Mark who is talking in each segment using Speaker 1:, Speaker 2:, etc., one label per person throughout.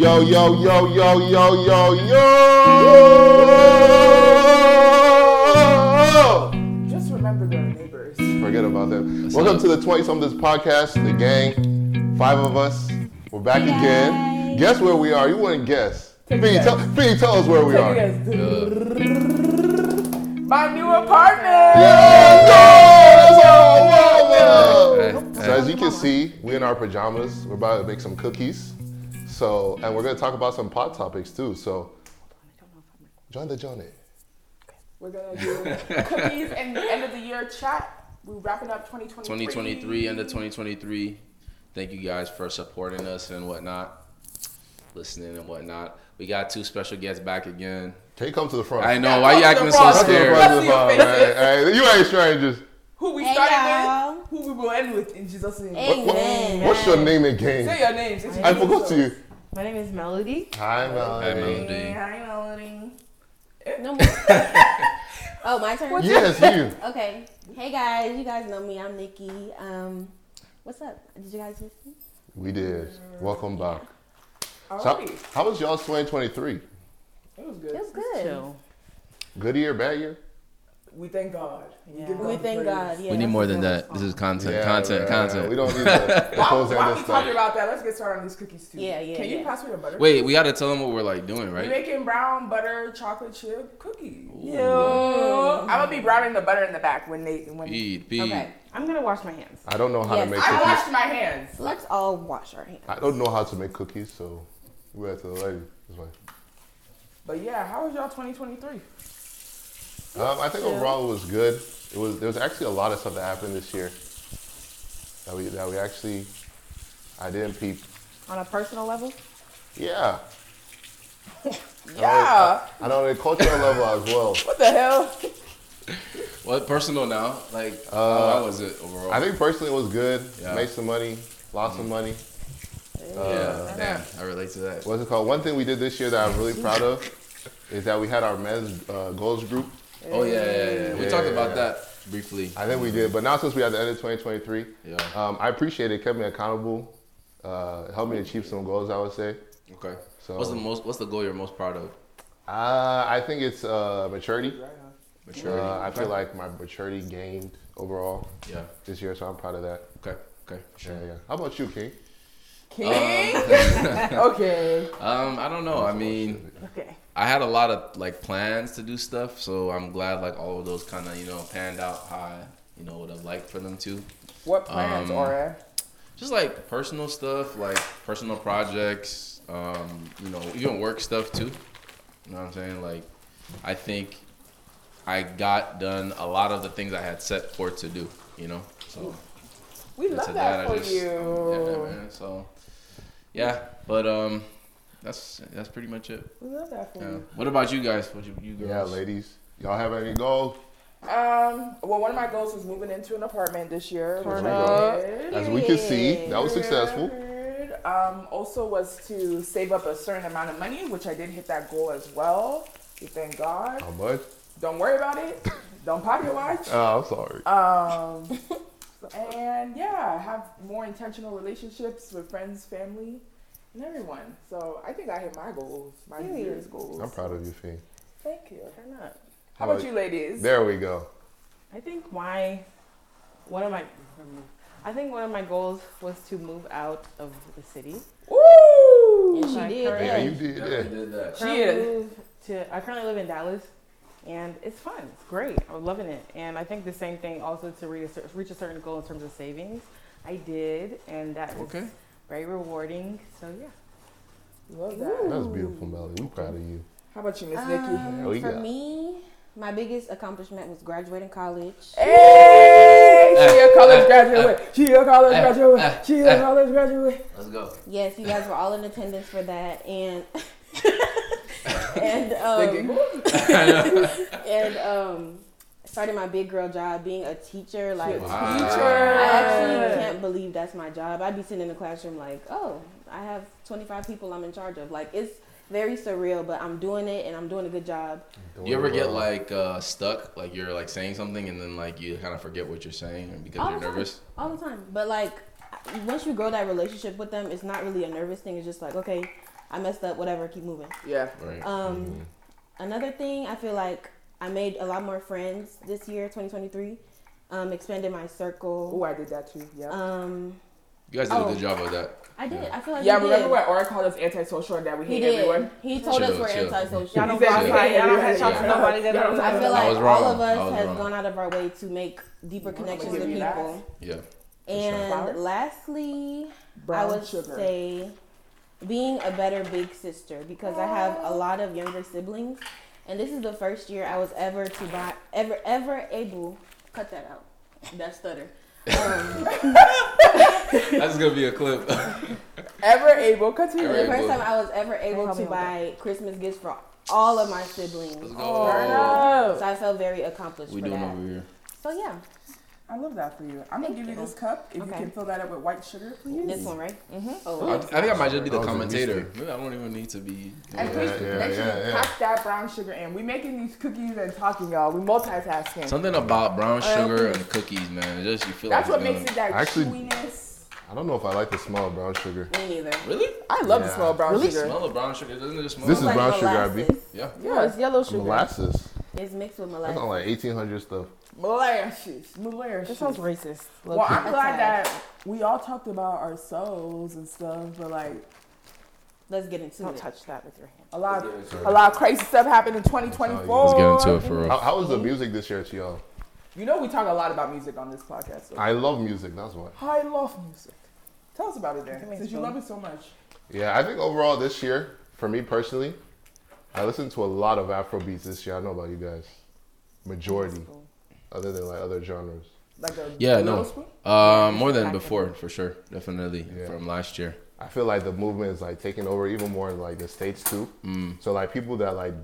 Speaker 1: Yo, yo, yo, yo, yo, yo, yo!
Speaker 2: Just remember your neighbors.
Speaker 1: Forget about them. Welcome to the 20 somethings podcast, the gang. Five of us. We're back again. Guess where we are? You wouldn't guess.
Speaker 2: Take a
Speaker 1: Fee,
Speaker 2: guess.
Speaker 1: tell, Fee, tell us where we
Speaker 2: Take a
Speaker 1: are.
Speaker 2: guess. My new apartment.
Speaker 1: Yeah, yeah, yeah, yeah.
Speaker 3: Hey,
Speaker 1: So as you can see, we in our pajamas. We're about to make some cookies. So and we're gonna talk about some pot topics too. So join the journey.
Speaker 2: We're gonna do cookies and the end of the year chat. We're wrapping up 2023.
Speaker 3: 2023 end of 2023. Thank you guys for supporting us and whatnot, listening and whatnot. We got two special guests back again.
Speaker 1: Can you come to the front?
Speaker 3: I know why you acting so
Speaker 2: Come to
Speaker 1: Come to the
Speaker 3: scared.
Speaker 1: front,
Speaker 2: Let's
Speaker 1: to
Speaker 2: see
Speaker 1: the
Speaker 2: your
Speaker 1: front.
Speaker 2: faces.
Speaker 1: Hey, hey, you ain't strangers.
Speaker 2: Who we
Speaker 4: Hey,
Speaker 2: started
Speaker 4: y'all.
Speaker 2: with, who we will end with in Jesus' name.
Speaker 4: Hey.
Speaker 1: What- what-
Speaker 4: Amen.
Speaker 1: what's your name again?
Speaker 2: Say your names. It's
Speaker 1: I forgot to you.
Speaker 4: My name is Melody.
Speaker 1: Hi, Melanie.
Speaker 3: Melanie.
Speaker 2: Hey, Hi, Melody.
Speaker 4: No more. oh, my turn.
Speaker 1: Yes, you.
Speaker 4: Okay. Hey guys, you guys know me. I'm Nikki. Um, what's up? Did you guys miss me?
Speaker 1: We did. Welcome back. So,
Speaker 2: Alright.
Speaker 1: how was y'all's 2023?
Speaker 2: It was
Speaker 4: It
Speaker 2: good.
Speaker 4: was good.
Speaker 1: Good year, bad year?
Speaker 2: We thank God.
Speaker 5: Yeah.
Speaker 2: give
Speaker 4: We thank
Speaker 2: praise.
Speaker 4: God. Yeah,
Speaker 3: We need
Speaker 4: that's
Speaker 3: more
Speaker 4: what
Speaker 3: than
Speaker 4: that
Speaker 3: that.
Speaker 4: was.
Speaker 3: This is content,
Speaker 1: Yeah,
Speaker 3: content,
Speaker 1: right,
Speaker 3: content.
Speaker 1: right. We don't need to
Speaker 2: While,
Speaker 1: close on
Speaker 2: while we
Speaker 1: this
Speaker 2: talking
Speaker 1: stuff.
Speaker 2: about that, let's get started on these cookies too.
Speaker 4: Yeah, yeah,
Speaker 2: Can you
Speaker 4: yeah.
Speaker 2: pass me the butter?
Speaker 3: Wait, we gotta tell them what we're like doing,
Speaker 2: We're
Speaker 3: right?
Speaker 2: making brown butter chocolate chip cookies.
Speaker 3: Ooh.
Speaker 2: I'm gonna be browning the butter in the back when they when
Speaker 3: Feed, feed.
Speaker 4: Okay. I'm gonna wash my hands.
Speaker 1: I don't know how to
Speaker 4: Yes,
Speaker 1: make
Speaker 2: I
Speaker 1: cookies.
Speaker 2: washed my hands.
Speaker 4: Let's all wash our hands.
Speaker 1: I don't know how to make cookies, so we have to the lady. It's fine.
Speaker 2: But yeah, how was y'all 2023?
Speaker 1: Um, I think overall it was good. It was there was actually a lot of stuff that happened this year that we that we actually I didn't peep.
Speaker 4: On a personal level,
Speaker 1: Yeah,
Speaker 2: Yeah.
Speaker 1: and on a cultural level as well.
Speaker 2: What the hell?
Speaker 3: What personal now? Like, how was it overall?
Speaker 1: Uh, I think personally it was good.
Speaker 3: Yeah.
Speaker 1: Made some money, lost some money.
Speaker 3: yeah, damn, I relate to that.
Speaker 1: What's it called? One thing we did this year that I'm really proud of is that we had our men's uh, goals group.
Speaker 3: Oh yeah, yeah, yeah. We
Speaker 1: Yeah,
Speaker 3: talked
Speaker 1: yeah,
Speaker 3: about
Speaker 1: yeah.
Speaker 3: that briefly.
Speaker 1: I think we did, but now since we had the end of 2023,
Speaker 3: Yeah.
Speaker 1: um, I appreciate it. Kept me accountable, uh, helped me achieve some goals. I would say.
Speaker 3: Okay.
Speaker 1: So-
Speaker 3: what's the most? What's the goal you're most proud of?
Speaker 1: Uh, I think it's uh, maturity.
Speaker 3: Maturity.
Speaker 1: Uh, I
Speaker 3: Okay.
Speaker 1: feel like my maturity gained overall
Speaker 3: Yeah.
Speaker 1: this year, so I'm proud of that.
Speaker 3: Okay. Okay.
Speaker 1: Yeah, yeah. How about you, King?
Speaker 2: King? okay.
Speaker 3: Um, I don't know. I mean,
Speaker 2: Okay.
Speaker 3: I had a lot of like plans to do stuff, so I'm glad like all of those kind of you know panned out how I, you know would have liked for them to.
Speaker 2: What plans,
Speaker 3: Um,
Speaker 2: Aura?
Speaker 3: Just like personal stuff, like personal projects, um, you know, even work stuff too. You know what I'm saying? Like, I think I got done a lot of the things I had set for to do. You know, so
Speaker 2: We
Speaker 3: and
Speaker 2: love
Speaker 3: to
Speaker 2: that,
Speaker 3: that,
Speaker 2: for
Speaker 3: I just, um,
Speaker 2: you.
Speaker 3: yeah, man. So, yeah, but um, that's that's pretty much it.
Speaker 2: We love that for
Speaker 3: Yeah.
Speaker 2: you.
Speaker 3: What about you guys? What you, you girls?
Speaker 1: Yeah, ladies. Y'all have any goals?
Speaker 2: Um, well, one of my goals was moving into an apartment this year.
Speaker 1: Turn
Speaker 2: which I
Speaker 1: up.
Speaker 2: did.
Speaker 1: As we can see, that was successful.
Speaker 2: Um, also was to save up a certain amount of money, which I did hit that goal as well. We thank God.
Speaker 1: How much?
Speaker 2: Don't worry about it. Don't pop your watch.
Speaker 1: Oh, I'm sorry.
Speaker 2: Um, and yeah, have more intentional relationships with friends, family, and everyone. So I think I hit my goals, my
Speaker 4: Period.
Speaker 2: year's goals.
Speaker 1: I'm proud of you, Fee.
Speaker 2: Thank you.
Speaker 5: Turn up.
Speaker 2: How about you, ladies?
Speaker 1: There we go.
Speaker 5: I think my one of my I think one of my goals was to move out of the city.
Speaker 2: Woo!
Speaker 4: and she
Speaker 5: My
Speaker 4: did.
Speaker 5: current-
Speaker 1: Yeah,
Speaker 4: yeah.
Speaker 1: you did.
Speaker 3: Definitely
Speaker 1: Yeah.
Speaker 3: did that.
Speaker 2: She
Speaker 5: Currently
Speaker 2: is.
Speaker 5: moved to I currently live in Dallas, and it's fun. It's great. I'm loving it. And I think the same thing also to reach a, cer- reach a certain goal in terms of savings. I did, and that was
Speaker 3: Okay.
Speaker 5: very rewarding. So yeah.
Speaker 2: Love that.
Speaker 1: That's beautiful, Melody. We proud of you.
Speaker 2: How about you, Miss Nikki?
Speaker 1: There we
Speaker 4: Um, for
Speaker 1: go.
Speaker 4: me, my biggest accomplishment was graduating college.
Speaker 2: Hey, she a
Speaker 3: Eh,
Speaker 2: college
Speaker 3: eh,
Speaker 2: graduate. She a college
Speaker 3: eh,
Speaker 2: graduate.
Speaker 3: eh,
Speaker 2: She a
Speaker 3: eh.
Speaker 2: college graduate.
Speaker 3: Let's go.
Speaker 4: Yes, you guys were all in attendance for that, and and um,
Speaker 2: The giggles?
Speaker 4: and um, started my big girl job, being a teacher.
Speaker 2: oh,
Speaker 4: Like,
Speaker 3: Wow.
Speaker 4: I
Speaker 2: Yes.
Speaker 4: actually can't believe that's my job. I'd be sitting in the classroom like, oh, I have 25 people I'm in charge of. Like, it's very surreal, but I'm doing it and I'm doing a good job.
Speaker 3: You ever get
Speaker 1: Well,
Speaker 3: like uh, stuck, like you're like saying something and then like you kind of forget what you're saying because
Speaker 4: All
Speaker 2: Um,
Speaker 3: you're
Speaker 4: the time.
Speaker 3: nervous?
Speaker 4: all the time. But like, once you grow that relationship with them, it's not really a nervous thing. It's just like, okay, I messed up, whatever, keep moving.
Speaker 2: Yeah.
Speaker 3: Right.
Speaker 4: Um, Another thing, I feel like I made a lot more friends this year, 2023. Um, expanded my circle.
Speaker 2: Oh, I did that too. Yeah.
Speaker 4: Um,
Speaker 3: You guys did
Speaker 4: oh.
Speaker 3: a good job of that.
Speaker 4: I did. I feel like
Speaker 2: yeah,
Speaker 4: he
Speaker 2: remember
Speaker 4: did.
Speaker 2: when Aura called us antisocial and that we
Speaker 4: he
Speaker 2: hate
Speaker 4: did.
Speaker 2: everyone?
Speaker 4: He told us
Speaker 3: Chill,
Speaker 4: we're
Speaker 3: chill.
Speaker 4: antisocial.
Speaker 5: Y'all don't
Speaker 2: said
Speaker 5: boss
Speaker 2: you
Speaker 5: fight.
Speaker 2: hate
Speaker 5: Y'all don't have
Speaker 2: everyone.
Speaker 5: shots with nobody. That
Speaker 2: Yeah.
Speaker 5: don't
Speaker 4: I feel
Speaker 3: I
Speaker 4: like
Speaker 3: was
Speaker 4: all
Speaker 3: wrong.
Speaker 4: of
Speaker 3: I
Speaker 4: us
Speaker 3: was
Speaker 4: has
Speaker 3: wrong.
Speaker 4: gone out of our way to make deeper connections
Speaker 2: give
Speaker 4: with
Speaker 2: you
Speaker 4: people.
Speaker 2: that.
Speaker 3: Yeah.
Speaker 4: And
Speaker 2: Flower?
Speaker 4: lastly, I
Speaker 2: Brown
Speaker 4: would
Speaker 2: sugar.
Speaker 4: say being a better big sister because I have a lot of younger siblings, and this is the first year I was ever to buy ever ever able cut that out that stutter. Um,
Speaker 3: That's gonna be a clip.
Speaker 2: Oh. Ever able, continue.
Speaker 4: the
Speaker 3: Ever
Speaker 4: first
Speaker 3: able.
Speaker 4: time I was ever able
Speaker 5: help
Speaker 4: to
Speaker 5: me with
Speaker 4: buy Christmas gifts for all of my siblings,
Speaker 3: Let's
Speaker 4: so
Speaker 3: go.
Speaker 2: Turn up.
Speaker 4: I felt very accomplished
Speaker 3: we
Speaker 4: for
Speaker 3: doing
Speaker 4: that.
Speaker 3: over here.
Speaker 4: So yeah,
Speaker 2: I love that for you. I'm gonna
Speaker 4: Thank
Speaker 2: give you
Speaker 4: you.
Speaker 2: this cup if you
Speaker 4: Okay.
Speaker 2: can fill that up with white sugar, please.
Speaker 4: this one right? Mm-hmm.
Speaker 3: I, I
Speaker 4: Oh,
Speaker 3: think I might just be the
Speaker 1: That was a
Speaker 3: commentator.
Speaker 1: mistake.
Speaker 3: Maybe I don't even need to be.
Speaker 2: And
Speaker 1: Yeah,
Speaker 2: please,
Speaker 1: yeah,
Speaker 2: make sure
Speaker 1: yeah,
Speaker 2: you
Speaker 1: yeah.
Speaker 2: pack that brown sugar in. We making these cookies and talking, y'all. We multitasking.
Speaker 3: Something about brown
Speaker 4: I don't
Speaker 3: sugar
Speaker 4: think-
Speaker 3: and cookies, man. It Just you feel
Speaker 2: That's
Speaker 3: like
Speaker 2: what
Speaker 3: it's
Speaker 2: makes it that
Speaker 1: Actually-
Speaker 2: chewiness.
Speaker 1: I don't know if I like the smell of brown sugar.
Speaker 4: me neither.
Speaker 3: gonna- Really?
Speaker 2: I love the
Speaker 1: Yeah.
Speaker 2: smell of brown
Speaker 3: Really?
Speaker 2: sugar.
Speaker 3: Smell of brown sugar. Doesn't it just smell?
Speaker 1: This is
Speaker 3: like-
Speaker 1: brown sugar, I be.
Speaker 4: molasses.
Speaker 3: Yeah.
Speaker 5: No, it's yellow sugar.
Speaker 1: Molasses.
Speaker 4: It's mixed with
Speaker 1: That's
Speaker 4: molasses.
Speaker 1: on like 1800 stuff.
Speaker 2: Molasses. Molasses.
Speaker 5: That sounds racist.
Speaker 2: Well, I'm
Speaker 4: That's
Speaker 2: glad
Speaker 4: sad.
Speaker 2: that we all talked about our souls and stuff, but like
Speaker 4: Let's get into
Speaker 5: Don't
Speaker 4: it.
Speaker 5: touch that with your hand.
Speaker 2: a lot,
Speaker 3: Let's get
Speaker 2: a lot of crazy stuff happened in 2024.
Speaker 3: Let's get into it for
Speaker 1: How,
Speaker 3: real.
Speaker 1: how was the music this year to y'all?
Speaker 2: You know, we talk a lot about music on this podcast. So. I,
Speaker 1: I love music. That's why.
Speaker 2: love music. Tell us about it, Dan,
Speaker 5: Give me a
Speaker 2: since you
Speaker 5: spoon.
Speaker 2: love it so much.
Speaker 1: Yeah, I think overall this year, for me personally, I listened to a lot of Afro beats this year. I don't know about you guys. Majority, other than like other genres.
Speaker 2: Like a
Speaker 3: Yeah,
Speaker 2: little
Speaker 3: no.
Speaker 2: spoon?
Speaker 3: Uh, more than before, for sure. Definitely
Speaker 1: Yeah.
Speaker 3: from last year.
Speaker 1: I feel like the movement is like taking over even more in like the states too. Mm. So like people that like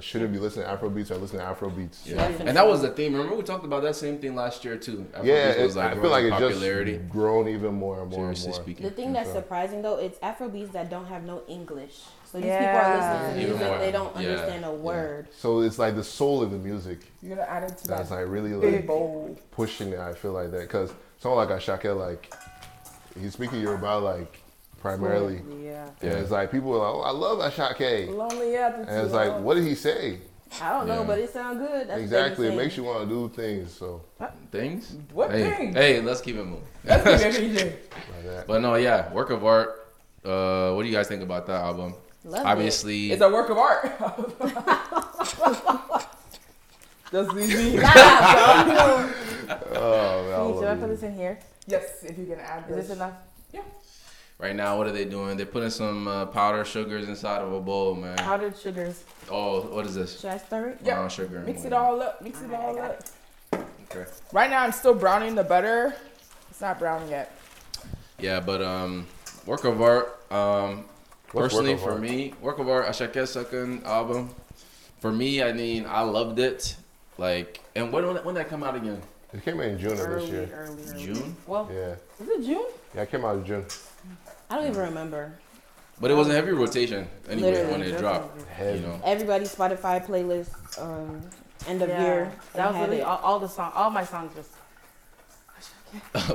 Speaker 1: shouldn't be listening to Afro beats are listening to Afro beats.
Speaker 3: Yeah. And that was the theme. Remember we talked about that same thing last year too. Afrobeats
Speaker 1: Yeah, it,
Speaker 3: was like
Speaker 1: I feel
Speaker 3: growing
Speaker 1: like
Speaker 3: in
Speaker 1: it's
Speaker 3: popularity.
Speaker 1: just grown even more and more and
Speaker 3: seriously
Speaker 1: more.
Speaker 4: The
Speaker 3: speaking.
Speaker 4: thing that's
Speaker 1: so.
Speaker 4: surprising though, it's Afrobeats that don't have no English. So these
Speaker 5: Yeah.
Speaker 4: people are listening
Speaker 3: Even
Speaker 4: to music,
Speaker 3: more.
Speaker 4: they don't
Speaker 3: Yeah.
Speaker 4: understand a
Speaker 3: Yeah.
Speaker 4: word.
Speaker 1: So it's like the soul of the music
Speaker 2: You're gonna add it to
Speaker 1: that's
Speaker 2: that
Speaker 1: like really
Speaker 2: big
Speaker 1: like
Speaker 2: bowl.
Speaker 1: pushing it. I feel like that because someone like Ashake, like he's speaking Yoruba like primarily.
Speaker 5: Yeah.
Speaker 1: And it's like people are like, oh, I love Ashake.
Speaker 2: Lonely attitude.
Speaker 1: And it's like, what did he say?
Speaker 4: I don't know,
Speaker 3: Yeah.
Speaker 4: but it sounds good. That's
Speaker 1: exactly. It makes you want to do things. So,
Speaker 3: Things?
Speaker 2: What
Speaker 3: hey,
Speaker 2: things?
Speaker 3: Hey, let's keep it moving.
Speaker 2: That's the PJ.
Speaker 1: like that.
Speaker 3: But no, yeah, work of art. Uh, what do you guys think about that album?
Speaker 4: Love
Speaker 3: Obviously,
Speaker 2: It's a work of art. That's easy.
Speaker 1: Oh, man, I
Speaker 5: Hey, should I
Speaker 1: love
Speaker 5: put
Speaker 1: you.
Speaker 5: this in here?
Speaker 2: Yes, if you can add
Speaker 5: Is
Speaker 2: this.
Speaker 5: this enough?
Speaker 3: right now, what are they doing? They're putting some uh, powder sugars inside of a bowl, man.
Speaker 5: Powdered sugars.
Speaker 3: Oh, what is this?
Speaker 4: Should I stir it?
Speaker 2: Yeah.
Speaker 3: Brown sugar. and
Speaker 2: Mix it
Speaker 3: whatnot.
Speaker 2: all up. Mix it all up.
Speaker 3: Okay.
Speaker 2: Right now, I'm still browning the butter. It's not brown yet.
Speaker 3: Yeah, but um, work of art. Um,
Speaker 1: What's
Speaker 3: personally,
Speaker 1: work of
Speaker 3: for
Speaker 1: art?
Speaker 3: me, work of art. Ashake second album. For me, I mean, I loved it. Like, and when when that come out again?
Speaker 1: It came in June of this
Speaker 5: Early, early,
Speaker 1: year.
Speaker 5: early.
Speaker 3: June.
Speaker 5: Well,
Speaker 1: Yeah.
Speaker 5: is it June?
Speaker 1: Yeah, it came out in June.
Speaker 4: I don't even remember.
Speaker 3: But it was in heavy rotation anyway
Speaker 4: Literally,
Speaker 3: when it dropped.
Speaker 1: Heavy.
Speaker 3: You know.
Speaker 4: Everybody's Spotify playlist, um, end of
Speaker 5: Yeah.
Speaker 4: year.
Speaker 5: That was
Speaker 4: had
Speaker 5: really
Speaker 4: it.
Speaker 5: all, all the song. All my songs was.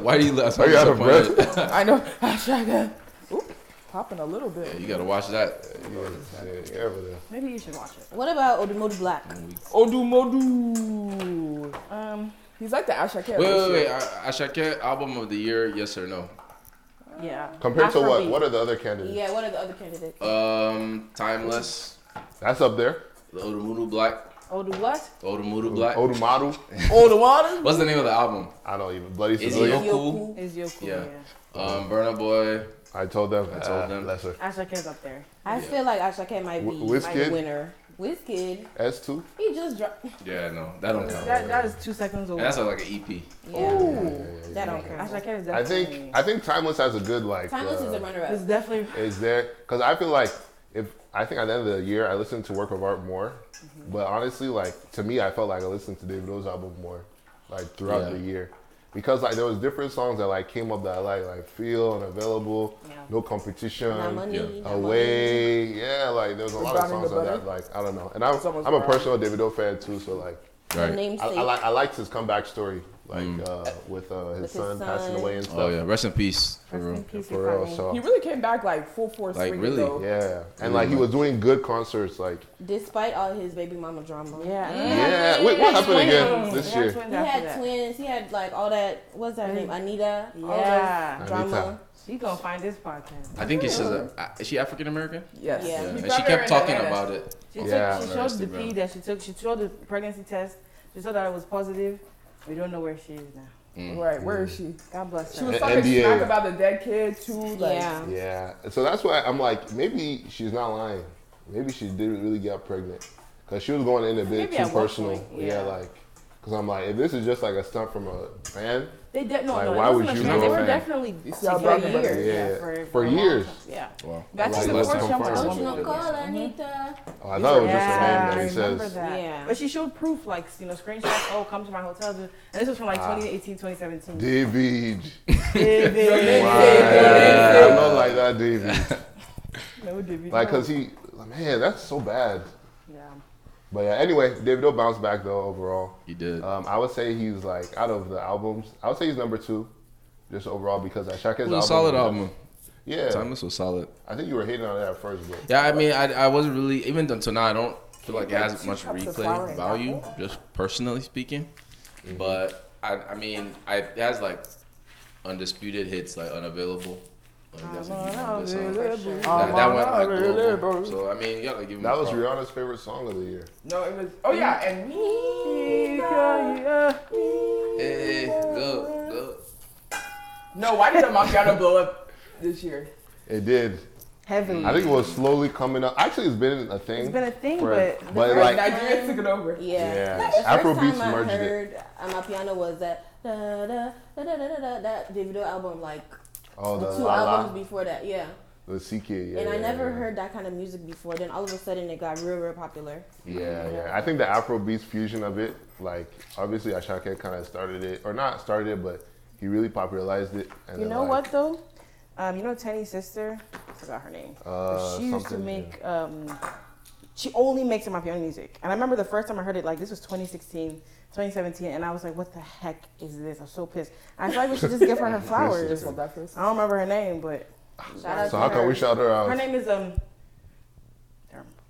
Speaker 3: Why do you laugh?
Speaker 1: Are you out of breath?
Speaker 2: I know. Ashaka. Oop, popping a little bit.
Speaker 3: you gotta watch that.
Speaker 1: Yeah, yeah, ever there.
Speaker 5: Maybe you should watch it.
Speaker 4: What about Odumodu Black?
Speaker 2: Odu Modu.
Speaker 5: Um.
Speaker 2: He's like the Ashaka.
Speaker 3: Wait, wait, wait. A- Ashake album of the year? Yes or no?
Speaker 5: Yeah.
Speaker 1: Compared to what?
Speaker 5: Afrobeat.
Speaker 1: What are the other candidates?
Speaker 4: Yeah, what are the other candidates?
Speaker 3: Um, Timeless.
Speaker 1: That's up there.
Speaker 3: The Odomuru Black.
Speaker 5: Oh, the what?
Speaker 3: Odomuru Black.
Speaker 1: Odumaru.
Speaker 2: Old Oh, water.
Speaker 3: What's the name of the album?
Speaker 1: I don't even. Bloody
Speaker 3: Is
Speaker 1: Civilian.
Speaker 3: he- Yoku.
Speaker 5: Is Yoku?
Speaker 3: Yeah.
Speaker 5: Yeah.
Speaker 3: Um, Burna Boy.
Speaker 1: I told them. Ah, I
Speaker 3: told them.
Speaker 1: Lesser.
Speaker 5: Ashake's up there.
Speaker 4: I
Speaker 3: Yeah.
Speaker 4: feel like Ashake might be
Speaker 1: Wh-
Speaker 4: my
Speaker 1: Wizkid?
Speaker 4: winner. Wizkid,
Speaker 1: S2.
Speaker 4: he just dropped.
Speaker 3: Yeah, no, that don't count.
Speaker 5: That, that is two seconds
Speaker 3: And
Speaker 5: away.
Speaker 3: that's a, like an E EP.
Speaker 4: Yeah,
Speaker 1: Yeah, yeah, yeah, yeah.
Speaker 4: that don't count.
Speaker 5: Ashake is definitely.
Speaker 1: I think I think Timeless has a good like.
Speaker 4: Timeless is
Speaker 1: uh,
Speaker 4: a runner-up.
Speaker 5: It's definitely.
Speaker 1: Is there? Because I feel like if I think at the end of the year I listened to Work of Art more,
Speaker 4: Mm-hmm.
Speaker 1: but honestly, like to me, I felt like I listened to David O's album more, like throughout
Speaker 3: Yeah.
Speaker 1: the year, because like there was different songs that like came up that I like, like Feel and Available,
Speaker 5: Yeah.
Speaker 1: No Competition,
Speaker 4: Not money,
Speaker 3: Yeah.
Speaker 4: not money.
Speaker 1: Away, yeah, like there was a lot of
Speaker 2: Brown in the
Speaker 1: songs like
Speaker 2: Butter?
Speaker 1: that. Like I don't know, and I'm
Speaker 2: Someone's
Speaker 1: I'm a
Speaker 2: Brown.
Speaker 1: personal David O fan too, so like
Speaker 4: The namesake.
Speaker 1: I, I like I liked his comeback story. like
Speaker 3: Mm.
Speaker 1: uh, with uh, his,
Speaker 4: With his
Speaker 1: son, passing
Speaker 4: son.
Speaker 1: away and stuff.
Speaker 3: Oh yeah, rest in peace. For
Speaker 5: Rest in
Speaker 3: real.
Speaker 5: peace,
Speaker 1: For real,
Speaker 5: Ricardo.
Speaker 1: so
Speaker 2: He really came back like full force.
Speaker 3: Like,
Speaker 2: swinging,
Speaker 3: really?
Speaker 2: Though.
Speaker 1: yeah, and like he was doing good concerts. Like
Speaker 4: Despite all his baby mama drama.
Speaker 5: Yeah.
Speaker 1: yeah, wait, what happened again
Speaker 5: Twins.
Speaker 1: this
Speaker 5: They
Speaker 1: year?
Speaker 5: had twins
Speaker 4: He
Speaker 5: after
Speaker 4: had
Speaker 5: that.
Speaker 4: twins. He had like all that. What's her
Speaker 5: Mm.
Speaker 4: name? Anita. All
Speaker 5: Yeah.
Speaker 4: that
Speaker 1: Anita.
Speaker 4: drama.
Speaker 5: She gonna find this podcast.
Speaker 3: I think it's a, is she African American?
Speaker 2: Yes.
Speaker 4: Yeah.
Speaker 2: He
Speaker 3: and
Speaker 2: got
Speaker 3: she
Speaker 2: her
Speaker 3: kept
Speaker 2: in
Speaker 3: talking
Speaker 2: Atlanta.
Speaker 3: about it.
Speaker 5: She,
Speaker 1: Yeah.
Speaker 5: took, she showed
Speaker 3: Interesting,
Speaker 5: the
Speaker 3: bro.
Speaker 5: pee that she took. She showed the pregnancy test. She showed that it was positive. We don't know where she is now.
Speaker 3: Mm.
Speaker 2: Right. Where is she?
Speaker 5: God bless
Speaker 2: She
Speaker 5: her.
Speaker 2: was
Speaker 1: N-
Speaker 2: talking
Speaker 1: NBA.
Speaker 2: smack about the dead kid too. Like,
Speaker 4: Yeah.
Speaker 1: Yeah, so that's why I'm like, maybe she's not lying. Maybe she didn't really get pregnant because she was going in a bit
Speaker 5: Maybe
Speaker 1: too
Speaker 5: at one
Speaker 1: personal.
Speaker 5: point,
Speaker 1: yeah.
Speaker 5: yeah.
Speaker 1: like because I'm like, if this is just like a stunt from a fan,
Speaker 5: They did no,
Speaker 1: Like,
Speaker 5: no. it
Speaker 1: why
Speaker 5: wasn't
Speaker 1: would
Speaker 5: a
Speaker 1: you
Speaker 5: friend.
Speaker 3: go
Speaker 5: They were
Speaker 3: back?
Speaker 5: definitely
Speaker 2: You see how
Speaker 5: together
Speaker 2: black
Speaker 5: for
Speaker 2: people-
Speaker 5: years.
Speaker 1: Yeah,
Speaker 5: for,
Speaker 1: for
Speaker 5: a long
Speaker 1: years.
Speaker 5: time. Yeah.
Speaker 3: Wow.
Speaker 5: That's
Speaker 1: Like,
Speaker 5: just the
Speaker 1: let's
Speaker 5: first time
Speaker 1: confirm.
Speaker 5: with a
Speaker 1: Don't
Speaker 4: Don't you
Speaker 5: woman.
Speaker 4: know, call Anita.
Speaker 1: oh, I thought it was just a name that
Speaker 5: Yeah,
Speaker 1: he
Speaker 5: I remember
Speaker 1: says.
Speaker 5: that.
Speaker 4: Yeah.
Speaker 5: But she showed proof, like, you know, screenshots, oh, come to my hotel. And this was from like
Speaker 1: Ah.
Speaker 5: 2018, 2017.
Speaker 1: David.
Speaker 5: David.
Speaker 1: Wow. I don't like that, David.
Speaker 5: No, David.
Speaker 1: Like, cause he, man, that's so bad.
Speaker 5: Yeah.
Speaker 1: But yeah, anyway, David will bounce back though overall.
Speaker 3: He did.
Speaker 1: Um, I would say he's like out of the albums, I would say he's number two, just overall because I check his
Speaker 3: it
Speaker 1: album.
Speaker 3: was a solid album.
Speaker 1: Yeah,
Speaker 3: Timeless was solid.
Speaker 1: I think you were hating on it at first, but
Speaker 3: Yeah, I mean, I, I wasn't really even until now. I don't feel like it has
Speaker 2: Two
Speaker 3: much
Speaker 2: cups of flour
Speaker 3: replay
Speaker 2: and
Speaker 3: value,
Speaker 2: apple.
Speaker 3: just personally speaking.
Speaker 1: Mm-hmm.
Speaker 3: But I, I mean, I it has like undisputed hits, like unavailable. Like, that's a huge number of songs.
Speaker 5: Unavailable.
Speaker 3: That,
Speaker 2: I'm
Speaker 3: Oh, that Oh, went like global.
Speaker 2: unavailable.
Speaker 3: So I mean, you gotta give him.
Speaker 1: that was
Speaker 3: props.
Speaker 1: Rihanna's favorite song of the year.
Speaker 2: No, it was. Oh yeah, and me.
Speaker 3: Hey, go, go.
Speaker 2: No, why did Amagana blow up this year?
Speaker 1: It did.
Speaker 5: Heavily.
Speaker 1: I think it was slowly coming up. Actually, it's been a thing.
Speaker 5: It's been a thing,
Speaker 1: for-
Speaker 5: but
Speaker 1: but
Speaker 2: Right,
Speaker 1: like
Speaker 2: Nigeria took it over.
Speaker 4: Yeah.
Speaker 1: Yeah.
Speaker 4: The first
Speaker 1: Afrobeats
Speaker 4: time
Speaker 1: merged
Speaker 4: I
Speaker 1: it.
Speaker 4: heard on my piano was that da da da da da da da that Davido album like
Speaker 1: oh the
Speaker 4: the two
Speaker 1: la la,
Speaker 4: albums before that. Yeah.
Speaker 1: the C kid. Yeah,
Speaker 4: and I
Speaker 1: yeah,
Speaker 4: never
Speaker 1: yeah.
Speaker 4: heard that kind of music before. Then all of a sudden it got real, real popular.
Speaker 1: Yeah, yeah. I think the Afrobeats fusion of it, like obviously Ashake kind of started it, or not started it, but he really popularized it. And
Speaker 5: You
Speaker 1: then,
Speaker 5: know
Speaker 1: like,
Speaker 5: what though? Um, you know Tenny's sister? I forgot her name.
Speaker 1: Uh,
Speaker 5: she used to
Speaker 1: something,
Speaker 5: make. Um, she only makes it my piano music, and I remember the first time I heard it. Like this was 2016, 2017, and I was like, "What the heck is this?" I'm so pissed. I feel like we should just give her her flowers.
Speaker 1: sister.
Speaker 5: I don't remember her name, but
Speaker 4: Shout out
Speaker 1: So
Speaker 4: to
Speaker 1: how
Speaker 4: her.
Speaker 1: can we shout her out?
Speaker 5: her name is um.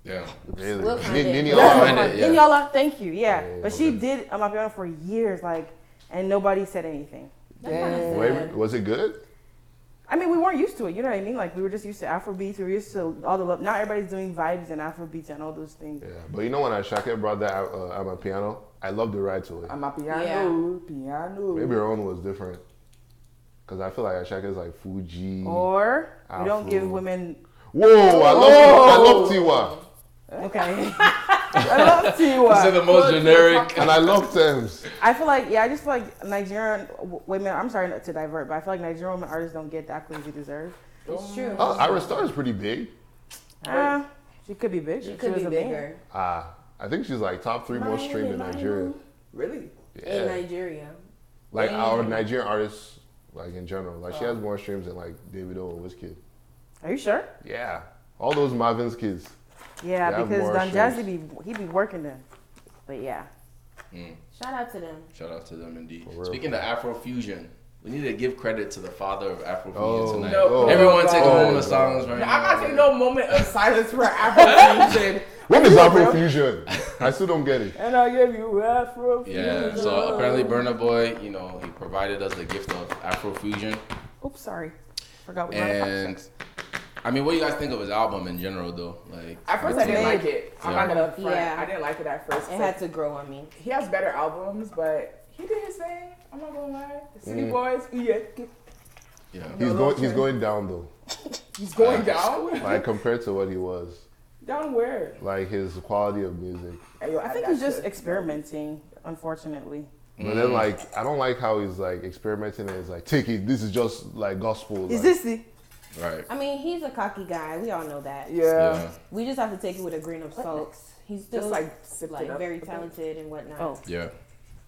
Speaker 3: Yeah.
Speaker 1: Really?
Speaker 4: We'll find it.
Speaker 1: Nini
Speaker 3: We'll
Speaker 1: Allen.
Speaker 3: find it. Yeah.
Speaker 5: Inyola, thank you. Yeah,
Speaker 1: Yeah,
Speaker 5: but
Speaker 1: okay.
Speaker 5: she did on my piano for years, like, and nobody said anything.
Speaker 2: Damn.
Speaker 1: Wait, was it good?
Speaker 5: I mean, we weren't used to it. You know what I mean? Like, we were just used to Afro beats. We were used to all the love. Now everybody's doing vibes and Afro beats and all those things.
Speaker 1: Yeah. But you know when Ashake brought that out uh, on my piano, I loved the ride to it.
Speaker 2: I'm a piano, piano.
Speaker 1: Maybe her own was different, because I feel like Ashake is like Fuji.
Speaker 4: Oh.
Speaker 5: Or we don't
Speaker 1: Afro.
Speaker 5: give women.
Speaker 1: Whoa! I
Speaker 4: Oh.
Speaker 1: love I love Tiwa,
Speaker 5: Okay. I love
Speaker 3: These are
Speaker 5: Tiwa.
Speaker 3: the most generic.
Speaker 1: and I love Thames.
Speaker 5: I feel like yeah, I just feel like Nigerian w- women. I'm sorry not to divert, but I feel like Nigerian women artists don't get the accolades they deserve.
Speaker 4: It's true.
Speaker 1: Oh, Ira Star is pretty big.
Speaker 5: Ah, she could be bigger.
Speaker 4: She could be
Speaker 5: was a man.
Speaker 4: bigger
Speaker 1: Ah, I think she's like top three most streamed in Nigeria.
Speaker 2: Really?
Speaker 4: in
Speaker 1: Yeah.
Speaker 4: Nigeria. Oh.
Speaker 1: Like our Nigerian artists, like in general, like she has more streams than like Davido and Wizkid.
Speaker 5: Are you sure?
Speaker 1: Yeah, all those Marvin's kids.
Speaker 5: Yeah,
Speaker 1: Yeah,
Speaker 5: because
Speaker 1: more
Speaker 5: Don
Speaker 1: shows.
Speaker 5: Jazzy be he be working them. But yeah,
Speaker 4: Shout out to them.
Speaker 3: Shout out to them indeed.
Speaker 1: For real.
Speaker 3: Speaking of Afro fusion, we need to give credit to the father of Afro fusion
Speaker 1: Oh,
Speaker 3: tonight.
Speaker 2: No. oh,
Speaker 3: Everyone
Speaker 2: God.
Speaker 3: take a moment
Speaker 1: Oh,
Speaker 3: of silence right
Speaker 2: I'm
Speaker 3: now.
Speaker 2: not taking no moment of silence for Afrofusion.
Speaker 1: What is Afro Fusion? I still don't get it.
Speaker 2: and I give you Afrofusion.
Speaker 3: Yeah, so apparently Burna Boy, you know, he provided us the gift of Afrofusion.
Speaker 5: oops, sorry, forgot we were on
Speaker 3: And
Speaker 5: podcast.
Speaker 3: I mean, what do you guys think of his album in general though? Like
Speaker 2: At first, I
Speaker 3: what do you
Speaker 2: didn't like it. I'm not gonna front.
Speaker 4: Yeah.
Speaker 2: I didn't like it at first.
Speaker 4: It had to grow on me.
Speaker 2: he has better albums, but he did his thing. I'm not gonna lie. The City Boys, yeah,
Speaker 3: Yeah.
Speaker 1: He's going, he's going down though.
Speaker 2: he's going down.
Speaker 1: Like compared to what he was,
Speaker 2: down where?
Speaker 1: like his quality of music.
Speaker 2: Hey, yo,
Speaker 5: I
Speaker 2: add
Speaker 5: think
Speaker 2: that
Speaker 5: he's just
Speaker 2: shit.
Speaker 5: experimenting, unfortunately.
Speaker 1: But
Speaker 3: Mm.
Speaker 1: then like, I don't like how he's like experimenting and it's like, take it. This is just like gospel.
Speaker 5: Is
Speaker 1: like-
Speaker 5: this the
Speaker 3: Right.
Speaker 4: I mean, he's a cocky guy. We all know that.
Speaker 2: yeah.
Speaker 3: Yeah.
Speaker 4: We just have to take it with a grain of salt. He's still
Speaker 2: Just
Speaker 4: like,
Speaker 2: like sipped it up.
Speaker 4: very talented and whatnot.
Speaker 5: Oh.
Speaker 3: Yeah.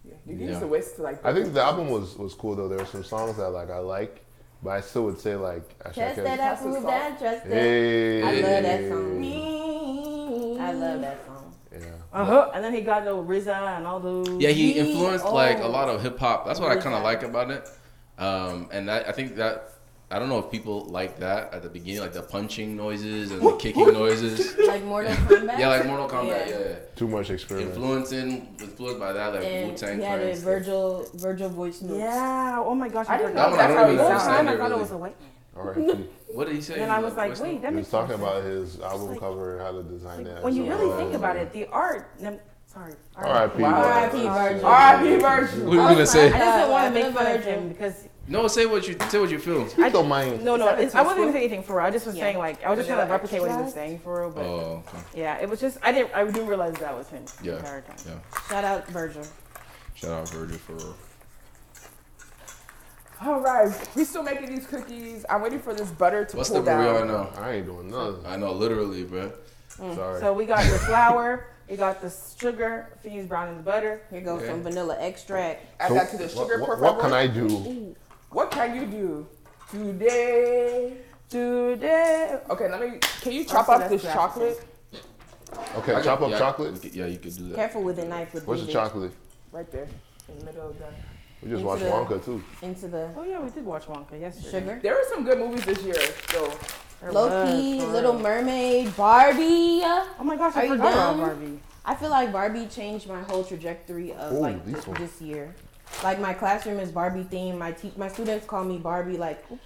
Speaker 2: Yeah. You can
Speaker 3: Yeah.
Speaker 2: use the waist to like.
Speaker 1: I think the album was was cool though. There were some songs that like I like, but I still would say like I
Speaker 4: Trust that I
Speaker 2: That's the
Speaker 4: prove
Speaker 2: song.
Speaker 4: that. Trust that.
Speaker 1: Hey.
Speaker 4: I love that song. I love that song.
Speaker 1: Yeah.
Speaker 5: Um, Uh-huh. And then he got the RZA and all those.
Speaker 3: Yeah, he
Speaker 4: He-
Speaker 3: influenced like a
Speaker 4: oh.
Speaker 3: lot of hip hop. That's what I kind of
Speaker 4: Exactly.
Speaker 3: like about it. Um, and I, I think that I don't know if people like that at the beginning, like the punching noises and the kicking noises.
Speaker 4: Like Mortal Kombat.
Speaker 3: Yeah, like Mortal Kombat. Yeah,
Speaker 4: Yeah.
Speaker 3: yeah.
Speaker 1: Too much experiment.
Speaker 3: influencing influenced by that, like Wu
Speaker 4: And
Speaker 3: Tang
Speaker 4: he had a
Speaker 3: Clan. stuff.
Speaker 4: Virgil Virgil voice notes.
Speaker 5: Yeah. Oh my gosh.
Speaker 2: I didn't
Speaker 5: forgot.
Speaker 2: know That one I don't
Speaker 3: even
Speaker 5: Long
Speaker 3: understand
Speaker 5: time I
Speaker 3: it,
Speaker 5: thought it
Speaker 3: really.
Speaker 5: was a white man.
Speaker 1: R.I.P.
Speaker 3: What did he say?
Speaker 5: And I was like, wait, that
Speaker 1: He was
Speaker 5: makes
Speaker 1: talking
Speaker 5: no sense.
Speaker 1: about his album
Speaker 5: like-
Speaker 1: cover, how to design that.
Speaker 5: When you
Speaker 1: so-
Speaker 5: really think about it, the art. nem- Sorry.
Speaker 1: R.I.P.
Speaker 2: Wow.
Speaker 4: R.I.P.
Speaker 1: Virgil.
Speaker 4: Virgil.
Speaker 2: R.I.P. Virgil.
Speaker 3: What are you gonna
Speaker 5: I
Speaker 3: say?
Speaker 5: just didn't want to
Speaker 4: Yeah,
Speaker 5: make fun of
Speaker 4: Virgil.
Speaker 5: him because
Speaker 3: No, say what you say. What you feel.
Speaker 1: I don't mind.
Speaker 5: no, no,
Speaker 2: that a
Speaker 5: it's, I wasn't even
Speaker 2: two-foot?
Speaker 5: saying anything for real. I just was
Speaker 4: Yeah.
Speaker 5: saying like I was just
Speaker 2: Is
Speaker 5: trying
Speaker 2: that
Speaker 5: to replicate what he was
Speaker 2: extras?
Speaker 5: saying for real. But
Speaker 3: Oh, okay.
Speaker 5: yeah, it was just I didn't I didn't realize that was him the
Speaker 3: Yeah.
Speaker 5: entire time.
Speaker 3: yeah.
Speaker 4: Shout out Virgil.
Speaker 3: Shout out Virgil for real.
Speaker 2: All right, we still making these cookies. I'm waiting for this butter to
Speaker 3: What's
Speaker 2: cool
Speaker 3: the burrito I
Speaker 2: down.
Speaker 3: know?
Speaker 1: I ain't doing nothing.
Speaker 3: I know, literally, bro.
Speaker 1: Sorry.
Speaker 5: Mm. So we got the flour, we got the sugar, fused brown and butter.
Speaker 4: Here goes
Speaker 3: Okay.
Speaker 4: some vanilla extract.
Speaker 2: Add
Speaker 1: So
Speaker 2: that to the sugar.
Speaker 1: what,
Speaker 2: por
Speaker 1: what, what
Speaker 2: favor.
Speaker 1: can I do?
Speaker 2: What can you do today? Today. Okay, let me. Can you chop
Speaker 5: Also,
Speaker 2: up
Speaker 5: that's
Speaker 2: this
Speaker 5: the
Speaker 2: chocolate
Speaker 1: Okay,
Speaker 3: I
Speaker 1: chop
Speaker 3: could-
Speaker 1: up
Speaker 3: yeah, you
Speaker 1: chocolate.
Speaker 3: could- Yeah, you could do that.
Speaker 4: Careful with the knife with
Speaker 1: Where's the
Speaker 4: these
Speaker 1: chocolate?
Speaker 2: right there in the middle of the?
Speaker 1: We just
Speaker 4: Into
Speaker 1: watched
Speaker 4: the-
Speaker 1: Wonka too.
Speaker 4: into the
Speaker 5: Oh yeah, we did watch Wonka yesterday.
Speaker 4: sugar.
Speaker 2: There were some good movies this year, though.
Speaker 5: There
Speaker 4: Low
Speaker 5: was,
Speaker 4: key,
Speaker 5: for
Speaker 4: Little
Speaker 5: real.
Speaker 4: Mermaid, Barbie.
Speaker 5: Oh my gosh,
Speaker 4: Are
Speaker 5: I
Speaker 4: you
Speaker 5: forgot about
Speaker 4: dumb?
Speaker 5: Barbie.
Speaker 4: I feel like Barbie changed my whole trajectory of
Speaker 1: Ooh,
Speaker 4: like
Speaker 1: these
Speaker 4: this,
Speaker 1: ones.
Speaker 4: this year. Like my classroom is Barbie themed. My te- my students call me Barbie. Like e-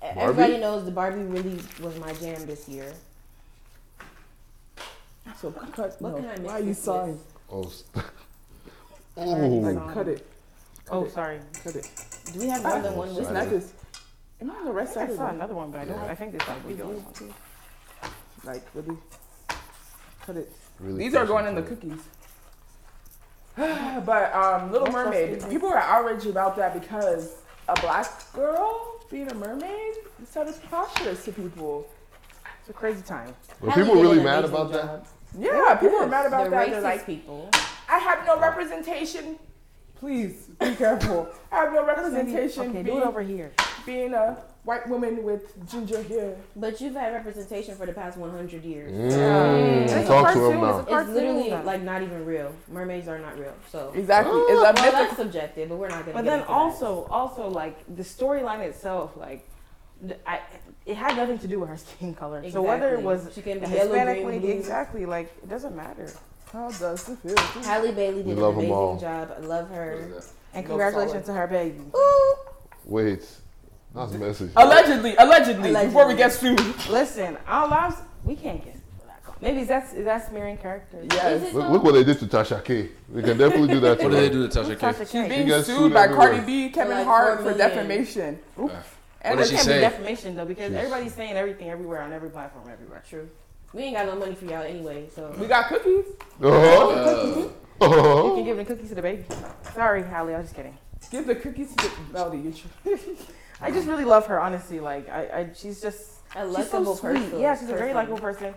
Speaker 4: everybody knows, the Barbie really was my jam this year.
Speaker 2: So cut.
Speaker 4: What can I mix
Speaker 2: Why are you
Speaker 4: this
Speaker 2: sawing?
Speaker 4: with?
Speaker 1: Oh, s-
Speaker 2: Oh,
Speaker 5: Alright,
Speaker 1: ooh.
Speaker 5: so-
Speaker 2: Cut it.
Speaker 5: Oh sorry.
Speaker 2: Cut it.
Speaker 4: Do we have more than
Speaker 1: Oh,
Speaker 4: one?
Speaker 2: It's
Speaker 1: sorry.
Speaker 4: Whiskey?
Speaker 2: not this. Am I on the
Speaker 5: I
Speaker 2: right
Speaker 5: think
Speaker 2: side
Speaker 5: I
Speaker 2: of
Speaker 5: saw
Speaker 2: the
Speaker 5: another one, but I don't. I think this might be the only one.
Speaker 2: Like really. Cut it.
Speaker 1: Really
Speaker 2: These are going in the
Speaker 1: cookie.
Speaker 2: cookies. but um, Little
Speaker 5: That's so
Speaker 2: Mermaid,
Speaker 5: stupid.
Speaker 2: people are outraged about that because a black girl being a mermaid it sounded preposterous to people.
Speaker 5: It's a crazy time.
Speaker 1: Were
Speaker 4: Hallie
Speaker 1: people
Speaker 4: did
Speaker 1: really
Speaker 4: an
Speaker 1: mad
Speaker 4: amazing
Speaker 1: about that?
Speaker 4: job.
Speaker 2: Yeah, people are mad about
Speaker 4: the
Speaker 2: that.
Speaker 4: racist
Speaker 2: They're like,
Speaker 4: people.
Speaker 2: I have no representation. Please be careful. I have no representation
Speaker 5: Okay, do
Speaker 2: being,
Speaker 5: it over here.
Speaker 2: being a white woman with ginger hair.
Speaker 4: But you've had representation for the past 100 years.
Speaker 1: Mm, talk to him now.
Speaker 4: It's literally like not even real. Mermaids are not real. So
Speaker 2: Exactly. It's a
Speaker 4: well,
Speaker 2: myth.
Speaker 4: that's subjective, but we're not gonna.
Speaker 5: But
Speaker 4: get
Speaker 5: then
Speaker 4: into that.
Speaker 5: also, also like the storyline itself, like th- I, it had nothing to do with her skin color. So whether it
Speaker 4: Exactly.
Speaker 5: was
Speaker 4: She can be
Speaker 5: a
Speaker 4: yellow,
Speaker 5: Hispanic,
Speaker 4: green,
Speaker 5: white,
Speaker 4: blue.
Speaker 5: exactly, like it doesn't matter.
Speaker 2: How does it feel?
Speaker 4: Halle Bailey
Speaker 1: We
Speaker 4: did an
Speaker 1: love 'em all.
Speaker 4: amazing job. I love her.
Speaker 5: And
Speaker 2: No
Speaker 5: congratulations to her baby.
Speaker 4: Ooh.
Speaker 1: Wait, that's messy.
Speaker 2: Allegedly, allegedly, before we
Speaker 4: Allegedly.
Speaker 2: get sued.
Speaker 5: Listen, our lives we can't get. Maybe that's is that smearing characters.
Speaker 2: Yes.
Speaker 4: Is it
Speaker 1: Look,
Speaker 4: though?
Speaker 1: look what they did to Tasha K. They can definitely do that to
Speaker 3: What did they
Speaker 1: her.
Speaker 3: do to Tasha K?
Speaker 5: Tasha K.
Speaker 2: being
Speaker 1: got
Speaker 2: sued,
Speaker 1: sued
Speaker 2: by
Speaker 1: everywhere.
Speaker 2: Cardi B, Kevin
Speaker 4: like
Speaker 2: Hart
Speaker 4: four
Speaker 2: for
Speaker 4: million.
Speaker 2: defamation.
Speaker 3: What
Speaker 5: There
Speaker 3: did she
Speaker 5: can't
Speaker 3: say?
Speaker 5: be defamation though because
Speaker 1: Jeez.
Speaker 5: everybody's saying everything everywhere on every platform everywhere.
Speaker 4: True. We ain't got no money for y'all anyway, so.
Speaker 2: We got cookies.
Speaker 1: Uh-huh.
Speaker 3: Uh,
Speaker 5: You
Speaker 1: Uh-huh.
Speaker 5: can give the cookies to the baby. Sorry, Hallie, I was just kidding.
Speaker 2: Give the cookies to the Melody. you tr-
Speaker 5: I just really love her, honestly. Like I, I she's just
Speaker 4: A
Speaker 5: she's so
Speaker 4: likable
Speaker 5: sweet.
Speaker 4: person.
Speaker 5: Yeah, she's a very
Speaker 4: person.
Speaker 5: likable person.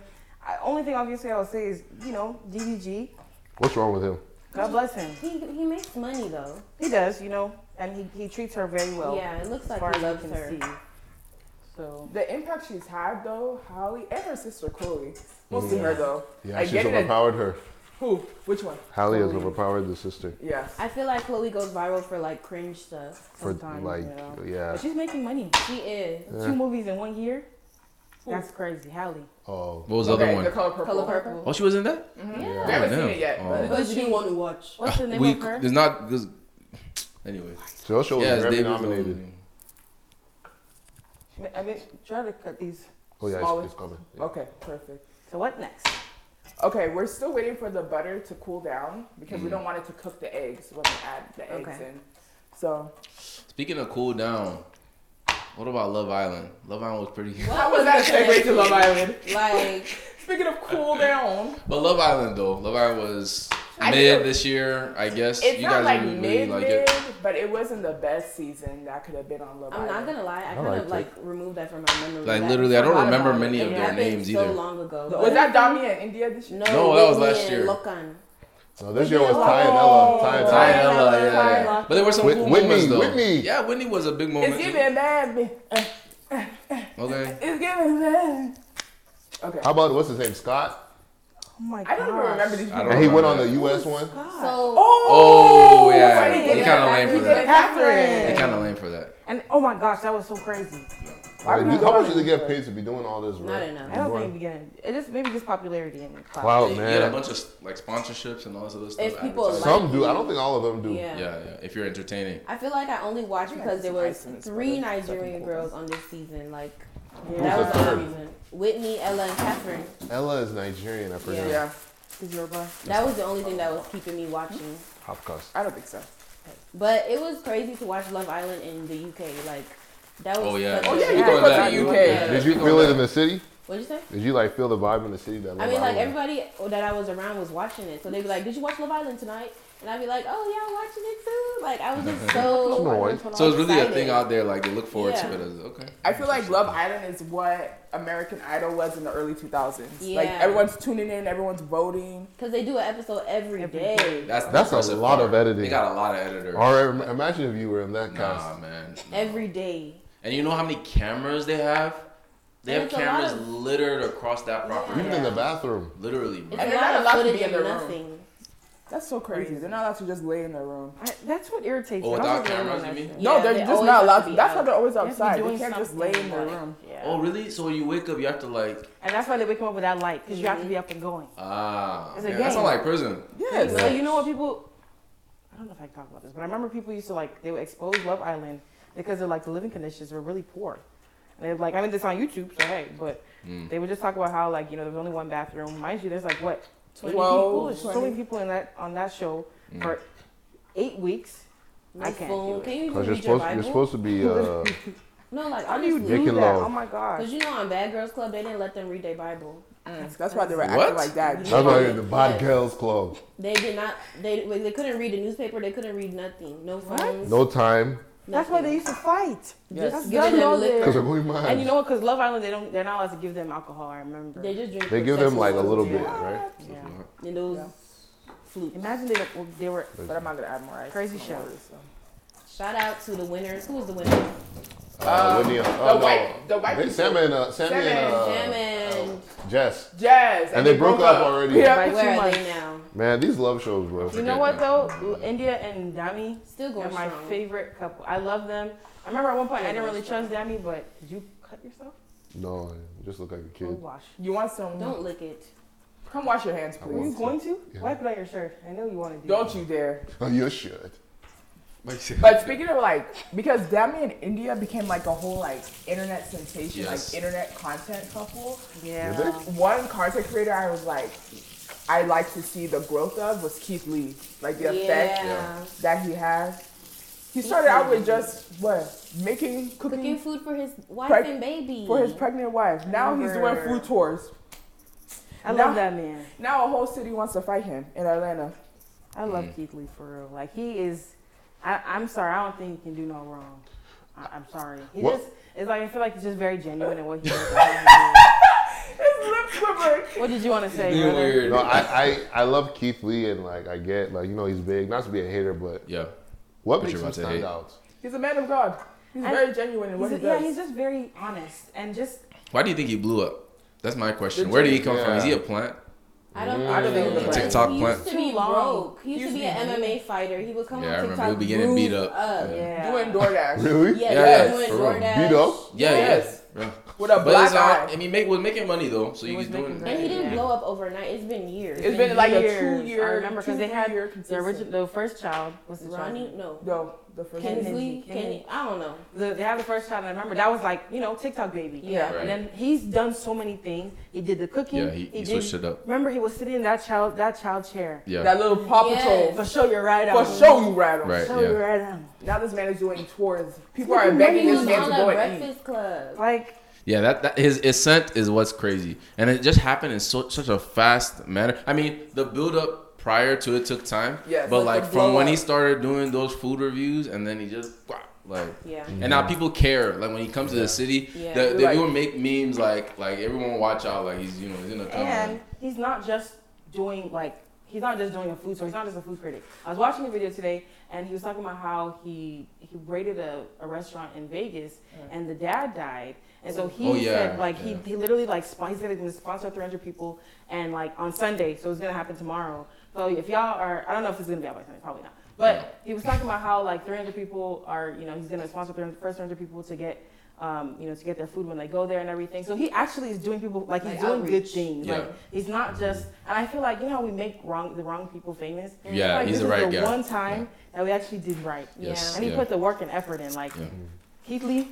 Speaker 5: I, only thing obviously I would say is, you know, DDG.
Speaker 1: What's wrong with him?
Speaker 5: God bless him.
Speaker 4: He, he makes money though.
Speaker 5: He does, you know, and he, he treats her very well.
Speaker 4: yeah, it looks
Speaker 5: as
Speaker 4: like
Speaker 5: far
Speaker 4: he
Speaker 5: as I
Speaker 4: loves
Speaker 5: can
Speaker 4: her.
Speaker 5: see. So
Speaker 2: the impact she's had though, Holly and her sister Chloe. Mostly
Speaker 1: Mm.
Speaker 2: her though.
Speaker 1: Yeah,
Speaker 2: I
Speaker 1: she's
Speaker 2: get it.
Speaker 1: overpowered her.
Speaker 2: Who? Which one?
Speaker 1: Hallie has
Speaker 5: Totally.
Speaker 1: overpowered the sister
Speaker 2: Yes.
Speaker 4: I feel like Chloe goes viral for like cringe stuff.
Speaker 1: for
Speaker 5: Sometimes,
Speaker 1: like,
Speaker 5: yeah.
Speaker 1: yeah.
Speaker 5: but she's making money.
Speaker 4: She is.
Speaker 1: Yeah.
Speaker 5: Two movies in one year. That's crazy, Hallie.
Speaker 1: Oh,
Speaker 3: what was the
Speaker 2: Okay, The
Speaker 3: other one?
Speaker 2: color purple.
Speaker 4: Color purple.
Speaker 3: Oh, she was in that.
Speaker 1: Yeah.
Speaker 2: I haven't seen it yet.
Speaker 3: Damn.
Speaker 2: but-
Speaker 3: Oh.
Speaker 4: But you didn't want to watch.
Speaker 5: What's the name
Speaker 3: we
Speaker 5: of her?
Speaker 3: there's not there's, anyway.
Speaker 1: Joshua was
Speaker 3: Yeah, it's
Speaker 1: Grammy
Speaker 3: David Nolan.
Speaker 1: nominated.
Speaker 3: Oh.
Speaker 5: I mean, try to cut these.
Speaker 1: Oh yeah,
Speaker 2: Smallest.
Speaker 1: it's, it's coming. Yeah.
Speaker 2: Okay, perfect.
Speaker 5: So what next?
Speaker 2: Okay, we're still waiting for the butter to cool down because we
Speaker 3: Mhm.
Speaker 2: don't want it to cook the eggs when we add the eggs
Speaker 4: Okay.
Speaker 2: in. So
Speaker 3: Speaking of cool down, what about Love Island? Love Island was pretty.
Speaker 4: What
Speaker 2: how was that
Speaker 4: the
Speaker 2: segue to Love
Speaker 4: connection?
Speaker 2: Island?
Speaker 4: Like,
Speaker 2: Speaking of cool down,
Speaker 3: But Love Island though, Love Island was
Speaker 2: I
Speaker 3: mid
Speaker 2: feel-
Speaker 3: this year, I guess.
Speaker 2: it's
Speaker 3: you
Speaker 2: not
Speaker 3: guys
Speaker 2: like
Speaker 3: didn't
Speaker 2: mid
Speaker 3: like
Speaker 2: mid, but it wasn't the best season that could have been on Love
Speaker 4: I'm
Speaker 2: Island.
Speaker 4: not gonna lie, I
Speaker 1: I
Speaker 4: kind of like
Speaker 1: liked
Speaker 4: removed that from my memory.
Speaker 3: Like
Speaker 4: That-
Speaker 3: literally, I
Speaker 2: a lot
Speaker 3: don't remember
Speaker 2: about it.
Speaker 3: many
Speaker 4: it
Speaker 3: of their
Speaker 4: happened
Speaker 3: names
Speaker 4: so
Speaker 3: either.
Speaker 4: long ago.
Speaker 2: Was that Dami in India this year?
Speaker 4: No,
Speaker 3: No, that was
Speaker 4: Whitney
Speaker 3: last
Speaker 4: and
Speaker 3: year.
Speaker 4: Lokan.
Speaker 1: No, this year was Ty and
Speaker 2: Oh.
Speaker 1: Ella. Ty and
Speaker 3: Ty
Speaker 1: Ella.
Speaker 3: and Ella, yeah, yeah.
Speaker 5: Lachlan.
Speaker 3: But there were some
Speaker 1: Whit-
Speaker 3: cool
Speaker 1: Whitney,
Speaker 3: moments though.
Speaker 1: Whitney.
Speaker 3: Yeah, Whitney was a big moment.
Speaker 2: It's giving bad. me-
Speaker 3: Okay.
Speaker 2: It's giving bad. Okay.
Speaker 1: How about what's his name? Scott.
Speaker 5: Oh my
Speaker 2: I don't even
Speaker 5: gosh.
Speaker 2: remember these
Speaker 3: I
Speaker 2: people.
Speaker 3: don't
Speaker 1: And he went on
Speaker 3: remember
Speaker 1: the U.S. one.
Speaker 5: God.
Speaker 4: So
Speaker 2: Oh,
Speaker 3: Oh, yeah.
Speaker 2: so he did
Speaker 3: They
Speaker 2: it
Speaker 3: kinda
Speaker 2: oh, back-
Speaker 3: lame
Speaker 2: he
Speaker 3: for
Speaker 2: did
Speaker 3: that.
Speaker 2: it backwards.
Speaker 3: They kind of lame for that.
Speaker 5: and oh my gosh, that was so crazy.
Speaker 2: Why
Speaker 1: Like,
Speaker 2: would
Speaker 1: dude, how
Speaker 2: I
Speaker 1: much do they
Speaker 2: do
Speaker 1: get
Speaker 2: that?
Speaker 1: paid to be doing all this?
Speaker 4: not
Speaker 1: bro?
Speaker 5: I
Speaker 4: enough.
Speaker 5: don't
Speaker 1: Boy.
Speaker 5: think beginning. It is maybe just popularity and clout.
Speaker 1: Clout,
Speaker 3: They get a
Speaker 1: Oh, man.
Speaker 3: bunch of like sponsorships and all this other stuff.
Speaker 4: If people
Speaker 3: advertising.
Speaker 4: like-
Speaker 1: Some do. I don't think all of them do.
Speaker 4: Yeah.
Speaker 3: yeah, yeah. If you're entertaining,
Speaker 4: I feel like I only watched because there
Speaker 2: some
Speaker 4: was
Speaker 2: ice in this
Speaker 4: three
Speaker 2: weather.
Speaker 4: Nigerian
Speaker 2: Fucking
Speaker 4: girls on this season. Like
Speaker 5: Yeah.
Speaker 4: that
Speaker 1: the
Speaker 4: was the
Speaker 1: third?
Speaker 4: only reason. Whitney, Ella, and Catherine.
Speaker 1: Ella is Nigerian. I forgot.
Speaker 4: Yeah.
Speaker 2: Yeah,
Speaker 5: Is Yoruba.
Speaker 4: That was the only thing that was keeping me watching.
Speaker 1: Hop cost.
Speaker 2: I don't think so.
Speaker 4: But it was crazy to watch Love Island in the UK. Like that was.
Speaker 3: Oh, yeah.
Speaker 4: such a-
Speaker 2: Oh yeah, you
Speaker 5: Yeah,
Speaker 2: can
Speaker 5: I
Speaker 2: go
Speaker 5: thought
Speaker 2: to
Speaker 5: you
Speaker 2: the UK.
Speaker 5: would.
Speaker 4: Yeah.
Speaker 1: Did you
Speaker 3: People
Speaker 1: feel
Speaker 3: that-
Speaker 1: it in the city?
Speaker 4: What'd you say?
Speaker 1: Did you like feel the vibe in the city? That
Speaker 4: I
Speaker 1: Love
Speaker 4: mean, like
Speaker 1: Island?
Speaker 4: everybody that I was around was watching it, so they'd be like, "Did you watch Love Island tonight?" And I'd be like, "Oh yeah, I'm watching it too." Like I was just
Speaker 1: Come
Speaker 4: so.
Speaker 1: on, white.
Speaker 3: so it's really a
Speaker 4: excited.
Speaker 3: thing out there. Like they look forward
Speaker 4: Yeah.
Speaker 3: to it. As, okay.
Speaker 2: I feel like Love Island is what American Idol was in the early 2000s. Like
Speaker 4: Yeah.
Speaker 2: everyone's tuning in, everyone's voting.
Speaker 4: Because they do an episode
Speaker 5: Every
Speaker 4: every day.
Speaker 3: That's the
Speaker 1: That's a
Speaker 3: impressive
Speaker 1: lot
Speaker 3: part.
Speaker 1: of editing.
Speaker 3: They got a lot of editors.
Speaker 1: Or im- imagine if you were in that
Speaker 3: Nah,
Speaker 1: cast.
Speaker 3: man.
Speaker 4: Every day.
Speaker 3: And you know how many cameras they have? They
Speaker 4: And
Speaker 3: have
Speaker 4: it's a lot
Speaker 3: cameras
Speaker 4: of-
Speaker 3: littered across that property.
Speaker 1: Even in the bathroom.
Speaker 3: Literally,
Speaker 4: It's
Speaker 3: bro.
Speaker 2: And
Speaker 4: a
Speaker 2: they're
Speaker 4: lot
Speaker 2: not
Speaker 4: of
Speaker 2: allowed to
Speaker 4: footage
Speaker 2: be in
Speaker 4: of
Speaker 2: their room.
Speaker 4: nothing.
Speaker 2: That's so crazy. They're not allowed to just lay in their room.
Speaker 5: I, that's what irritates
Speaker 3: Oh,
Speaker 5: me. I
Speaker 3: without
Speaker 5: don't really
Speaker 3: cameras,
Speaker 5: like
Speaker 3: you
Speaker 5: that.
Speaker 3: mean?
Speaker 2: No,
Speaker 4: Yeah,
Speaker 2: they're
Speaker 4: they
Speaker 2: just
Speaker 4: always
Speaker 2: not
Speaker 4: have to
Speaker 2: allowed.
Speaker 4: be
Speaker 2: To, that's
Speaker 4: out.
Speaker 2: why they're always
Speaker 5: You have to be
Speaker 2: outside. They
Speaker 5: doing
Speaker 2: can't just lay
Speaker 5: something,
Speaker 2: in their
Speaker 5: like-
Speaker 2: room.
Speaker 5: Yeah.
Speaker 3: Oh, really? So you wake up, you have to like
Speaker 5: And that's why they wake them up with that light because you have to
Speaker 4: Mhm.
Speaker 5: be up and going.
Speaker 3: ah.
Speaker 5: It's a
Speaker 3: man, That's
Speaker 5: game.
Speaker 3: not like prison.
Speaker 2: Yes.
Speaker 5: So you know what people? I don't know if I can talk about this, but I remember people used to like they would expose Love Island because of like the living conditions were really poor. And they're like, I mean, this on YouTube, so hey, but they would just talk about how like you know there was only one bathroom. Mind you, there's like what 20 people,
Speaker 2: Twelve,
Speaker 5: There's so
Speaker 2: 20.
Speaker 5: many people in that on that show for eight weeks.
Speaker 4: No
Speaker 5: I can't
Speaker 4: phone.
Speaker 5: do
Speaker 4: Can you even
Speaker 1: Because
Speaker 4: read
Speaker 1: you're
Speaker 4: your
Speaker 1: supposed, you're
Speaker 4: Bible?
Speaker 1: supposed to be. Uh,
Speaker 4: no, like
Speaker 5: How do you
Speaker 4: honestly,
Speaker 5: do
Speaker 1: Dick
Speaker 5: that?
Speaker 1: and Love.
Speaker 5: Oh my gosh.
Speaker 4: because you know on Bad Girls Club they didn't let them read their Bible.
Speaker 2: Mm, That's why they were
Speaker 3: What?
Speaker 2: acting like that.
Speaker 1: that's why you're in the Bad Girls Club.
Speaker 4: They did not. They like, they couldn't read the newspaper. They couldn't read nothing. No phones.
Speaker 1: No time.
Speaker 5: That's why
Speaker 4: nothing.
Speaker 5: they used to fight.
Speaker 2: Yes.
Speaker 5: That's
Speaker 4: Giving
Speaker 5: gun
Speaker 4: them
Speaker 5: law
Speaker 4: liquor.
Speaker 5: there.
Speaker 1: Because they're going mad.
Speaker 5: And you know what? Because Love Island, they don't. They're not allowed to give them alcohol. I remember.
Speaker 4: They just drink.
Speaker 1: They give them
Speaker 4: Percocet
Speaker 1: like a
Speaker 4: water.
Speaker 1: little bit, right?
Speaker 5: yeah.
Speaker 4: And those
Speaker 2: Yeah.
Speaker 4: flutes.
Speaker 5: Imagine they, well, they were.
Speaker 2: But I'm not gonna add more ice.
Speaker 5: Crazy
Speaker 2: to my
Speaker 5: show.
Speaker 2: water, so.
Speaker 4: Shout out to the winners. Who was the winner?
Speaker 3: Um,
Speaker 1: Uh, Whitney, uh, oh, no.
Speaker 2: white- the white
Speaker 1: They-
Speaker 2: people.
Speaker 1: Sam and, uh, Sammy and
Speaker 2: Sam
Speaker 1: uh,
Speaker 4: Jam and
Speaker 1: Jess.
Speaker 2: Yes.
Speaker 1: And they broke up already.
Speaker 2: Yeah.
Speaker 5: By two
Speaker 4: where are
Speaker 5: months.
Speaker 4: they now?
Speaker 1: Man, these love shows, bro.
Speaker 5: You know what though? India and Dami
Speaker 4: Still
Speaker 5: are
Speaker 4: going
Speaker 5: my
Speaker 4: strong.
Speaker 5: favorite couple. I love them. I remember at one point I
Speaker 4: They're
Speaker 5: didn't
Speaker 4: going
Speaker 5: really trust Dami, but did you cut yourself?
Speaker 1: No, you just look like a
Speaker 5: Oh
Speaker 1: kid.
Speaker 5: gosh.
Speaker 2: You want some?
Speaker 4: Don't lick it.
Speaker 2: Come wash your hands,
Speaker 5: Are you
Speaker 2: please.
Speaker 5: going to?
Speaker 1: Yeah.
Speaker 5: Wipe it on your shirt. I know you want to do
Speaker 2: Don't
Speaker 5: it.
Speaker 2: you dare.
Speaker 1: Oh, you should.
Speaker 2: But speaking of like, because Dami and India became like a whole like internet sensation,
Speaker 3: Yes.
Speaker 2: like internet content couple.
Speaker 5: Yeah.
Speaker 1: Is it?
Speaker 2: One content creator I was like, I like to see the growth of was Keith Lee, like the effect
Speaker 4: Yeah.
Speaker 2: that he has. He started out with just what making cooking,
Speaker 4: Cooking food for his wife
Speaker 2: Preg-
Speaker 4: and baby.
Speaker 2: for his pregnant wife. Now he's doing
Speaker 5: Remember.
Speaker 2: food tours.
Speaker 5: I
Speaker 2: Now-
Speaker 5: love that man.
Speaker 2: Now a whole city wants to fight him in Atlanta.
Speaker 5: I love Keith Lee for real. Like he is. I, I'm sorry. I don't think he can do no wrong. I, I'm sorry. He
Speaker 1: What-
Speaker 5: just. It's like I feel like he's just very genuine in what he does. and how he
Speaker 2: His lips quivered.
Speaker 5: is. what did you want to say?
Speaker 3: Being
Speaker 5: brother?
Speaker 3: weird.
Speaker 1: No, I, I, I love Keith Lee and like I get like you know he's big. Not to be a hater, but
Speaker 3: yeah.
Speaker 1: what
Speaker 3: But
Speaker 1: makes
Speaker 3: you're
Speaker 1: him
Speaker 3: about to
Speaker 1: stand
Speaker 3: hate.
Speaker 1: out?
Speaker 2: He's a man of God. He's
Speaker 5: And-
Speaker 2: very genuine in what
Speaker 5: He's-
Speaker 2: he
Speaker 5: yeah,
Speaker 2: does.
Speaker 5: he's just very honest and just.
Speaker 3: Why do you think he blew up? That's my question.
Speaker 2: The
Speaker 3: Where did he come from?
Speaker 1: yeah.
Speaker 3: Is he a plant?
Speaker 4: I don't
Speaker 2: I don't think
Speaker 4: know.
Speaker 2: he was
Speaker 3: TikTok
Speaker 4: he
Speaker 3: plant.
Speaker 4: used to be
Speaker 5: Too long.
Speaker 4: broke. He used to be an MMA fighter. He would come
Speaker 3: Yeah,
Speaker 4: on
Speaker 3: I
Speaker 4: TikTok.
Speaker 3: remember. He was getting beat
Speaker 4: bruised
Speaker 3: up.
Speaker 5: Yeah.
Speaker 2: doing DoorDash.
Speaker 1: Really?
Speaker 4: Yeah,
Speaker 3: Yeah, yeah,
Speaker 4: he was doing
Speaker 3: for real.
Speaker 4: DoorDash.
Speaker 1: Beat up?
Speaker 3: Yeah, yeah.
Speaker 2: Yes.
Speaker 3: yeah.
Speaker 2: With a
Speaker 3: But
Speaker 2: black
Speaker 3: it's all,
Speaker 2: eye.
Speaker 3: I mean, make, was making money though, so
Speaker 5: He
Speaker 3: you
Speaker 5: was
Speaker 3: was doing.
Speaker 5: making
Speaker 4: And he didn't
Speaker 5: Yeah.
Speaker 4: blow up overnight. It's been years.
Speaker 2: It's been like a
Speaker 5: Years,
Speaker 2: two year.
Speaker 5: I remember because they had
Speaker 2: year
Speaker 5: the
Speaker 2: consistent.
Speaker 5: original, the first child was the
Speaker 4: Ronnie,
Speaker 5: Ronnie.
Speaker 4: no.
Speaker 2: No, the first
Speaker 5: Kenzie.
Speaker 2: one.
Speaker 4: Kensley,
Speaker 5: Kenzie.
Speaker 4: Kenny, I don't know.
Speaker 5: The, they had the first child, and I remember that was like you know TikTok baby.
Speaker 2: Yeah.
Speaker 3: Right.
Speaker 5: And then he's done so many things. He did the cooking.
Speaker 3: Yeah, he, he
Speaker 5: did,
Speaker 3: switched it up.
Speaker 5: Remember, he was sitting in that child that child chair.
Speaker 3: Yeah.
Speaker 2: That little Paw
Speaker 4: Yes.
Speaker 2: Patrol.
Speaker 5: For sure, you're right.
Speaker 2: For
Speaker 5: on.
Speaker 2: show you rattle.
Speaker 3: Right.
Speaker 5: Show
Speaker 3: Yeah.
Speaker 5: you right on.
Speaker 2: Now this man is doing tours. People
Speaker 5: Look
Speaker 2: are
Speaker 5: at
Speaker 2: begging
Speaker 5: Megan
Speaker 4: He
Speaker 2: this
Speaker 4: was
Speaker 2: man to
Speaker 4: on
Speaker 2: go
Speaker 4: the
Speaker 2: and eat.
Speaker 4: Breakfast Club.
Speaker 5: Like
Speaker 3: Yeah, that, that his ascent is what's crazy, and it just happened in so, such a fast manner. I mean, the build up prior to it took time,
Speaker 2: Yes,
Speaker 3: but
Speaker 2: like
Speaker 3: like,
Speaker 2: the
Speaker 3: from when
Speaker 2: blow
Speaker 3: he
Speaker 2: up.
Speaker 3: started doing those food reviews, and then he just wah, like,
Speaker 4: Yeah.
Speaker 3: and now people care. Like when he comes to the city,
Speaker 4: Yeah.
Speaker 3: they, they
Speaker 2: Like-
Speaker 3: will make memes like like everyone watch out, like he's you know he's in a
Speaker 5: And
Speaker 3: comment.
Speaker 5: he's not just doing like he's not just doing a food tour. He's not just a food critic. I was watching a video today, and he was talking about how he he raided a, a restaurant in Vegas, and the dad died, And so he
Speaker 3: Oh, yeah,
Speaker 5: said, like,
Speaker 3: yeah.
Speaker 5: he, he literally, like, sp- he's going to sponsor 300 people and, like, on Sunday. So it's going to happen tomorrow. So if y'all are, I don't know if it's going to be out by Sunday, probably not. But he was talking about how, like, 300 people are, you know, he's going to sponsor 300, first 300 people to get, um, you know, to get their food when they go there and everything. So he actually is doing people, like, he's
Speaker 4: Like
Speaker 5: doing good
Speaker 4: outreach.
Speaker 5: things.
Speaker 3: Yeah.
Speaker 5: Like, he's not just, and I feel like, you know, how we make wrong the wrong people famous.
Speaker 3: Yeah,
Speaker 5: like,
Speaker 3: he's
Speaker 5: this
Speaker 3: the
Speaker 5: is
Speaker 3: right
Speaker 5: the
Speaker 3: guy.
Speaker 5: one time that we actually did right.
Speaker 3: Yes.
Speaker 5: And he
Speaker 3: Yeah.
Speaker 5: put the work and effort in. Like,
Speaker 3: Yeah.
Speaker 5: Keith Lee,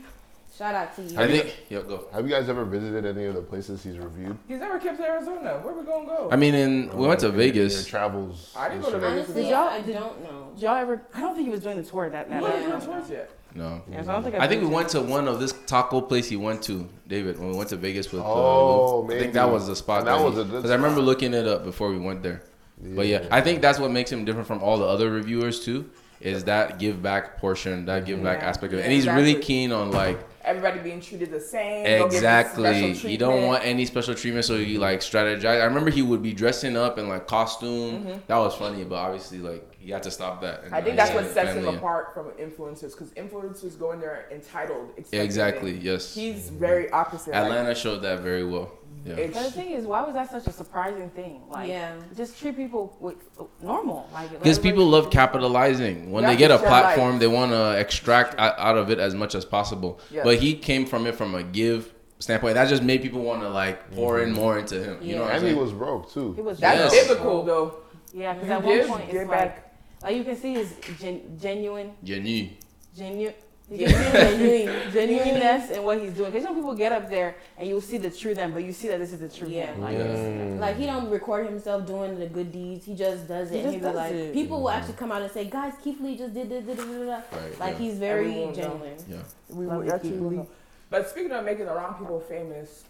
Speaker 4: Shout out to you.
Speaker 3: I think. Yeah, go.
Speaker 1: Have you guys ever visited any of the places he's reviewed?
Speaker 2: He's never kept Arizona. Where we gonna go?
Speaker 3: I mean, and we went to
Speaker 1: Like, Your
Speaker 3: Vegas.
Speaker 1: travels.
Speaker 2: I didn't go to
Speaker 1: Instagram.
Speaker 2: Vegas.
Speaker 4: Honestly,
Speaker 5: Did y'all-
Speaker 4: I
Speaker 5: did-
Speaker 4: don't know.
Speaker 5: Did y'all ever? I don't think he was doing the tour that
Speaker 2: we
Speaker 5: that.
Speaker 2: wasn't
Speaker 5: that
Speaker 2: doing tours yet.
Speaker 3: No.
Speaker 5: Yeah, so I, don't think
Speaker 3: I think we went to one of this taco place he went to, David. When we went to Vegas with, uh,
Speaker 1: Oh,
Speaker 3: Lou. I
Speaker 1: maybe.
Speaker 3: think that was the spot.
Speaker 1: And that was
Speaker 3: he-
Speaker 1: a good
Speaker 3: 'cause I remember looking it up before we went there. But yeah, I think that's what makes him different from all the other reviewers too. Is that give back portion, that give back
Speaker 5: Yeah.
Speaker 3: aspect of it,
Speaker 2: Yeah,
Speaker 3: and he's really
Speaker 2: exactly.
Speaker 3: keen on like
Speaker 2: Everybody being treated the same. don't get this special
Speaker 3: Exactly. You don't
Speaker 2: treatment.
Speaker 3: want any special treatment, so you like strategize. I remember he would be dressing up in like costume. That was funny, but obviously, like he had to stop that. And
Speaker 2: Mm-hmm. I think
Speaker 3: now
Speaker 2: that's
Speaker 3: he's
Speaker 2: what
Speaker 3: in
Speaker 2: sets him
Speaker 3: family.
Speaker 2: apart from influencers because influencers go in there entitled. expecting
Speaker 3: Exactly.
Speaker 2: things.
Speaker 3: Yes.
Speaker 2: He's very opposite. like,
Speaker 3: Atlanta showed that very well. Yeah.
Speaker 2: it's-
Speaker 5: But the thing is, why was that such a surprising thing? Like,
Speaker 4: Yeah.
Speaker 5: just treat people with uh, normal. Like,
Speaker 3: Because
Speaker 5: everybody-
Speaker 3: people love capitalizing. When they
Speaker 2: That's
Speaker 3: get a
Speaker 2: their
Speaker 3: platform,
Speaker 2: life.
Speaker 3: they want to extract o- out of it as much as possible.
Speaker 2: Yes.
Speaker 3: But he came from it from a give standpoint. That just made people want to like pour in more into him. You know
Speaker 4: Yeah.
Speaker 3: what I'm
Speaker 1: And he
Speaker 3: saying?
Speaker 1: was broke too.
Speaker 5: He was
Speaker 2: that's
Speaker 3: Yes.
Speaker 2: biblical though.
Speaker 5: Yeah, because
Speaker 2: You
Speaker 5: at one
Speaker 2: give,
Speaker 5: point
Speaker 2: give
Speaker 5: it's like,
Speaker 2: back.
Speaker 5: like you can see his gen- genuine,
Speaker 3: Genie.
Speaker 5: genuine. genuine, genuineness in what he's doing. Because some people get up there and you'll see the true them, but you see that this is the true
Speaker 4: Yeah.
Speaker 5: them. Like,
Speaker 3: Mm.
Speaker 4: Like he don't record himself doing the good deeds. He just does it.
Speaker 5: He
Speaker 4: and
Speaker 5: just
Speaker 4: he be
Speaker 5: does
Speaker 4: like,
Speaker 5: it.
Speaker 4: people will actually come out and say, "Guys, Keith Lee just did this." Da, da, da, da.
Speaker 3: Right,
Speaker 4: Like
Speaker 3: Mm-hmm. yeah.
Speaker 4: he's very
Speaker 2: Everyone will know.
Speaker 4: genuine.
Speaker 3: Yeah.
Speaker 2: We
Speaker 5: Love
Speaker 2: would
Speaker 5: you,
Speaker 2: actually
Speaker 5: Keith.
Speaker 2: leave. But speaking of making the wrong people famous,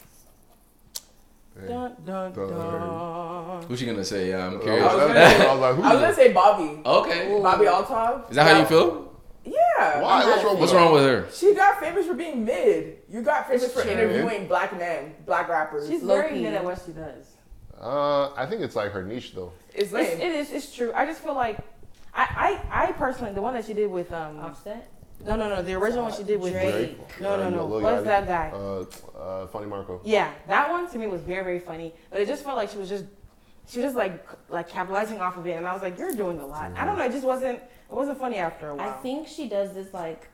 Speaker 1: Hey.
Speaker 5: dun, dun,
Speaker 1: Dun.
Speaker 5: dun.
Speaker 3: What's she gonna say? Yeah, I'm
Speaker 1: I
Speaker 3: curious.
Speaker 1: was
Speaker 2: gonna
Speaker 1: like-
Speaker 2: say-
Speaker 1: I was like, who
Speaker 2: I was gonna
Speaker 1: the-
Speaker 2: say Bobby.
Speaker 3: Okay.
Speaker 2: Bobby Altov.
Speaker 3: Is that how you feel?
Speaker 2: Yeah.
Speaker 1: Why? What's wrong with
Speaker 3: What's
Speaker 1: her?
Speaker 3: wrong with her?
Speaker 2: She got famous for being mid. You got famous for
Speaker 1: true.
Speaker 2: interviewing black men, black rappers.
Speaker 5: She's
Speaker 4: Low
Speaker 5: very
Speaker 4: key.
Speaker 5: good at what she does.
Speaker 1: Uh, I think it's like her niche though.
Speaker 2: it's lame.
Speaker 5: It's, it is. It's true. I just feel like I, I, I personally the one that she did with um
Speaker 3: Oh.
Speaker 4: Offset.
Speaker 5: no no no the original one she did with
Speaker 4: Drake.
Speaker 5: Drake.
Speaker 1: Drake.
Speaker 5: No no
Speaker 1: Uh,
Speaker 5: no.
Speaker 1: Lil
Speaker 5: What's
Speaker 1: Yachty.
Speaker 5: that guy?
Speaker 1: Uh, uh, Funny Marco.
Speaker 5: Yeah, that one to me was very very funny. But it just felt like she was just she was just like like capitalizing off of it, and I was like, you're doing a lot. I don't know. It just wasn't it wasn't funny after a while.
Speaker 4: I think she does this like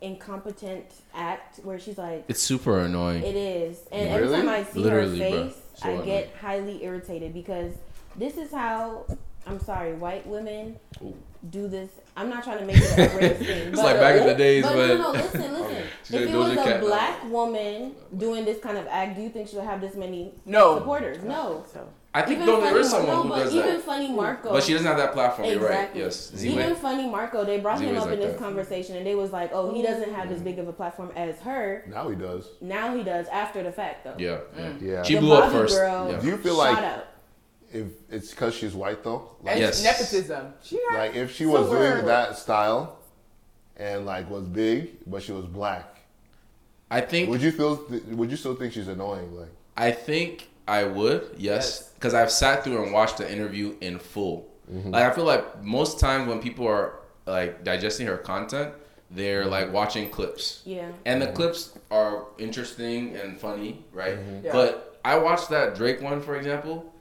Speaker 4: incompetent act where she's like,
Speaker 3: It's super annoying.
Speaker 4: It is. And every
Speaker 1: Really?
Speaker 4: time I see
Speaker 3: Literally,
Speaker 4: her
Speaker 3: bruh.
Speaker 4: face,
Speaker 3: So
Speaker 4: I get highly irritated because this is how I'm sorry, white women
Speaker 3: Ooh.
Speaker 4: do this. I'm not trying to make it a race thing.
Speaker 3: It's like back in the days
Speaker 4: but
Speaker 3: when-
Speaker 4: no, no, listen, listen.
Speaker 3: She
Speaker 4: If
Speaker 3: said
Speaker 4: it was
Speaker 3: Doja
Speaker 4: a
Speaker 3: Cat. uh,
Speaker 4: black woman doing this kind of act, do you think she would have this many
Speaker 3: Oh,
Speaker 2: No.
Speaker 4: supporters? No.
Speaker 5: so.
Speaker 3: I think
Speaker 4: Even
Speaker 3: though there
Speaker 4: Funny-
Speaker 3: is someone
Speaker 4: no,
Speaker 3: who
Speaker 4: but
Speaker 3: does
Speaker 4: even
Speaker 3: that,
Speaker 4: Funny Marco.
Speaker 3: but she doesn't have that platform. You're right.
Speaker 4: Exactly.
Speaker 3: Yes.
Speaker 4: Even
Speaker 3: Z-Way.
Speaker 4: Funny Marco, they brought him
Speaker 3: Z-Way's
Speaker 4: up
Speaker 3: like Mm-hmm.
Speaker 4: in this
Speaker 3: that.
Speaker 4: conversation, and they was like, "Oh, he doesn't have as big of a platform as her.
Speaker 1: Now he does.
Speaker 4: Now he does after the fact, though."
Speaker 3: Yeah. yeah.
Speaker 1: Yeah.
Speaker 3: She
Speaker 4: The
Speaker 3: blew up
Speaker 4: Bobby
Speaker 3: first.
Speaker 4: girl.
Speaker 3: Yeah.
Speaker 1: Do you feel
Speaker 4: Shout
Speaker 1: like
Speaker 4: out.
Speaker 1: if it's because she's white though? Like,
Speaker 2: and
Speaker 3: Yes.
Speaker 2: nepotism. She got
Speaker 1: like if she was
Speaker 2: Somewhere.
Speaker 1: doing that style and like was big, but she was black,
Speaker 3: I think
Speaker 1: would you feel? Would you still think she's annoying? Like,
Speaker 3: I think I would, yes,
Speaker 2: Yes.
Speaker 3: because I've sat through and watched the interview in full. Like I feel like most times when people are like digesting her content, they're like watching clips,
Speaker 4: Yeah.
Speaker 3: and the clips are interesting and funny, right?
Speaker 1: Mm-hmm.
Speaker 2: Yeah.
Speaker 3: But I watched that Drake one, for example.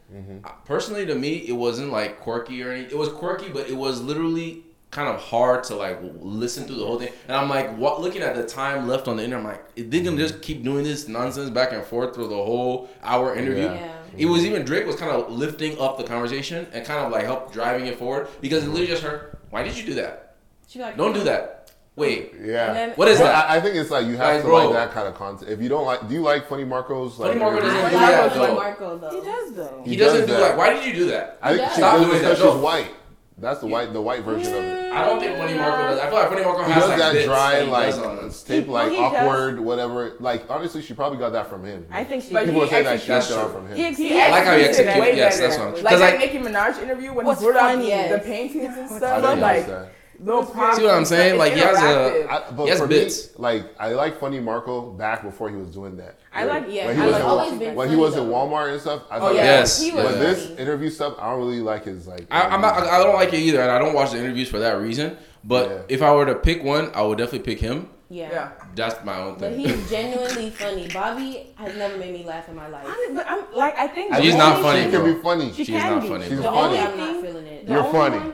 Speaker 3: Uh, Personally, to me, it wasn't like quirky or anything. It was quirky, but it was literally kind of hard to like w- listen through the whole thing. And I'm like, what? Looking at the time left on the internet, I'm like, they're
Speaker 1: Mm-hmm.
Speaker 3: gonna just keep doing this nonsense back and forth through the whole hour interview.
Speaker 1: Yeah.
Speaker 4: Yeah.
Speaker 3: It was even Drake was kind of lifting up the conversation and kind of like help driving it forward because it literally just her. Why did you do that?
Speaker 4: She like,
Speaker 3: Don't do that. Wait,
Speaker 1: yeah.
Speaker 5: And then-
Speaker 3: what is
Speaker 1: But
Speaker 3: that?
Speaker 1: I, I think it's like you have
Speaker 3: Like,
Speaker 1: to
Speaker 3: bro.
Speaker 1: like that kind of content. If you don't like, do you like Funny Marco's? Like,
Speaker 3: Funny Marco
Speaker 4: I
Speaker 3: doesn't
Speaker 4: love
Speaker 3: do that
Speaker 4: Lil
Speaker 3: though.
Speaker 4: Marco though.
Speaker 5: He does though.
Speaker 3: He,
Speaker 1: He
Speaker 3: doesn't
Speaker 1: does
Speaker 3: do
Speaker 1: that.
Speaker 3: that. Why did you do that?
Speaker 1: I think
Speaker 4: Yeah.
Speaker 1: she
Speaker 3: Stop
Speaker 1: does it
Speaker 3: doing
Speaker 1: because
Speaker 3: that, no.
Speaker 1: she's white. That's the white, the white version of
Speaker 4: Mm.
Speaker 1: it.
Speaker 3: I don't think Funny Marco does. I feel like Funny Marco
Speaker 1: He
Speaker 3: has
Speaker 1: does
Speaker 3: like
Speaker 1: that
Speaker 3: bits
Speaker 1: dry,
Speaker 3: that he does on
Speaker 1: like
Speaker 3: us.
Speaker 1: tape,
Speaker 5: He-
Speaker 1: like
Speaker 5: he does-
Speaker 1: awkward, whatever. Like honestly, she probably got that from him.
Speaker 5: I think she.
Speaker 2: But
Speaker 1: People are
Speaker 2: he
Speaker 1: saying that she got
Speaker 3: executes-
Speaker 1: that from
Speaker 5: he
Speaker 1: him.
Speaker 5: exceeds
Speaker 3: I like how he
Speaker 5: that.
Speaker 3: executes,
Speaker 2: way
Speaker 3: yes,
Speaker 2: better.
Speaker 3: that's what I'm- 'cause
Speaker 2: Like
Speaker 3: I-
Speaker 2: that Nicki Minaj interview when
Speaker 5: What's
Speaker 2: he brought out
Speaker 5: funny
Speaker 2: the, the
Speaker 4: is-
Speaker 2: paintings and
Speaker 1: I
Speaker 2: stuff.
Speaker 1: didn't
Speaker 2: like
Speaker 1: notice that.
Speaker 2: little props.
Speaker 3: See what I'm saying?
Speaker 2: It's
Speaker 3: Like, he has a-
Speaker 2: interactive.
Speaker 1: I, but
Speaker 3: Yes,
Speaker 1: for
Speaker 3: bits.
Speaker 1: me, like I like Funny Marco back before he was doing that.
Speaker 5: I like yeah.
Speaker 1: When he
Speaker 5: I
Speaker 1: was
Speaker 5: like
Speaker 1: in-
Speaker 5: always
Speaker 4: when
Speaker 5: been
Speaker 1: When he
Speaker 4: Funny
Speaker 1: was in
Speaker 4: though.
Speaker 1: Walmart and stuff, I
Speaker 2: Oh,
Speaker 1: thought
Speaker 2: yeah.
Speaker 3: Yes,
Speaker 4: He was
Speaker 1: But
Speaker 3: yeah.
Speaker 1: this
Speaker 4: funny.
Speaker 1: interview stuff, I don't really like his like.
Speaker 3: I, I'm not. I don't like it either, and I don't watch the interviews for that reason. But
Speaker 1: Yeah.
Speaker 3: if I were to pick one, I would definitely pick him.
Speaker 4: Yeah.
Speaker 2: Yeah.
Speaker 3: That's my own
Speaker 4: But
Speaker 3: thing.
Speaker 4: he's genuinely funny. Bobby has never made me laugh in my life.
Speaker 5: I, but I'm like I think
Speaker 3: She's
Speaker 5: the
Speaker 3: not
Speaker 5: only
Speaker 1: She
Speaker 3: funny,
Speaker 5: thing-
Speaker 3: bro.
Speaker 1: can be funny.
Speaker 5: She
Speaker 3: She's not
Speaker 5: can be.
Speaker 3: funny.
Speaker 1: She's
Speaker 4: The
Speaker 1: funny.
Speaker 4: only I'm not feeling it.
Speaker 5: The
Speaker 1: You're
Speaker 5: only
Speaker 1: funny.
Speaker 5: one-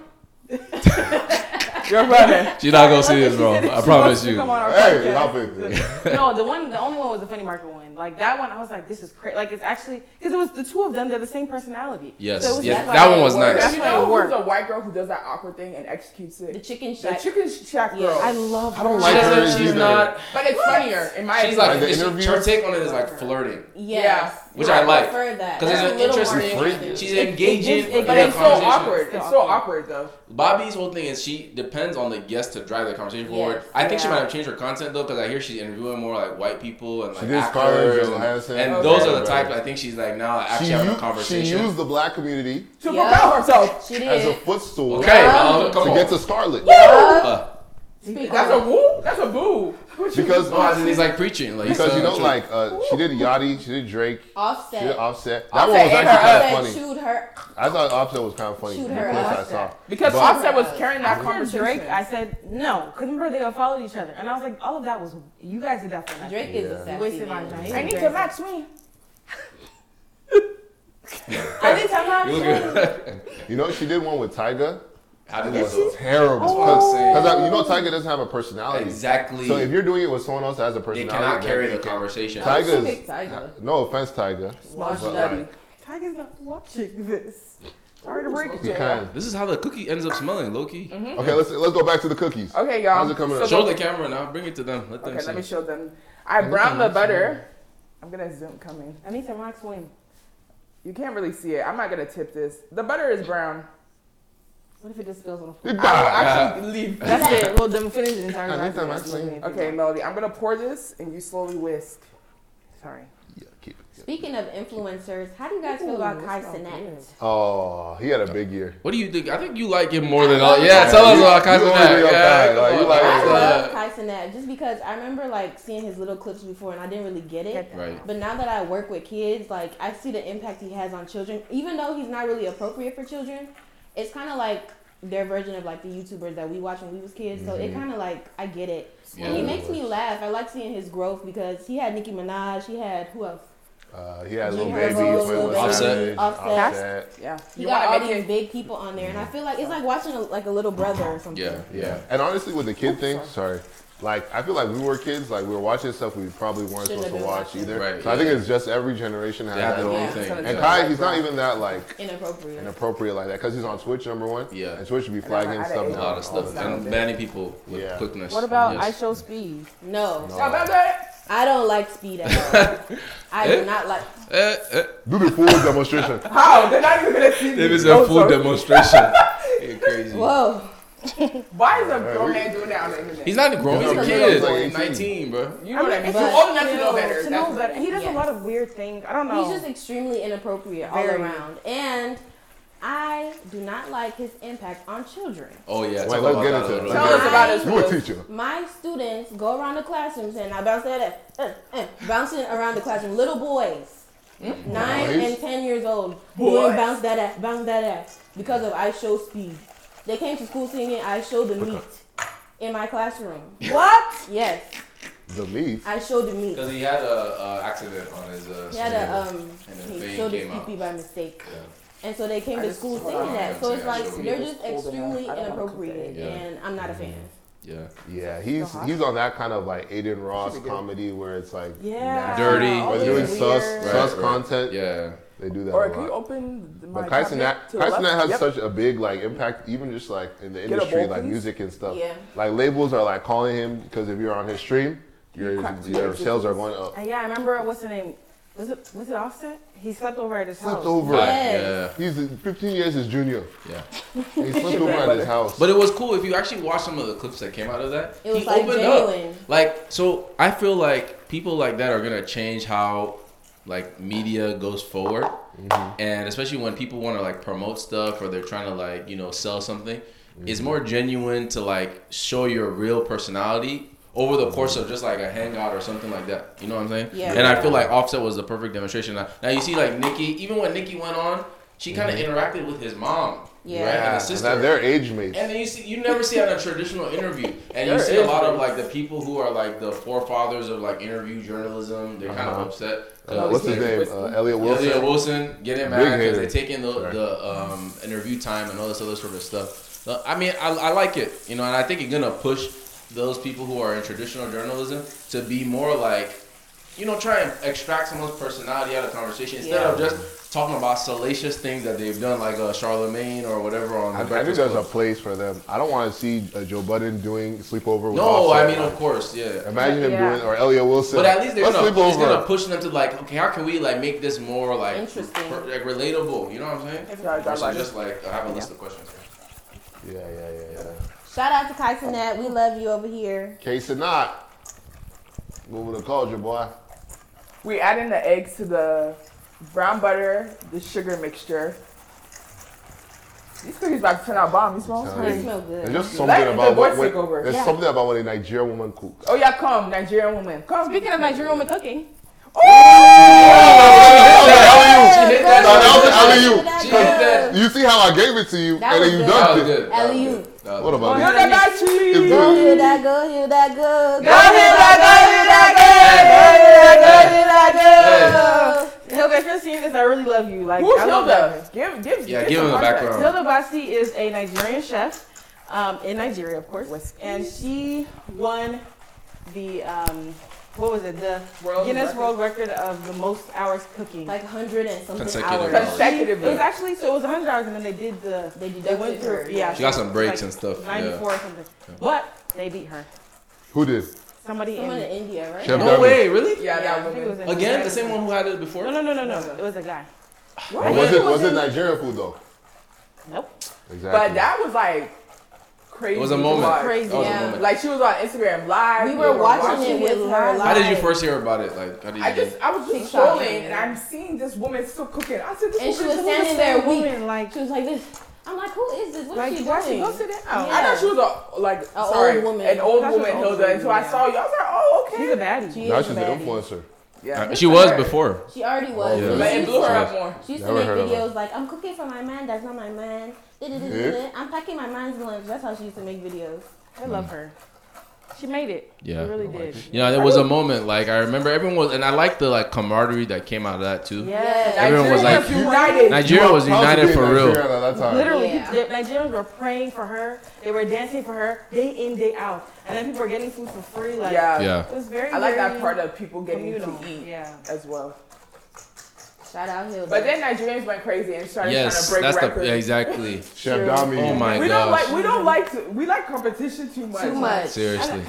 Speaker 2: Your brother.
Speaker 3: She's not gonna see
Speaker 5: She
Speaker 3: this, bro.
Speaker 5: said
Speaker 3: I
Speaker 5: she wants
Speaker 3: promise
Speaker 5: to
Speaker 3: you.
Speaker 5: come on our
Speaker 1: Hey,
Speaker 5: podcast.
Speaker 1: love it.
Speaker 5: no, Oh, the one, the only one was the funny marker one. Like that one, I was like, this is crazy. Like it's actually because it was the two of them. They're the same personality.
Speaker 3: Yes,
Speaker 5: So it was
Speaker 3: yes,
Speaker 5: just
Speaker 3: that one was
Speaker 5: worked.
Speaker 3: nice.
Speaker 5: That's
Speaker 2: You
Speaker 5: why it
Speaker 2: know who's
Speaker 5: worked.
Speaker 2: a white girl who does that awkward thing and executes
Speaker 4: The
Speaker 2: it?
Speaker 4: chicken
Speaker 2: The
Speaker 4: shack.
Speaker 2: chicken shack
Speaker 4: Yeah,
Speaker 2: girl.
Speaker 5: I love.
Speaker 1: I don't
Speaker 5: her.
Speaker 1: like
Speaker 3: She
Speaker 1: her
Speaker 3: doesn't. She's
Speaker 1: either.
Speaker 3: not.
Speaker 2: but it's funnier in my
Speaker 3: She's like.
Speaker 1: the
Speaker 3: it's- Her
Speaker 1: interviews?
Speaker 3: take on it is like flirting.
Speaker 4: yes.
Speaker 3: Which I like.
Speaker 4: prefer that.
Speaker 3: 'Cause
Speaker 4: That's
Speaker 3: it's
Speaker 4: a little
Speaker 3: interesting.
Speaker 4: more
Speaker 1: Freak.
Speaker 3: She's engaging.
Speaker 5: it-
Speaker 3: in
Speaker 2: but
Speaker 3: the
Speaker 2: it's so
Speaker 3: conversation.
Speaker 2: awkward. It's so awkward though.
Speaker 3: Bobby's whole thing is she depends on the guest to drive the conversation forward.
Speaker 4: Yes,
Speaker 3: I think she
Speaker 4: yeah.
Speaker 3: might have changed her content though, because I hear she's interviewing more like white people and
Speaker 1: She
Speaker 3: like
Speaker 1: did
Speaker 3: actors,
Speaker 1: Scarlett Johansson.
Speaker 3: and, and
Speaker 2: Okay.
Speaker 3: those are the
Speaker 1: Right.
Speaker 3: types I think she's like now
Speaker 1: She,
Speaker 3: actually having a
Speaker 1: u- she
Speaker 3: conversation.
Speaker 1: used the black community
Speaker 2: To
Speaker 4: Yeah.
Speaker 2: propel herself.
Speaker 4: She did.
Speaker 1: as a footstool
Speaker 3: okay,
Speaker 1: to
Speaker 3: well, come on.
Speaker 1: get to Scarlet.
Speaker 4: Yeah.
Speaker 3: Uh,
Speaker 4: Speak
Speaker 2: That's
Speaker 4: on
Speaker 2: a woo. That's a boo. What you-
Speaker 1: Because-
Speaker 3: no, as in he's like preaching, like
Speaker 1: Because
Speaker 3: so-
Speaker 1: you know, like uh, she did Yachty, she did Drake,
Speaker 4: Offset.
Speaker 1: she did Offset. That
Speaker 2: Offset
Speaker 1: one was
Speaker 2: and
Speaker 1: actually kind
Speaker 4: Offset
Speaker 1: of funny.
Speaker 4: chewed her.
Speaker 1: I thought Offset was kind of funny.
Speaker 4: Shoot
Speaker 1: from the
Speaker 4: her
Speaker 1: clips I
Speaker 4: Offset.
Speaker 1: saw.
Speaker 2: Because
Speaker 1: But-
Speaker 2: Offset was carrying that
Speaker 5: After
Speaker 2: conversation.
Speaker 5: Drake, I said no, because remember they all followed each other, and I was like, all of that was you guys did that for nothing.
Speaker 4: Drake is
Speaker 1: Yeah.
Speaker 4: a sexy
Speaker 5: Wasted my
Speaker 4: man.
Speaker 5: time.
Speaker 4: He's
Speaker 2: I need
Speaker 4: very
Speaker 2: to match me.
Speaker 5: I didn't tell her.
Speaker 3: you look good.
Speaker 1: you know, she did one with Tyga.
Speaker 3: How did
Speaker 1: It
Speaker 3: that
Speaker 1: was
Speaker 3: go?
Speaker 1: terrible.
Speaker 3: That's what I'm saying.
Speaker 1: Because you know, Tyga doesn't have a personality.
Speaker 3: Oh. Exactly.
Speaker 1: So if you're doing it with someone else that has a
Speaker 3: they
Speaker 1: personality,
Speaker 3: cannot
Speaker 1: then
Speaker 3: carry
Speaker 1: you
Speaker 3: the
Speaker 1: can-
Speaker 3: conversation.
Speaker 4: I
Speaker 1: Tiger's-
Speaker 4: should pick Tiger.
Speaker 1: No offense, Tyga.
Speaker 2: Smosh
Speaker 1: But,
Speaker 2: daddy.
Speaker 1: like,
Speaker 5: Tiger's not watching this. Sorry to break it,
Speaker 1: you
Speaker 5: Jay.
Speaker 1: can.
Speaker 3: This is how the cookie ends up smelling, low key.
Speaker 1: Okay, let's let's go back to the cookies.
Speaker 2: Okay, y'all.
Speaker 1: How's it coming
Speaker 2: So
Speaker 1: up?
Speaker 3: Show the camera now. Bring it to them. Let them
Speaker 2: Okay,
Speaker 3: see.
Speaker 2: let me show them. I
Speaker 3: me
Speaker 2: browned
Speaker 3: see.
Speaker 2: the butter. I'm gonna zoom coming.
Speaker 5: I need to rock swim.
Speaker 2: You can't really see it. I'm not gonna tip this. The butter is brown.
Speaker 5: What if it just spills on the floor?
Speaker 1: Goodbye.
Speaker 3: Ah,
Speaker 2: I will actually leave.
Speaker 5: That's it. Well, then finish the entire.
Speaker 1: I need
Speaker 5: rock
Speaker 1: to rock
Speaker 5: swim.
Speaker 1: swim.
Speaker 2: Okay, Melody, I'm gonna pour this and you slowly whisk.
Speaker 5: Sorry.
Speaker 1: Yeah, keep it.
Speaker 4: Speaking of influencers, how do you guys feel about
Speaker 5: Ooh,
Speaker 4: Kai
Speaker 5: that sounds
Speaker 4: Cenat?
Speaker 5: good.
Speaker 1: Oh, he had a big year.
Speaker 3: What do you think? I think you like him more than all. Yeah, tell us
Speaker 1: you-
Speaker 3: about Kaiser
Speaker 1: you only
Speaker 3: Mack.
Speaker 1: real
Speaker 3: Yeah,
Speaker 1: guy,
Speaker 3: come
Speaker 1: like, you
Speaker 3: on,
Speaker 1: like-
Speaker 4: I
Speaker 3: guys,
Speaker 4: love
Speaker 3: uh,
Speaker 4: Kai Cenat just because I remember like seeing his little clips before and I didn't really get it.
Speaker 3: Right.
Speaker 4: But now that I work with kids, like I see the impact he has on children. Even though he's not really appropriate for children, it's kind of like their version of like the YouTubers that we watched when we was kids. So it kind of like I get it. And he
Speaker 3: Yeah.
Speaker 4: makes me laugh. I like seeing his growth because he had Nicki Minaj. He had who else?
Speaker 1: Uh, he had
Speaker 4: You
Speaker 1: little
Speaker 4: have
Speaker 1: baby,
Speaker 4: Lil
Speaker 1: Twenty One
Speaker 3: Baby.
Speaker 1: Savage,
Speaker 4: Offset.
Speaker 1: Offset.
Speaker 2: Yeah.
Speaker 4: He
Speaker 2: you
Speaker 4: got all
Speaker 2: wanna
Speaker 4: these
Speaker 2: make it
Speaker 4: big people on there, and I feel like it's like watching a, like a little brother or something.
Speaker 3: Yeah,
Speaker 1: Yeah,
Speaker 3: yeah.
Speaker 1: and honestly, with the kid thing, sorry. Like I feel like we were kids, like we were watching stuff we probably weren't supposed
Speaker 4: Shouldn't have
Speaker 1: to
Speaker 4: been
Speaker 1: watch
Speaker 4: watching.
Speaker 1: either.
Speaker 3: Right,
Speaker 1: so I think
Speaker 3: yeah.
Speaker 1: it's just every generation has
Speaker 3: They have
Speaker 1: that.
Speaker 3: their own
Speaker 4: Yeah.
Speaker 3: thing.
Speaker 2: And
Speaker 1: And
Speaker 3: yeah.
Speaker 1: Kai, he's not even that like
Speaker 4: Inappropriate.
Speaker 1: inappropriate like that because he's on Twitch number one.
Speaker 3: Yeah.
Speaker 1: and Twitch would be
Speaker 2: then I
Speaker 1: flagging
Speaker 2: had
Speaker 1: stuff
Speaker 2: an
Speaker 1: down.
Speaker 3: a lot
Speaker 1: all
Speaker 3: of stuff
Speaker 1: the time.
Speaker 3: and banning people with
Speaker 1: Yeah.
Speaker 3: quickness.
Speaker 5: What about I
Speaker 3: yes.
Speaker 5: show speed?
Speaker 4: No,
Speaker 3: Oh.
Speaker 1: No.
Speaker 2: Now, that-
Speaker 4: I don't like speed at all. I do
Speaker 3: Eh?
Speaker 4: not like.
Speaker 3: Eh, eh.
Speaker 1: Do the full demonstration.
Speaker 2: How? They're not even gonna see me. Oh,
Speaker 3: It is
Speaker 2: No,
Speaker 4: Oh,
Speaker 3: a full
Speaker 2: so-
Speaker 3: demonstration. You're crazy.
Speaker 4: Whoa,
Speaker 2: Why is a grown
Speaker 1: we-
Speaker 2: man doing that on the internet?
Speaker 3: He's not grown. He's
Speaker 1: He's
Speaker 3: a
Speaker 1: like
Speaker 3: kid. Like
Speaker 1: 18.
Speaker 3: 19, bro.
Speaker 2: you know
Speaker 5: I mean,
Speaker 2: that.
Speaker 5: it's
Speaker 2: You're
Speaker 4: just
Speaker 2: old enough to
Speaker 5: still-
Speaker 2: know better.
Speaker 5: To
Speaker 2: That's
Speaker 5: know better. He does
Speaker 4: Yes.
Speaker 5: a lot of weird things. I don't know.
Speaker 4: he's just extremely inappropriate all
Speaker 5: Oh. Very.
Speaker 4: around, and I do not like his impact on children.
Speaker 3: Oh yeah.
Speaker 1: Wait,
Speaker 3: talk
Speaker 1: let's
Speaker 3: about
Speaker 1: get
Speaker 3: that
Speaker 1: into
Speaker 3: a
Speaker 1: it.
Speaker 3: little
Speaker 2: Tell
Speaker 3: bit.
Speaker 2: us about his
Speaker 1: You a
Speaker 2: book.
Speaker 1: teacher?
Speaker 4: My students go around the classroom saying, "I bounce that, uh, uh, bouncing around the classroom." Little boys, nine
Speaker 1: Boys?
Speaker 4: and ten years old,
Speaker 2: Boys.
Speaker 4: doing bounce that ass, bounce that ass because of I show speed. They came to school singing "I show the meat" in my classroom.
Speaker 5: what?
Speaker 4: Yes,
Speaker 1: The meat.
Speaker 4: I show the meat.
Speaker 3: Because he had a, a accident on his. Uh,
Speaker 4: He had a um,
Speaker 3: And the
Speaker 4: he
Speaker 3: vein
Speaker 4: showed his
Speaker 3: came out.
Speaker 4: pee by mistake,
Speaker 3: Yeah.
Speaker 4: and so they came
Speaker 2: I
Speaker 4: to
Speaker 2: just-
Speaker 4: school
Speaker 2: hold
Speaker 4: singing
Speaker 2: on,
Speaker 4: that.
Speaker 3: I'm
Speaker 4: So
Speaker 3: saying
Speaker 4: it's
Speaker 3: I showed
Speaker 4: like
Speaker 3: you.
Speaker 4: they're
Speaker 2: It's
Speaker 4: just
Speaker 2: cold enough.
Speaker 4: extremely
Speaker 2: I don't wanna cook
Speaker 4: inappropriate,
Speaker 3: that. Yeah.
Speaker 4: and I'm not a fan.
Speaker 5: Mm-hmm.
Speaker 4: uh,
Speaker 3: yeah.
Speaker 1: Yeah, he's he's on that kind of like Aiden Ross comedy where it's like
Speaker 5: Yeah.
Speaker 3: Dirty.
Speaker 5: All
Speaker 1: Or
Speaker 5: these
Speaker 1: doing
Speaker 5: weird-
Speaker 1: sus,
Speaker 3: Right,
Speaker 1: sus
Speaker 3: right.
Speaker 1: content.
Speaker 3: Yeah.
Speaker 1: They do that
Speaker 2: Or
Speaker 1: a
Speaker 2: can you
Speaker 1: lot.
Speaker 2: open the- my
Speaker 1: But Kaisen
Speaker 2: cabinet
Speaker 1: Nat,
Speaker 2: to the left?
Speaker 1: Kaisen Nat has
Speaker 2: Yep.
Speaker 1: such a big like impact, even just like in the
Speaker 2: Get a
Speaker 1: industry,
Speaker 2: bowl,
Speaker 1: like
Speaker 2: please.
Speaker 1: music and stuff.
Speaker 4: Yeah.
Speaker 1: Like labels are like calling him because if you're on his stream, your
Speaker 2: crack
Speaker 1: your
Speaker 2: jokes.
Speaker 1: sales are going up.
Speaker 5: Uh, yeah, I remember what's the name? Was it was it Offset? He slept over at his
Speaker 1: Slept
Speaker 5: house.
Speaker 1: over.
Speaker 4: Yes.
Speaker 1: He's 15 years his junior.
Speaker 3: Yeah. Yeah.
Speaker 1: He slept over at his house.
Speaker 3: But it was cool if you actually watch some of the clips that came out of that.
Speaker 4: It was,
Speaker 3: he
Speaker 4: like,
Speaker 3: opened
Speaker 4: genuine.
Speaker 3: up. Like so, I feel like people like that are gonna change how like media goes forward, and especially when people want to like promote stuff or they're trying to like you know sell something, it's more genuine to like show your real personality. Over the course of just like a hangout or something like that, you know what I'm saying?
Speaker 4: Yeah.
Speaker 3: And I feel like Offset was the perfect demonstration. Now, now you see, like Nikki, even when Nikki went on, she kind of interacted with his mom
Speaker 4: Yeah.
Speaker 3: Right.
Speaker 1: Yeah,
Speaker 3: And the sister-
Speaker 1: now they're age mates.
Speaker 3: And then you see, you never see on a traditional interview, and
Speaker 5: There
Speaker 3: you see a
Speaker 5: is
Speaker 3: lot of
Speaker 5: one.
Speaker 3: like the people who are like the forefathers of like interview journalism. They're kind
Speaker 1: Uh-huh.
Speaker 3: of upset. 'cause
Speaker 1: Uh, what's his
Speaker 3: they-
Speaker 1: name? Uh, Elliot Wilson.
Speaker 3: Elliot Wilson getting
Speaker 1: Big
Speaker 3: mad because
Speaker 1: hater.
Speaker 3: they're taking the,
Speaker 1: Sorry.
Speaker 3: the um, interview time and all this other sort of stuff. Uh, I mean, I, I like it, you know, and I think it's gonna push those people who are in traditional journalism to be more like, you know, try and extract someone's personality out of conversation instead of just talking about salacious things that they've done, like uh, Charlemagne or whatever on.
Speaker 1: I, I
Speaker 3: The
Speaker 1: think
Speaker 3: Breakfast
Speaker 1: there's a
Speaker 3: Club.
Speaker 1: place for them. I don't want to see uh, Joe Budden doing sleepover. With
Speaker 3: No,
Speaker 1: Offset.
Speaker 3: I mean, of course, uh, yeah.
Speaker 1: imagine him
Speaker 5: Yeah.
Speaker 1: doing or Elliot Wilson.
Speaker 3: But at least they're
Speaker 1: Let's
Speaker 3: gonna,
Speaker 1: sleep
Speaker 3: it's
Speaker 1: over.
Speaker 3: gonna push them to like, okay, how can we like make this more like
Speaker 4: Interesting.
Speaker 3: per- like relatable? You know what I'm saying?
Speaker 2: Yeah, I got
Speaker 3: Versus
Speaker 2: like-
Speaker 3: just like I have a list of questions.
Speaker 1: Yeah, yeah, yeah, yeah.
Speaker 4: Shout out to Kai Sinet. We love you over here.
Speaker 1: Case or not, what would have called you, boy?
Speaker 2: We're adding the eggs to the brown butter, the sugar mixture. These cookies about to turn out bomb. You smell?
Speaker 3: Uh,
Speaker 1: Sounds
Speaker 4: They
Speaker 1: Hey,
Speaker 4: smell
Speaker 1: There's
Speaker 4: good.
Speaker 1: just
Speaker 2: Let
Speaker 1: something
Speaker 2: the
Speaker 1: about
Speaker 2: boys
Speaker 1: what,
Speaker 2: take over.
Speaker 1: what there's
Speaker 4: Yeah.
Speaker 1: something about when a Nigerian woman cooks.
Speaker 2: Oh yeah, come Nigerian woman, come.
Speaker 6: Speaking of Nigerian woman cooking,
Speaker 3: Oh, She hit
Speaker 1: No, that was
Speaker 3: that.
Speaker 1: an alley-oop.
Speaker 3: She hit that.
Speaker 1: You see how I gave it to you,
Speaker 4: That
Speaker 1: and
Speaker 4: was
Speaker 1: then you
Speaker 4: good.
Speaker 3: That
Speaker 1: dunked
Speaker 3: was
Speaker 1: it.
Speaker 3: good. That was
Speaker 4: Alley-oop.
Speaker 3: good. That was
Speaker 1: What
Speaker 2: Oh,
Speaker 1: about it?
Speaker 2: you're the bad
Speaker 1: It's
Speaker 2: cheese.
Speaker 4: Go
Speaker 1: good.
Speaker 4: hear that, go hear that, go.
Speaker 2: Go ahead,
Speaker 5: Hilda, if you're seeing this, I really love you. Like,
Speaker 2: Who's
Speaker 5: I love
Speaker 2: Hilda? Give, give,
Speaker 3: Yeah,
Speaker 2: give
Speaker 3: give
Speaker 2: some
Speaker 3: him the
Speaker 2: context.
Speaker 3: background.
Speaker 5: Hilda Basti is a Nigerian chef um, in Nigeria, of course, and she won the um, what was it? The
Speaker 2: World
Speaker 5: Guinness
Speaker 2: record.
Speaker 5: World Record of the most hours cooking.
Speaker 4: Like 100 and something
Speaker 3: Consecutive.
Speaker 4: hours.
Speaker 3: Consecutive.
Speaker 2: Consecutively.
Speaker 5: It was actually so it was 100 hours, and then they did the
Speaker 4: They
Speaker 5: they went
Speaker 4: deducted
Speaker 5: through
Speaker 4: her.
Speaker 5: yeah.
Speaker 3: She got
Speaker 5: so
Speaker 3: some
Speaker 5: it was
Speaker 3: breaks and stuff, yeah.
Speaker 5: 94 or something, but they beat her.
Speaker 1: Who did?
Speaker 5: Somebody
Speaker 4: Someone in
Speaker 5: in.
Speaker 4: India, right?
Speaker 1: Chef
Speaker 3: No
Speaker 1: Devin.
Speaker 3: way, really?
Speaker 2: Yeah,
Speaker 5: Yeah, I
Speaker 2: that
Speaker 5: think it was
Speaker 2: woman.
Speaker 5: in
Speaker 3: Again,
Speaker 5: Nigeria.
Speaker 3: the same one who had it before.
Speaker 5: No, no, no, no, no. It was a guy.
Speaker 1: Or was it was it Nigerian food though?
Speaker 5: Nope.
Speaker 1: Exactly.
Speaker 2: But that was like crazy.
Speaker 3: It was a
Speaker 2: to
Speaker 3: moment.
Speaker 2: watch.
Speaker 5: Crazy,
Speaker 3: That was
Speaker 4: yeah.
Speaker 3: a moment.
Speaker 2: Like she was on Instagram live.
Speaker 4: We were watching
Speaker 2: watching
Speaker 4: it with her
Speaker 3: How
Speaker 4: live.
Speaker 3: did you first hear about it? Like, how did you?
Speaker 2: I just I was just
Speaker 4: TikTok.
Speaker 2: scrolling and I'm seeing this woman still cooking. I said this
Speaker 4: And she
Speaker 2: woman
Speaker 4: was
Speaker 2: is
Speaker 4: standing there weak.
Speaker 5: like
Speaker 4: She was like this. I'm like, who is this? What's
Speaker 5: Like,
Speaker 4: she
Speaker 5: why she
Speaker 4: doing?
Speaker 5: go sit down?
Speaker 2: I thought she was a like sorry,
Speaker 4: old woman.
Speaker 2: an old
Speaker 5: That's
Speaker 2: woman
Speaker 5: an old
Speaker 2: Hilda
Speaker 5: woman,
Speaker 2: until
Speaker 5: yeah.
Speaker 2: I saw you. I was like, oh okay.
Speaker 5: She's a baddie.
Speaker 4: She
Speaker 1: now
Speaker 4: is
Speaker 1: she's an
Speaker 4: baddie.
Speaker 1: influencer.
Speaker 2: yeah.
Speaker 3: Uh, she was
Speaker 2: Right.
Speaker 3: before.
Speaker 4: She already was.
Speaker 3: Oh, Yeah.
Speaker 4: but
Speaker 2: But
Speaker 4: she
Speaker 2: it
Speaker 4: used
Speaker 2: blew her
Speaker 4: to-
Speaker 2: up more.
Speaker 4: She used to
Speaker 1: Never
Speaker 4: make
Speaker 1: heard of
Speaker 4: videos like, I'm cooking for my man, that's not my man. Da-da-da-da-da. I'm packing my man's lunch. That's how she used to make videos.
Speaker 5: I love her. She made it.
Speaker 3: Yeah,
Speaker 5: She really
Speaker 3: I
Speaker 5: did.
Speaker 3: You know, there was a moment like I remember everyone was, and I like the like camaraderie that came out of that too.
Speaker 5: Yes.
Speaker 3: Everyone was
Speaker 2: Nigeria
Speaker 3: like-
Speaker 2: united.
Speaker 3: Nigeria was
Speaker 1: How was it
Speaker 3: united
Speaker 1: being
Speaker 3: for
Speaker 1: Nigerian
Speaker 3: real.
Speaker 1: At that time.
Speaker 5: Literally,
Speaker 4: Yeah.
Speaker 5: the Nigerians were praying for her. They were dancing for her day in, day out. And then people were getting food for free. Like,
Speaker 2: yeah.
Speaker 3: Yeah.
Speaker 5: it was very,
Speaker 2: I like that
Speaker 5: very
Speaker 2: part of people getting
Speaker 5: communal.
Speaker 2: to eat
Speaker 5: Yeah.
Speaker 2: as well.
Speaker 4: Shout out Hilda.
Speaker 2: But then Nigerians went crazy and started
Speaker 3: Yes,
Speaker 2: trying to break
Speaker 3: that's
Speaker 2: records.
Speaker 3: the yeah, exactly.
Speaker 1: Chef
Speaker 4: True.
Speaker 1: Dami.
Speaker 3: Oh my
Speaker 2: we don't
Speaker 3: gosh!
Speaker 2: like we don't like to, we like competition too much.
Speaker 4: too much.
Speaker 3: Seriously,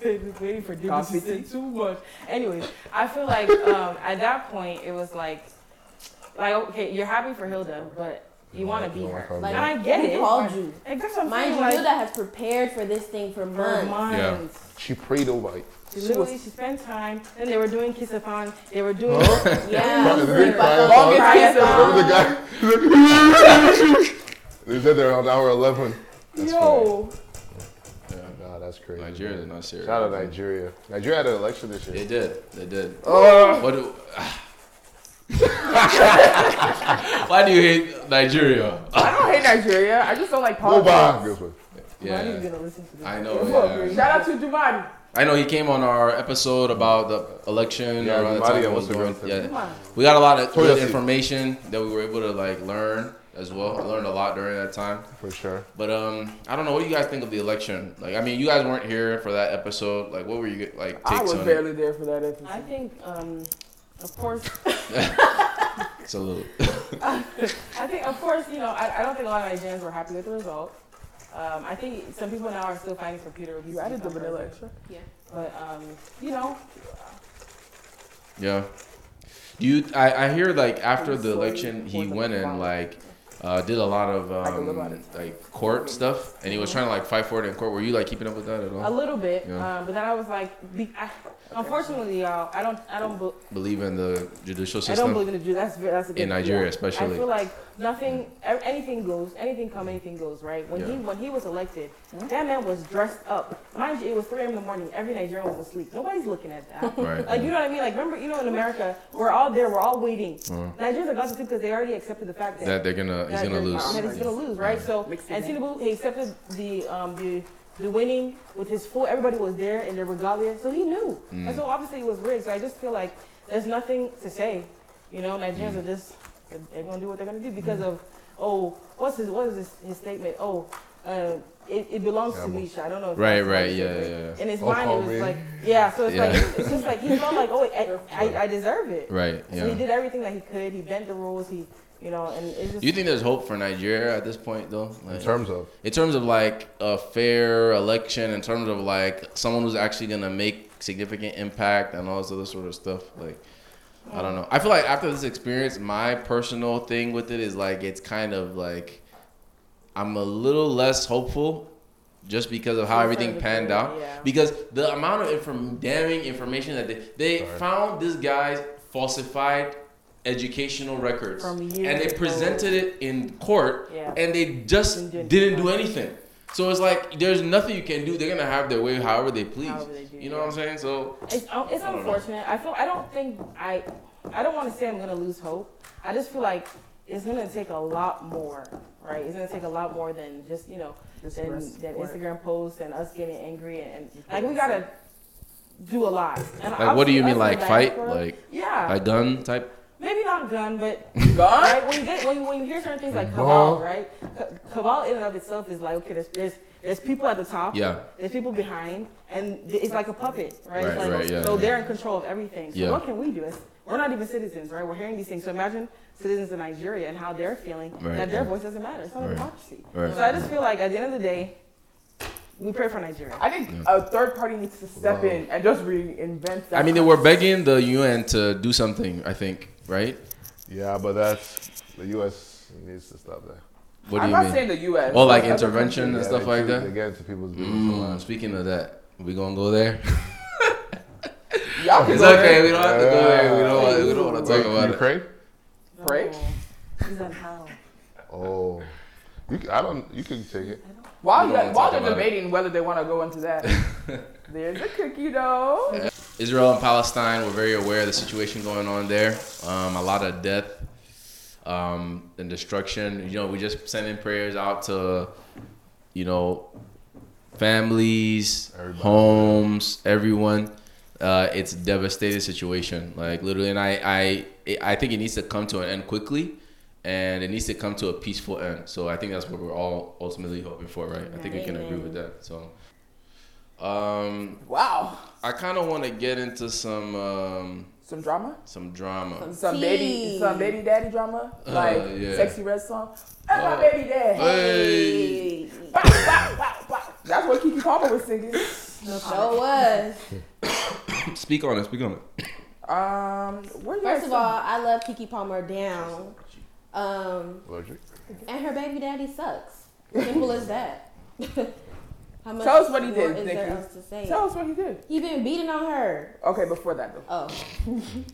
Speaker 5: They was waiting for Diddy
Speaker 2: Coffee
Speaker 5: to say too much. Anyways, I feel like um, at that point it was like, like okay, you're happy for Hilda, but you want to be her.
Speaker 4: Like,
Speaker 5: And I get
Speaker 4: who
Speaker 5: it.
Speaker 4: called you?
Speaker 5: Like, that's what I'm
Speaker 4: Mind
Speaker 5: saying.
Speaker 4: you,
Speaker 5: Like,
Speaker 4: Hilda has prepared for this thing for
Speaker 5: her
Speaker 4: months.
Speaker 5: mind.
Speaker 3: Yeah.
Speaker 1: She prayed over it.
Speaker 5: She literally, she spent time. Then they were doing kiss upon. They were doing.
Speaker 3: Oh.
Speaker 4: Yeah.
Speaker 1: Is it crying
Speaker 4: Like,
Speaker 1: song?
Speaker 4: crying
Speaker 2: Longest kiss
Speaker 4: song.
Speaker 1: Remember the guy? He's like, they said they're on hour 11.
Speaker 2: Yo,
Speaker 1: Nah, that's crazy.
Speaker 3: Nigeria is not serious.
Speaker 1: Shout out Nigeria. Nigeria had an election this
Speaker 3: They
Speaker 1: year.
Speaker 3: did. They did.
Speaker 1: Oh,
Speaker 3: What do? ah. Why do you hate Nigeria?
Speaker 2: I don't hate Nigeria. I just don't like
Speaker 1: go
Speaker 2: politics.
Speaker 1: by. This one.
Speaker 3: Yeah,
Speaker 5: gonna listen to this.
Speaker 3: I know.
Speaker 2: Look,
Speaker 3: Yeah.
Speaker 2: Shout out to Dumadi.
Speaker 3: I know he came on our episode about the election.
Speaker 1: Yeah,
Speaker 3: around the
Speaker 1: Mario
Speaker 3: time it
Speaker 1: wants
Speaker 3: was
Speaker 1: to
Speaker 3: going.
Speaker 1: go to-
Speaker 5: Come
Speaker 3: Yeah,
Speaker 5: on.
Speaker 3: we got a lot of
Speaker 1: Toya
Speaker 3: good
Speaker 1: seat.
Speaker 3: information that we were able to like learn as well. I learned a lot during that time.
Speaker 1: For sure.
Speaker 3: But um, I don't know. What do you guys think of the election? Like, I mean, you guys weren't here for that episode. Like, what were you like
Speaker 2: I
Speaker 3: takes
Speaker 2: was
Speaker 3: on it?
Speaker 2: barely there for that episode.
Speaker 5: I think, um, of course,
Speaker 3: Salute.
Speaker 5: I think, of course, you know, I, I don't think a lot of Nigerians were happy with the result. Um, I think some people now are still fighting for Peter Obi.
Speaker 2: you added the vanilla extra.
Speaker 5: But, um, you know,
Speaker 3: Yeah. Do you? I, I hear like after
Speaker 2: I'm
Speaker 3: the
Speaker 2: sorry
Speaker 3: election,
Speaker 2: for
Speaker 3: he
Speaker 2: the
Speaker 3: went and like
Speaker 2: violence.
Speaker 3: uh, did a lot of
Speaker 2: I can live on
Speaker 3: um,
Speaker 2: it.
Speaker 3: like court stuff, and he was trying to like fight for it in court. Were you like keeping up with that at
Speaker 5: a
Speaker 3: all?
Speaker 5: little bit.
Speaker 3: Yeah.
Speaker 5: Um, but then I was like, be, I, unfortunately, y'all, I don't, I don't, be,
Speaker 3: Believe in the judicial
Speaker 5: I don't
Speaker 3: system
Speaker 5: believe in the Jews. That's ve- that's a big
Speaker 3: in Nigeria,
Speaker 5: deal. I
Speaker 3: especially.
Speaker 5: feel like nothing, ev- anything goes, anything come, anything goes, right? When he
Speaker 3: Yeah.
Speaker 5: when he was elected, that man was dressed up. Mind you, it was three in the morning. Every Nigerian was asleep. Nobody's looking at that.
Speaker 3: Right.
Speaker 5: Like you know what I mean? Like remember, you know, in America, we're all there, we're all waiting.
Speaker 3: Uh-huh.
Speaker 5: Nigerians are gone to sleep because they already accepted the fact that,
Speaker 3: that they're gonna He's gonna lose.
Speaker 5: Muhammad is gonna lose, right? So
Speaker 2: Mixed
Speaker 5: and
Speaker 2: event.
Speaker 5: Tinubu he accepted the um the the winning with his full. Everybody was there in their regalia, so he knew.
Speaker 3: Mm. Hmm.
Speaker 5: And so obviously it was rigged. So I just feel like there's nothing to say. You know,
Speaker 3: Hmm.
Speaker 5: Nigerians are just they're gonna do what they're gonna do because of oh what's his what is his, his statement? Oh, uh, it, it belongs to
Speaker 1: Camel.
Speaker 5: me. I don't know. if
Speaker 3: Right,
Speaker 5: that's how
Speaker 3: right,
Speaker 5: he said
Speaker 3: yeah,
Speaker 5: it.
Speaker 3: yeah, yeah.
Speaker 5: In his
Speaker 1: Oh,
Speaker 5: mind, it
Speaker 1: Kobe.
Speaker 5: was like yeah. So it's like
Speaker 3: Yeah.
Speaker 5: it's just like he felt like oh I, I I deserve it.
Speaker 3: Right.
Speaker 5: So he
Speaker 3: Yeah.
Speaker 5: did everything that he could. He bent the rules. He, you know, and it's just.
Speaker 3: You think there's hope for Nigeria at this point, though? Like,
Speaker 1: In terms of
Speaker 3: in terms of like a fair election, in terms of like someone who's actually gonna make significant impact and all this other sort of stuff. Like, I don't know. I feel like after this experience, my personal thing with it is like it's kind of like I'm a little less hopeful just because of how
Speaker 5: Some
Speaker 3: everything
Speaker 5: sort of
Speaker 3: panned
Speaker 5: opinion,
Speaker 3: out.
Speaker 5: yeah.
Speaker 3: Because the amount of inform- damning information that they they
Speaker 1: Sorry.
Speaker 3: found this guy's falsified educational records
Speaker 5: From
Speaker 3: and
Speaker 5: years
Speaker 3: they
Speaker 5: ago.
Speaker 3: presented it in court
Speaker 5: Yeah.
Speaker 3: and they just
Speaker 5: And didn't
Speaker 3: didn't
Speaker 5: do
Speaker 3: do anything. So it's like there's nothing you can do. They're gonna have their way however they please.
Speaker 5: However they do,
Speaker 3: you know what I'm saying? So
Speaker 5: It's, um, it's
Speaker 3: I don't know.
Speaker 5: unfortunate. I feel I don't think I I don't want to say I'm gonna lose hope. I just feel like it's gonna take a lot more, right? It's gonna take a lot more than just you know
Speaker 2: Just
Speaker 5: than,
Speaker 2: press
Speaker 5: than
Speaker 2: work.
Speaker 5: Instagram posts and us getting angry and, and like we gotta do a lot. And
Speaker 3: like, what do you
Speaker 5: obviously us
Speaker 3: mean
Speaker 5: in
Speaker 3: like
Speaker 5: the
Speaker 3: fight,
Speaker 5: diaspora-
Speaker 3: like
Speaker 5: yeah,
Speaker 3: like gun type?
Speaker 5: maybe not gun, but
Speaker 2: God.
Speaker 5: right? When you get when you, when you hear certain things like
Speaker 1: Cabal.
Speaker 5: cabal, right? Ca- Cabal in and of itself is like okay, there's there's there's people at the top,
Speaker 3: Yeah.
Speaker 5: There's people behind, and th- it's like a puppet, right?
Speaker 3: Right,
Speaker 5: It's like,
Speaker 3: right, yeah,
Speaker 5: so
Speaker 3: yeah.
Speaker 5: they're in control of everything. So
Speaker 3: Yeah.
Speaker 5: what can we do? It's, we're not even citizens, right? We're hearing these things. So imagine citizens in Nigeria and how they're feeling
Speaker 3: Right,
Speaker 5: that their
Speaker 3: yeah.
Speaker 5: voice doesn't matter. It's not a
Speaker 3: Right.
Speaker 5: democracy.
Speaker 3: Right.
Speaker 5: So I just feel like at the end of the day, we pray for Nigeria.
Speaker 2: I think a third party needs to step in and just reinvent that.
Speaker 3: I mean, they were begging the UN to do something. I think, right?
Speaker 1: yeah, but that's the U.S. needs to stop that.
Speaker 3: What do
Speaker 2: I'm
Speaker 3: you
Speaker 2: not
Speaker 3: mean?
Speaker 2: saying the U.S.
Speaker 3: oh, like
Speaker 2: Other
Speaker 3: intervention
Speaker 2: countries.
Speaker 1: Yeah,
Speaker 3: and stuff
Speaker 1: they
Speaker 3: like
Speaker 1: choose- They
Speaker 3: that.
Speaker 1: get into people's business. a
Speaker 3: Mm,
Speaker 1: lot.
Speaker 3: speaking of that, we gonna go there.
Speaker 2: Y'all can
Speaker 3: it's
Speaker 2: go there.
Speaker 3: okay. We don't have to go there. We don't. wanna- We don't want to talk
Speaker 1: Wait,
Speaker 3: about it.
Speaker 1: Ukraine?
Speaker 5: Oh,
Speaker 2: Pray.
Speaker 5: He's on how.
Speaker 1: Oh, you, c- I don't. You can take it.
Speaker 2: While,
Speaker 3: We
Speaker 2: you
Speaker 3: don't wanna
Speaker 2: while
Speaker 3: talk
Speaker 2: they're
Speaker 3: about it.
Speaker 2: debating whether they want to go into that, there's a cookie dough.
Speaker 3: Israel and Palestine, we're very aware of the situation going on there. Um, a lot of death um, and destruction. You know, we just sending prayers out to, you know, families,
Speaker 1: Everybody.
Speaker 3: homes, everyone. Uh, it's a devastated situation. Like literally, and I, I, I think it needs to come to an end quickly, and it needs to come to a peaceful end. So I think that's what we're all ultimately hoping for, right? I think we can agree with that. So. Um,
Speaker 2: Wow.
Speaker 3: I kind of want to get into some um,
Speaker 2: Some drama.
Speaker 3: some drama.
Speaker 2: Some baby,
Speaker 4: Tea.
Speaker 2: some baby daddy drama,
Speaker 3: Uh,
Speaker 2: like
Speaker 3: yeah.
Speaker 2: sexy red song. That's
Speaker 3: Oh.
Speaker 2: my baby dad.
Speaker 3: Hey,
Speaker 2: Wow, wow, wow, wow. That's what Kiki Palmer was singing.
Speaker 4: So was.
Speaker 3: speak on it. Speak on it.
Speaker 2: Um, where you guys
Speaker 4: First of all, I love Kiki Palmer
Speaker 3: Oh,
Speaker 4: down. Um,
Speaker 1: Allergic.
Speaker 4: and her baby daddy sucks. Simple as that. How much
Speaker 2: Tell us what he
Speaker 4: more
Speaker 2: did,
Speaker 4: Is there
Speaker 2: Nikki.
Speaker 4: else to say?
Speaker 2: tell us what he did?
Speaker 4: he been beating on her.
Speaker 2: Okay, before that though,
Speaker 4: Oh,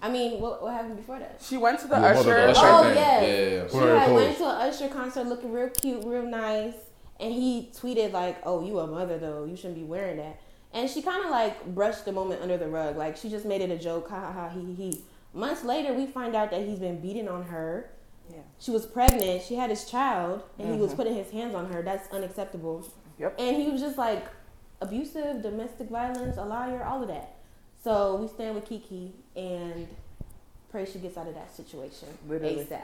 Speaker 4: I mean, what, what happened before that?
Speaker 2: she went to the
Speaker 1: Your mother,
Speaker 2: usher.
Speaker 1: the
Speaker 3: Usher
Speaker 4: Oh,
Speaker 3: thing.
Speaker 4: yes.
Speaker 3: Yeah, yeah, yeah.
Speaker 4: She
Speaker 1: Where are
Speaker 4: had
Speaker 1: the
Speaker 4: went
Speaker 1: clothes?
Speaker 4: to an Usher concert looking real cute, real nice, and he tweeted like, "Oh, you a mother though? You shouldn't be wearing that." And she kind of like brushed the moment under the rug, like she just made it a joke, ha ha ha, he he. he. Months later, we find out that he's been beating on her.
Speaker 5: Yeah.
Speaker 4: She was pregnant. She had his child, and he was putting his hands on her. That's unacceptable.
Speaker 2: Mm-hmm. Yep.
Speaker 4: And he was just like abusive, domestic violence, a liar, all of that. So we stand with Kiki and pray she gets out of that situation
Speaker 2: Literally.
Speaker 4: ASAP.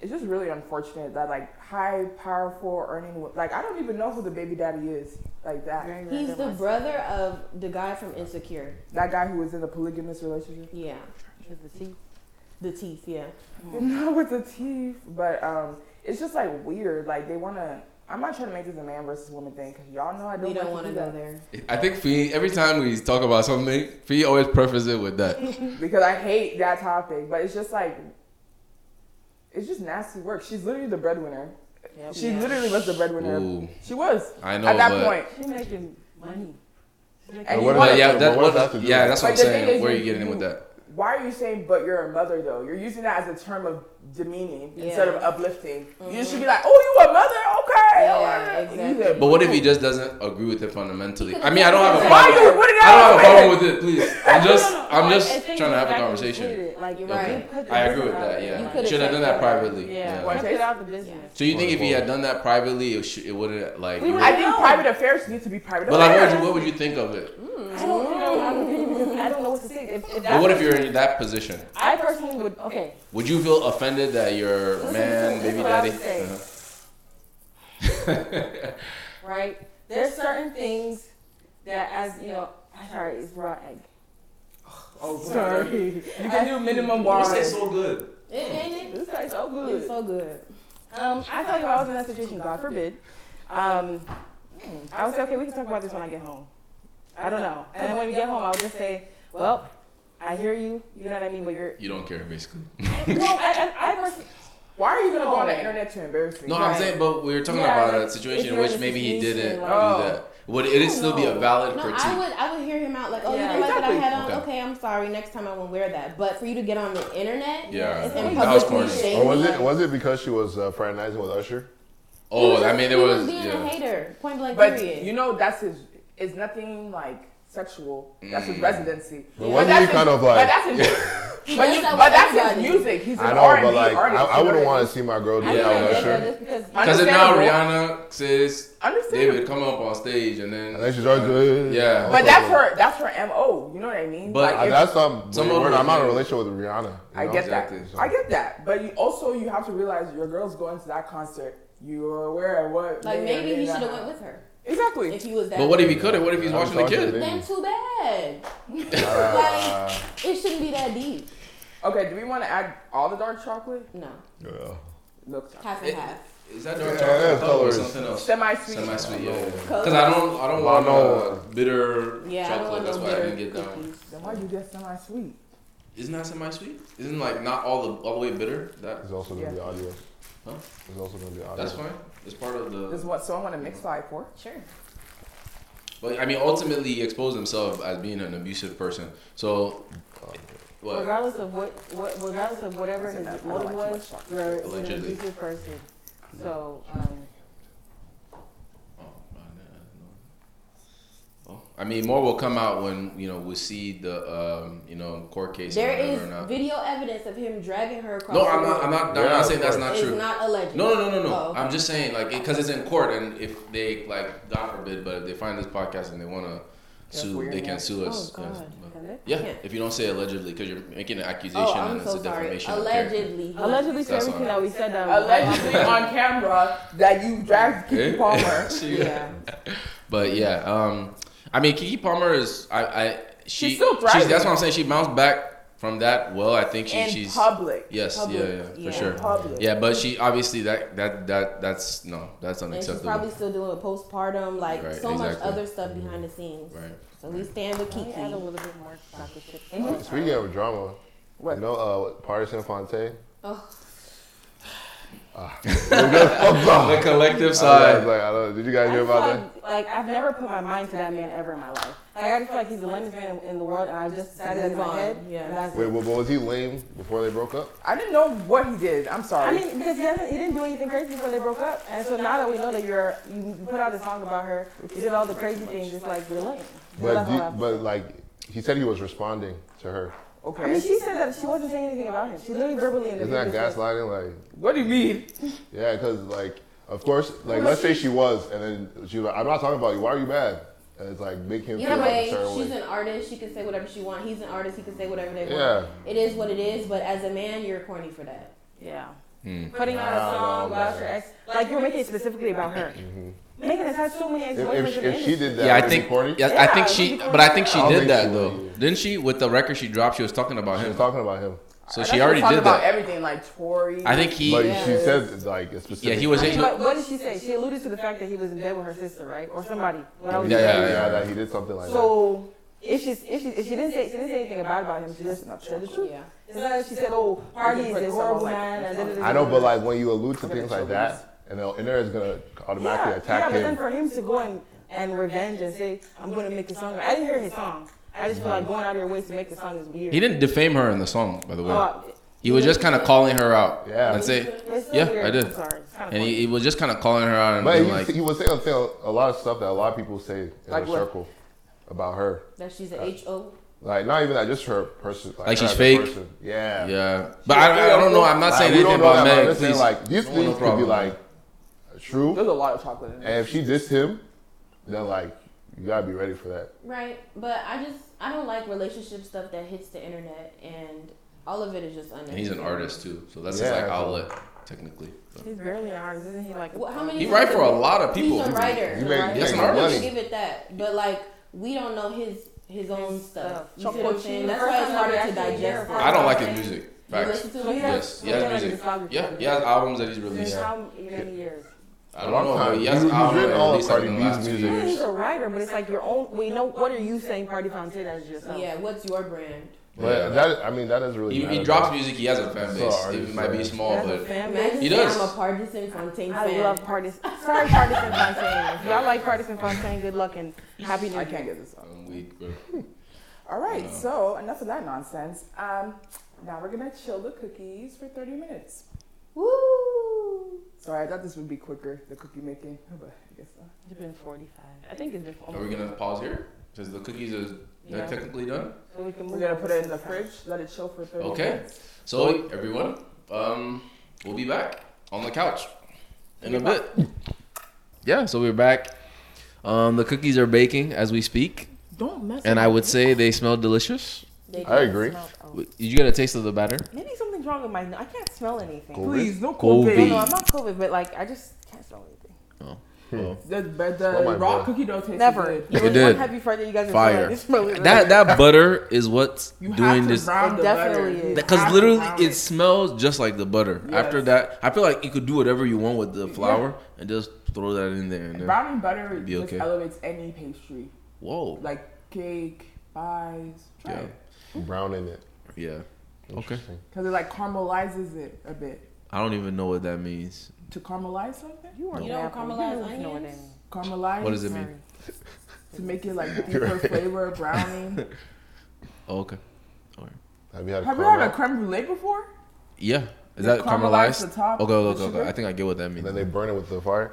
Speaker 2: It's just really unfortunate that like high, powerful, earning like I don't even know who the baby daddy is like that.
Speaker 4: He's the brother of the guy from Insecure.
Speaker 2: That guy who was in a polygamous relationship
Speaker 4: Yeah, the teeth. Yeah, Mm-hmm.
Speaker 2: not with the teeth, but um, it's just like weird. Like they wanna. I'm not trying to make this a man versus woman thing because y'all know I don't.
Speaker 4: we don't
Speaker 2: want to
Speaker 4: go
Speaker 2: that.
Speaker 4: there.
Speaker 3: I think Fee. Every time we talk about something, Fee always prefaces it with that.
Speaker 2: because I hate that topic. But it's just like, it's just nasty work. She's literally the breadwinner. She
Speaker 4: Yeah.
Speaker 2: literally was the breadwinner.
Speaker 3: Ooh,
Speaker 2: She was
Speaker 3: I know.
Speaker 2: at that
Speaker 3: but,
Speaker 2: point.
Speaker 5: She's making money.
Speaker 1: what
Speaker 2: And you
Speaker 1: if
Speaker 3: But
Speaker 1: I-
Speaker 2: wanna,
Speaker 3: yeah,
Speaker 1: But
Speaker 3: that,
Speaker 1: what does that have to
Speaker 3: what,
Speaker 1: do
Speaker 3: yeah,
Speaker 1: with-
Speaker 3: that's what I'm
Speaker 2: But the thing
Speaker 3: saying.
Speaker 2: is,
Speaker 3: Where are you
Speaker 2: you-
Speaker 3: getting in with
Speaker 2: you-
Speaker 3: that?
Speaker 2: why are you saying but you're a mother though? You're using that as a term of demeaning
Speaker 4: Yeah.
Speaker 2: instead of uplifting. You should be like, oh, you a mother? Okay.
Speaker 4: Yeah,
Speaker 2: alright."
Speaker 4: exactly.
Speaker 2: You said,
Speaker 3: But what if he just doesn't agree with it fundamentally? I mean, I don't have a
Speaker 2: why
Speaker 3: problem.
Speaker 2: you? What did
Speaker 3: I don't have a
Speaker 2: I,
Speaker 3: problem with it. Please, I'm just, I'm just trying to have a conversation.
Speaker 4: Like you're
Speaker 3: Okay.
Speaker 4: right. You put the
Speaker 3: I agree with
Speaker 4: business out
Speaker 3: that.
Speaker 4: there. You
Speaker 3: Yeah,
Speaker 4: could've
Speaker 3: should have done
Speaker 4: said
Speaker 3: that privately.
Speaker 5: Yeah,
Speaker 2: Why
Speaker 5: yeah.
Speaker 2: don't
Speaker 5: put
Speaker 2: you-
Speaker 5: it out the business.
Speaker 3: So you think if he had done that privately, it, should, it wouldn't like?
Speaker 4: We
Speaker 3: it
Speaker 4: would-
Speaker 2: I
Speaker 3: would-
Speaker 2: think private affairs need to be private
Speaker 3: But like, what
Speaker 2: affairs.
Speaker 3: would you, what would you think of it?
Speaker 5: I don't know. I don't- I don't know what to say. If, if
Speaker 3: But
Speaker 5: that's
Speaker 3: what if you're in that position?
Speaker 5: I personally would. Okay,
Speaker 3: Would you feel offended that your
Speaker 5: Listen,
Speaker 3: man,
Speaker 5: listen,
Speaker 3: baby
Speaker 5: this is what I
Speaker 3: daddy?
Speaker 5: would
Speaker 3: uh-huh.
Speaker 5: right? There's certain things that, as you know, sorry, it's raw egg.
Speaker 2: Oh, sorry. You can do minimum wine.
Speaker 3: so good.
Speaker 4: It ain't it.
Speaker 5: This tastes so
Speaker 4: It's
Speaker 5: good.
Speaker 4: so good.
Speaker 5: Um, I thought if I was in that situation, God forbid, um, I would say, okay, we can talk about this when I get home. I don't know. And then when we get home, I would just say, well, I hear you. You know what I mean? But you're.
Speaker 3: You don't care, basically.
Speaker 5: No, I, I, I personally.
Speaker 2: Why are you gonna go on the internet to embarrass me?
Speaker 3: No, I'm
Speaker 5: Right.
Speaker 3: saying, but we were talking
Speaker 5: Yeah,
Speaker 3: about
Speaker 5: like,
Speaker 3: a
Speaker 5: if
Speaker 3: situation in
Speaker 5: you're in
Speaker 3: which
Speaker 5: a
Speaker 3: maybe he
Speaker 5: situation
Speaker 3: didn't
Speaker 5: like-
Speaker 2: Oh.
Speaker 3: do that. Would it it'd still be a valid
Speaker 4: No,
Speaker 3: critique?
Speaker 4: I would I would hear him out like, oh,
Speaker 5: Yeah.
Speaker 4: you didn't like
Speaker 2: Exactly.
Speaker 4: what I had on.
Speaker 3: Okay.
Speaker 4: Okay. I'm sorry. Next time I won't wear that. But for you to get on the internet,
Speaker 3: Yeah,
Speaker 4: and publicly
Speaker 3: that was corny.
Speaker 4: shame
Speaker 2: Oh,
Speaker 1: Or was
Speaker 4: me,
Speaker 1: it was it because she was uh, fraternizing with Usher?
Speaker 4: He
Speaker 3: oh,
Speaker 4: was
Speaker 3: I
Speaker 4: just-
Speaker 3: mean, there
Speaker 4: he
Speaker 3: was.
Speaker 4: being a
Speaker 3: yeah.
Speaker 4: hater, point blank
Speaker 2: But
Speaker 4: period.
Speaker 2: you know, that's his. It's nothing like sexual. That's his residency.
Speaker 1: But wasn't he
Speaker 2: that's
Speaker 1: kind
Speaker 2: his,
Speaker 1: of like-
Speaker 2: But that's his, but
Speaker 4: does
Speaker 2: you-
Speaker 4: that
Speaker 2: but
Speaker 4: with
Speaker 2: that's his
Speaker 4: everybody.
Speaker 2: music. He's an
Speaker 1: I know,
Speaker 2: R&B
Speaker 1: but like,
Speaker 2: artist.
Speaker 1: I, I wouldn't
Speaker 2: you know
Speaker 1: want to see my girl do
Speaker 4: I
Speaker 1: that
Speaker 3: Yeah,
Speaker 1: with
Speaker 4: don't
Speaker 1: Usher.
Speaker 4: know, just because
Speaker 2: what I mean?
Speaker 3: Because if now
Speaker 2: Understandable.
Speaker 3: Rihanna says
Speaker 2: Understandable.
Speaker 3: David come up on stage and then
Speaker 1: Unless she's always good.
Speaker 3: Yeah.
Speaker 2: But that's her. That's her mo. You know what I mean?
Speaker 3: But uh,
Speaker 1: I,
Speaker 2: if-
Speaker 1: that's um,
Speaker 3: Some
Speaker 1: some
Speaker 3: of
Speaker 1: word,
Speaker 3: them-
Speaker 1: I'm not in a relationship with Rihanna. you
Speaker 2: I
Speaker 1: know?
Speaker 2: get that.
Speaker 3: Exactly.
Speaker 2: I get that. But you also you have to realize your girl's going to that concert. You're aware of what.
Speaker 4: like
Speaker 2: may or
Speaker 4: maybe
Speaker 2: may
Speaker 4: he
Speaker 2: not
Speaker 4: should have
Speaker 2: happen.
Speaker 4: went with her
Speaker 2: Exactly.
Speaker 4: if he was that.
Speaker 3: But what if he couldn't? What if he's
Speaker 1: I'm
Speaker 3: watching the
Speaker 1: talking
Speaker 3: kid?
Speaker 1: to
Speaker 4: Then too bad.
Speaker 1: Uh,
Speaker 4: like it shouldn't be that deep.
Speaker 2: Okay. Do we want to add all the dark chocolate?
Speaker 4: No,
Speaker 1: yeah.
Speaker 2: Look,
Speaker 4: half and
Speaker 3: It-
Speaker 4: half.
Speaker 3: Is that dark
Speaker 1: Yeah,
Speaker 3: chocolate? I
Speaker 1: that's
Speaker 3: thought it was
Speaker 1: colors.
Speaker 3: something else.
Speaker 2: semi-sweet.
Speaker 3: Semi sweet, yeah.
Speaker 4: Colors.
Speaker 3: Because I don't, I don't want
Speaker 1: Well,
Speaker 3: uh, bitter
Speaker 4: Yeah,
Speaker 3: chocolate.
Speaker 4: I don't
Speaker 3: That's
Speaker 4: want
Speaker 3: why I
Speaker 4: no
Speaker 3: didn't
Speaker 4: bitter
Speaker 3: get that one.
Speaker 4: cookies.
Speaker 2: Then why do you get semi-sweet?
Speaker 3: Isn't that semi sweet? Isn't like not all the all the way bitter? That
Speaker 1: It's also gonna be
Speaker 2: Yeah.
Speaker 1: audio.
Speaker 3: Huh?
Speaker 1: It's also gonna be audio.
Speaker 3: that's fine. It's part of
Speaker 2: This is
Speaker 3: the.
Speaker 2: what so I want to mix five for.
Speaker 4: Sure.
Speaker 3: But I mean, ultimately, he exposed himself as being an abusive person. So, what?
Speaker 5: Regardless of what, what regardless of whatever his motive was, you're you're an
Speaker 3: Allegedly.
Speaker 5: abusive person. So, um,
Speaker 3: Oh, I don't know. Oh, I mean, more will come out when you know we see the um, you know court case.
Speaker 4: There
Speaker 3: and
Speaker 4: is
Speaker 3: whatever or not.
Speaker 4: video evidence of him dragging her across.
Speaker 3: No,
Speaker 4: the
Speaker 3: I'm not.
Speaker 4: room.
Speaker 3: I'm not. I'm
Speaker 1: Yeah,
Speaker 3: not
Speaker 1: of
Speaker 3: saying that's
Speaker 1: course.
Speaker 3: not
Speaker 4: it's
Speaker 3: true.
Speaker 4: not alleged.
Speaker 3: No, no, no, no, no.
Speaker 4: Oh, okay.
Speaker 3: I'm just saying, like, because it's in court, and if they, like, God forbid, but if they find this podcast and they want to
Speaker 2: That's
Speaker 3: sue,
Speaker 2: weird,
Speaker 3: they can
Speaker 2: man.
Speaker 3: sue
Speaker 4: Oh
Speaker 3: us. Yes,
Speaker 4: God.
Speaker 3: but-
Speaker 5: Convict?
Speaker 3: Yeah,
Speaker 4: Yeah.
Speaker 3: if you don't say allegedly, because you're making an accusation
Speaker 4: Oh,
Speaker 3: and
Speaker 4: I'm
Speaker 3: it's
Speaker 4: so
Speaker 3: a
Speaker 4: sorry.
Speaker 3: defamation. of character.
Speaker 4: Allegedly. he-
Speaker 5: allegedly for
Speaker 3: That's all
Speaker 5: everything
Speaker 3: right.
Speaker 5: that we said, um,
Speaker 2: Allegedly on camera that you dragged Kiki
Speaker 3: Eh?
Speaker 2: Palmer.
Speaker 3: She-
Speaker 5: yeah.
Speaker 3: But yeah, um, I mean, Kiki Palmer is, I, I, she,
Speaker 2: She's still
Speaker 3: she's,
Speaker 2: thriving.
Speaker 3: that's what I'm saying. She bounced back from that. Well, I think she,
Speaker 2: in
Speaker 3: she's.
Speaker 2: public.
Speaker 3: Yes,
Speaker 4: Public,
Speaker 3: yeah, yeah, for
Speaker 4: yeah.
Speaker 3: sure.
Speaker 2: Public.
Speaker 3: Yeah, but she obviously that that that that's no, that's
Speaker 4: And she's
Speaker 3: unacceptable.
Speaker 4: probably still doing a postpartum, like
Speaker 3: Right,
Speaker 4: so much
Speaker 3: exactly. Mm-hmm.
Speaker 4: other stuff behind the scenes.
Speaker 3: right.
Speaker 4: So we stand with Kiki.
Speaker 5: Add a little bit more chocolate chip.
Speaker 1: Speaking of drama,
Speaker 2: What?
Speaker 1: you know, uh, Partisan Fonte.
Speaker 4: Oh,
Speaker 3: The collective
Speaker 1: I
Speaker 3: side.
Speaker 1: was like, I don't, did you guys
Speaker 5: I
Speaker 1: hear
Speaker 5: feel
Speaker 1: about that?
Speaker 5: like, like I've never put my mind to that man ever in my life. Like I just feel like he's the lamest man in the world, and I just decided that in
Speaker 4: Move
Speaker 5: my
Speaker 4: on,
Speaker 5: head.
Speaker 4: yeah.
Speaker 5: and that's it.
Speaker 1: Wait, well, but was he lame before they broke up?
Speaker 2: I didn't know what he did. I'm sorry.
Speaker 5: I mean, because he, hasn't, he didn't do anything crazy before they broke up, and so now that we know that you're, you put out a song about her, you did all the crazy things. It's like you're lame.
Speaker 1: But
Speaker 5: That's
Speaker 1: do,
Speaker 5: all I-
Speaker 1: but like, he said he was responding to her.
Speaker 5: I mean,
Speaker 2: okay.
Speaker 5: she said that she wasn't saying anything about him. She literally verbally
Speaker 1: Isn't
Speaker 5: interviewed
Speaker 1: that
Speaker 5: him.
Speaker 1: gaslighting? Like,
Speaker 2: What do you mean?
Speaker 1: yeah, because like, of course, like, let's say she was, and then she was like, I'm not talking about you. Why are you mad? And it's like make him feel
Speaker 4: either
Speaker 1: like a
Speaker 4: way,
Speaker 1: certain
Speaker 4: she's
Speaker 1: way.
Speaker 4: an artist. She can say whatever she wants. He's an artist. He can say whatever they
Speaker 1: Yeah.
Speaker 4: want. It is what it is. But as a man, you're corny for that.
Speaker 5: Yeah.
Speaker 3: Hmm.
Speaker 5: Putting out
Speaker 1: Wow,
Speaker 5: a song
Speaker 1: wow,
Speaker 5: about
Speaker 1: wow.
Speaker 5: your ex, like you were making it specifically about her. Megan has had so many ex
Speaker 1: Mm-hmm. If,
Speaker 5: boyfriends
Speaker 1: if,
Speaker 5: in the
Speaker 1: if she
Speaker 5: industry.
Speaker 1: did that,
Speaker 3: Yeah, I
Speaker 1: would it be
Speaker 3: think.
Speaker 1: corny?
Speaker 3: Yeah, I
Speaker 5: Yeah,
Speaker 3: think
Speaker 5: it
Speaker 3: she.
Speaker 5: would be corny.
Speaker 3: But I think she
Speaker 1: I don't
Speaker 3: did
Speaker 1: think
Speaker 3: that
Speaker 1: she
Speaker 3: though,
Speaker 1: would.
Speaker 3: didn't she? With the record she dropped, she was talking about
Speaker 1: She was
Speaker 3: him.
Speaker 1: talking about him,
Speaker 3: So
Speaker 2: I thought
Speaker 3: she already
Speaker 2: was talking
Speaker 3: did
Speaker 2: about
Speaker 3: that.
Speaker 2: everything like Tori.
Speaker 3: I think he.
Speaker 1: but
Speaker 4: Yeah.
Speaker 1: she said like a specific.
Speaker 3: Yeah, he was.
Speaker 5: I
Speaker 3: He,
Speaker 5: mean, what, what did she say? She alluded to the fact that he was in bed with her sister, right, or somebody. When I was
Speaker 1: Yeah,
Speaker 3: Yeah,
Speaker 1: yeah,
Speaker 3: yeah,
Speaker 1: yeah.
Speaker 3: yeah.
Speaker 1: That he did something like
Speaker 5: So if she if she if she didn't say she didn't say anything bad about him, she just said the truth.
Speaker 4: Yeah.
Speaker 5: It's not that she said, "Oh, Hardy is this horrible man." and
Speaker 1: that.
Speaker 5: da-da-da-da-da.
Speaker 1: I know, but like when you allude to things
Speaker 2: so
Speaker 1: like that, and the internet's gonna automatically
Speaker 5: yeah,
Speaker 1: attack
Speaker 5: yeah, but then
Speaker 1: him.
Speaker 5: for him to go and, and revenge and say, "I'm going to make a song," I didn't hear his song. I I just feel like going out of your way to make the song is weird.
Speaker 3: He didn't defame her in the song, by the way.
Speaker 5: Oh,
Speaker 3: he was just kind of calling her out.
Speaker 1: Yeah.
Speaker 3: That's it.
Speaker 5: it's so
Speaker 3: Yeah,
Speaker 5: weird.
Speaker 3: I did.
Speaker 5: I'm sorry. It's kinda
Speaker 3: And
Speaker 5: funny.
Speaker 3: he, he was just kind of calling her out and
Speaker 1: But
Speaker 3: being
Speaker 1: you,
Speaker 3: like,
Speaker 1: you would say, say a lot of stuff that a lot of people say in
Speaker 5: Like
Speaker 1: the
Speaker 5: what?
Speaker 1: circle about her.
Speaker 4: That she's a H O.
Speaker 1: Like not even that, just her person. Like,
Speaker 3: Like
Speaker 1: her
Speaker 3: she's
Speaker 1: as a
Speaker 3: fake?
Speaker 1: person. Yeah.
Speaker 3: yeah. But I, I don't know. I'm not
Speaker 1: Like,
Speaker 3: saying
Speaker 1: we
Speaker 3: anything
Speaker 1: don't know
Speaker 3: about
Speaker 1: that, but I'm
Speaker 3: Meg.
Speaker 1: just saying,
Speaker 3: Please.
Speaker 1: like these
Speaker 3: Don't want
Speaker 1: things
Speaker 3: no
Speaker 1: could be
Speaker 3: problem.
Speaker 1: like true,
Speaker 2: There's a lot of chocolate in there.
Speaker 1: and if she dissed him, then like you gotta be ready for that.
Speaker 4: Right, but I just I don't like relationship stuff that hits the internet, and all of it is just unnecessary.
Speaker 3: And he's an artist too, so that's
Speaker 1: Yeah,
Speaker 3: his like
Speaker 1: bro.
Speaker 3: outlet technically. So.
Speaker 5: He's barely an artist, isn't he? Like,
Speaker 4: Well, how many
Speaker 3: He write for a lot of people.
Speaker 4: He's a writer.
Speaker 1: You make-
Speaker 4: right?
Speaker 3: you make
Speaker 4: I'm gonna
Speaker 1: money.
Speaker 4: give it that, but like we don't know his his own stuff. You see
Speaker 5: Choco
Speaker 4: what I'm saying?
Speaker 5: Chino.
Speaker 4: That's why it's harder to
Speaker 5: Actually, yeah.
Speaker 4: digest.
Speaker 3: I don't like his music. Facts.
Speaker 4: You listen
Speaker 5: So
Speaker 4: to
Speaker 5: he
Speaker 4: him?
Speaker 3: Yes,
Speaker 5: has-
Speaker 3: he has music. Yeah, he has albums that he's released.
Speaker 5: Since how many years?
Speaker 3: I don't know,
Speaker 1: Long
Speaker 3: but
Speaker 1: time.
Speaker 3: he has
Speaker 1: He's- he's
Speaker 3: albums
Speaker 1: written
Speaker 3: that
Speaker 1: all of
Speaker 3: released like,
Speaker 1: Cardi
Speaker 3: in the
Speaker 1: B's
Speaker 3: last two
Speaker 1: music.
Speaker 5: Yeah,
Speaker 3: years.
Speaker 5: he's a writer, but it's like your own. Wait, no, what are you saying? Party Fontaine as yourself.
Speaker 4: Yeah, what's your brand?
Speaker 1: But
Speaker 3: Yeah.
Speaker 1: that I mean that doesn't really.
Speaker 3: He,
Speaker 1: matter,
Speaker 3: he drops
Speaker 1: though.
Speaker 3: music. He has a fan
Speaker 1: So
Speaker 3: base.
Speaker 1: artists,
Speaker 3: It might be
Speaker 1: yeah.
Speaker 3: small,
Speaker 5: That's a
Speaker 3: but
Speaker 5: fan base.
Speaker 4: Imagine
Speaker 3: He
Speaker 4: saying
Speaker 3: does.
Speaker 4: I'm a partisan Fontaine
Speaker 5: I
Speaker 4: fan.
Speaker 5: love Partisan. Sorry, Partisan Fontaine. If y'all like Partisan Fontaine, good luck and happy new
Speaker 2: I can't
Speaker 5: year.
Speaker 2: get this up.
Speaker 3: I'm weak, bro.
Speaker 2: All right, so enough of that nonsense. Um, now we're gonna chill the cookies for 30 minutes.
Speaker 4: Woo!
Speaker 2: Sorry, I thought this would be quicker, the cookie making, but I guess not.
Speaker 5: It's been 45. I think it's been 45.
Speaker 3: Are we gonna pause here? Because the cookies are they're
Speaker 5: Yeah.
Speaker 3: technically done.
Speaker 5: So we can
Speaker 2: We're
Speaker 5: move
Speaker 2: gonna
Speaker 5: on
Speaker 2: put
Speaker 5: to
Speaker 2: it in the
Speaker 5: something.
Speaker 2: fridge, let it chill for 30
Speaker 3: Okay.
Speaker 2: minutes.
Speaker 3: So everyone, um, we'll be back on the couch in a bit. Yeah, so we're back. Um, the cookies are baking as we speak,
Speaker 5: Don't mess
Speaker 3: and
Speaker 5: with
Speaker 3: I would say they smell delicious.
Speaker 5: They
Speaker 1: I
Speaker 5: can't
Speaker 1: agree.
Speaker 5: smell- oh.
Speaker 3: Did you get a taste of the batter?
Speaker 5: Maybe something's wrong with my nose. I can't smell anything.
Speaker 1: Cool.
Speaker 2: Please, no
Speaker 3: Kobe.
Speaker 5: No,
Speaker 2: COVID.
Speaker 5: no, I'm not COVID, but like I just can't smell anything.
Speaker 2: The, but
Speaker 3: Oh
Speaker 1: Smell my
Speaker 2: the raw
Speaker 1: breath.
Speaker 2: cookie don't taste
Speaker 5: Never.
Speaker 2: good.
Speaker 3: It
Speaker 5: was
Speaker 3: did.
Speaker 5: One happy Friday, you guys are
Speaker 3: Fire.
Speaker 5: Like, smelling
Speaker 3: That that butter is what's
Speaker 2: You
Speaker 3: doing
Speaker 2: have to
Speaker 3: this.
Speaker 2: brown
Speaker 5: It
Speaker 2: the
Speaker 5: definitely
Speaker 2: butter.
Speaker 5: is.
Speaker 2: You have
Speaker 3: Because
Speaker 2: to
Speaker 3: literally,
Speaker 2: brown
Speaker 3: it smells just like the butter.
Speaker 2: Yes.
Speaker 3: After that, I feel like you could do whatever you want with the flour and just throw that in there. And then,
Speaker 2: browning butter
Speaker 3: Be
Speaker 2: just
Speaker 3: okay.
Speaker 2: elevates any pastry,
Speaker 3: whoa.
Speaker 2: like cake, pies. Try
Speaker 3: Yeah.
Speaker 2: it.
Speaker 1: brown in it.
Speaker 3: Yeah. Okay.
Speaker 1: Interesting.
Speaker 2: Because it like caramelizes it a bit.
Speaker 3: I don't even know what that means.
Speaker 2: To caramelize something?
Speaker 5: You are
Speaker 4: You don't caramelize
Speaker 5: baffled. You don't know what that
Speaker 4: onions?
Speaker 5: means.
Speaker 2: Caramelize
Speaker 3: What does it mean?
Speaker 2: to make it like deeper flavor, browning.
Speaker 3: Oh, okay.
Speaker 1: Have you had
Speaker 2: Have you
Speaker 1: caramel?
Speaker 2: had a creme brulee before?
Speaker 3: Yeah. Is
Speaker 2: They
Speaker 3: that
Speaker 2: caramelize the
Speaker 3: caramelized?
Speaker 2: top
Speaker 3: Okay,
Speaker 2: with
Speaker 3: okay, okay,
Speaker 2: sugar?
Speaker 3: okay. I think I get what that
Speaker 1: and
Speaker 3: means.
Speaker 1: then they burn it with the fire.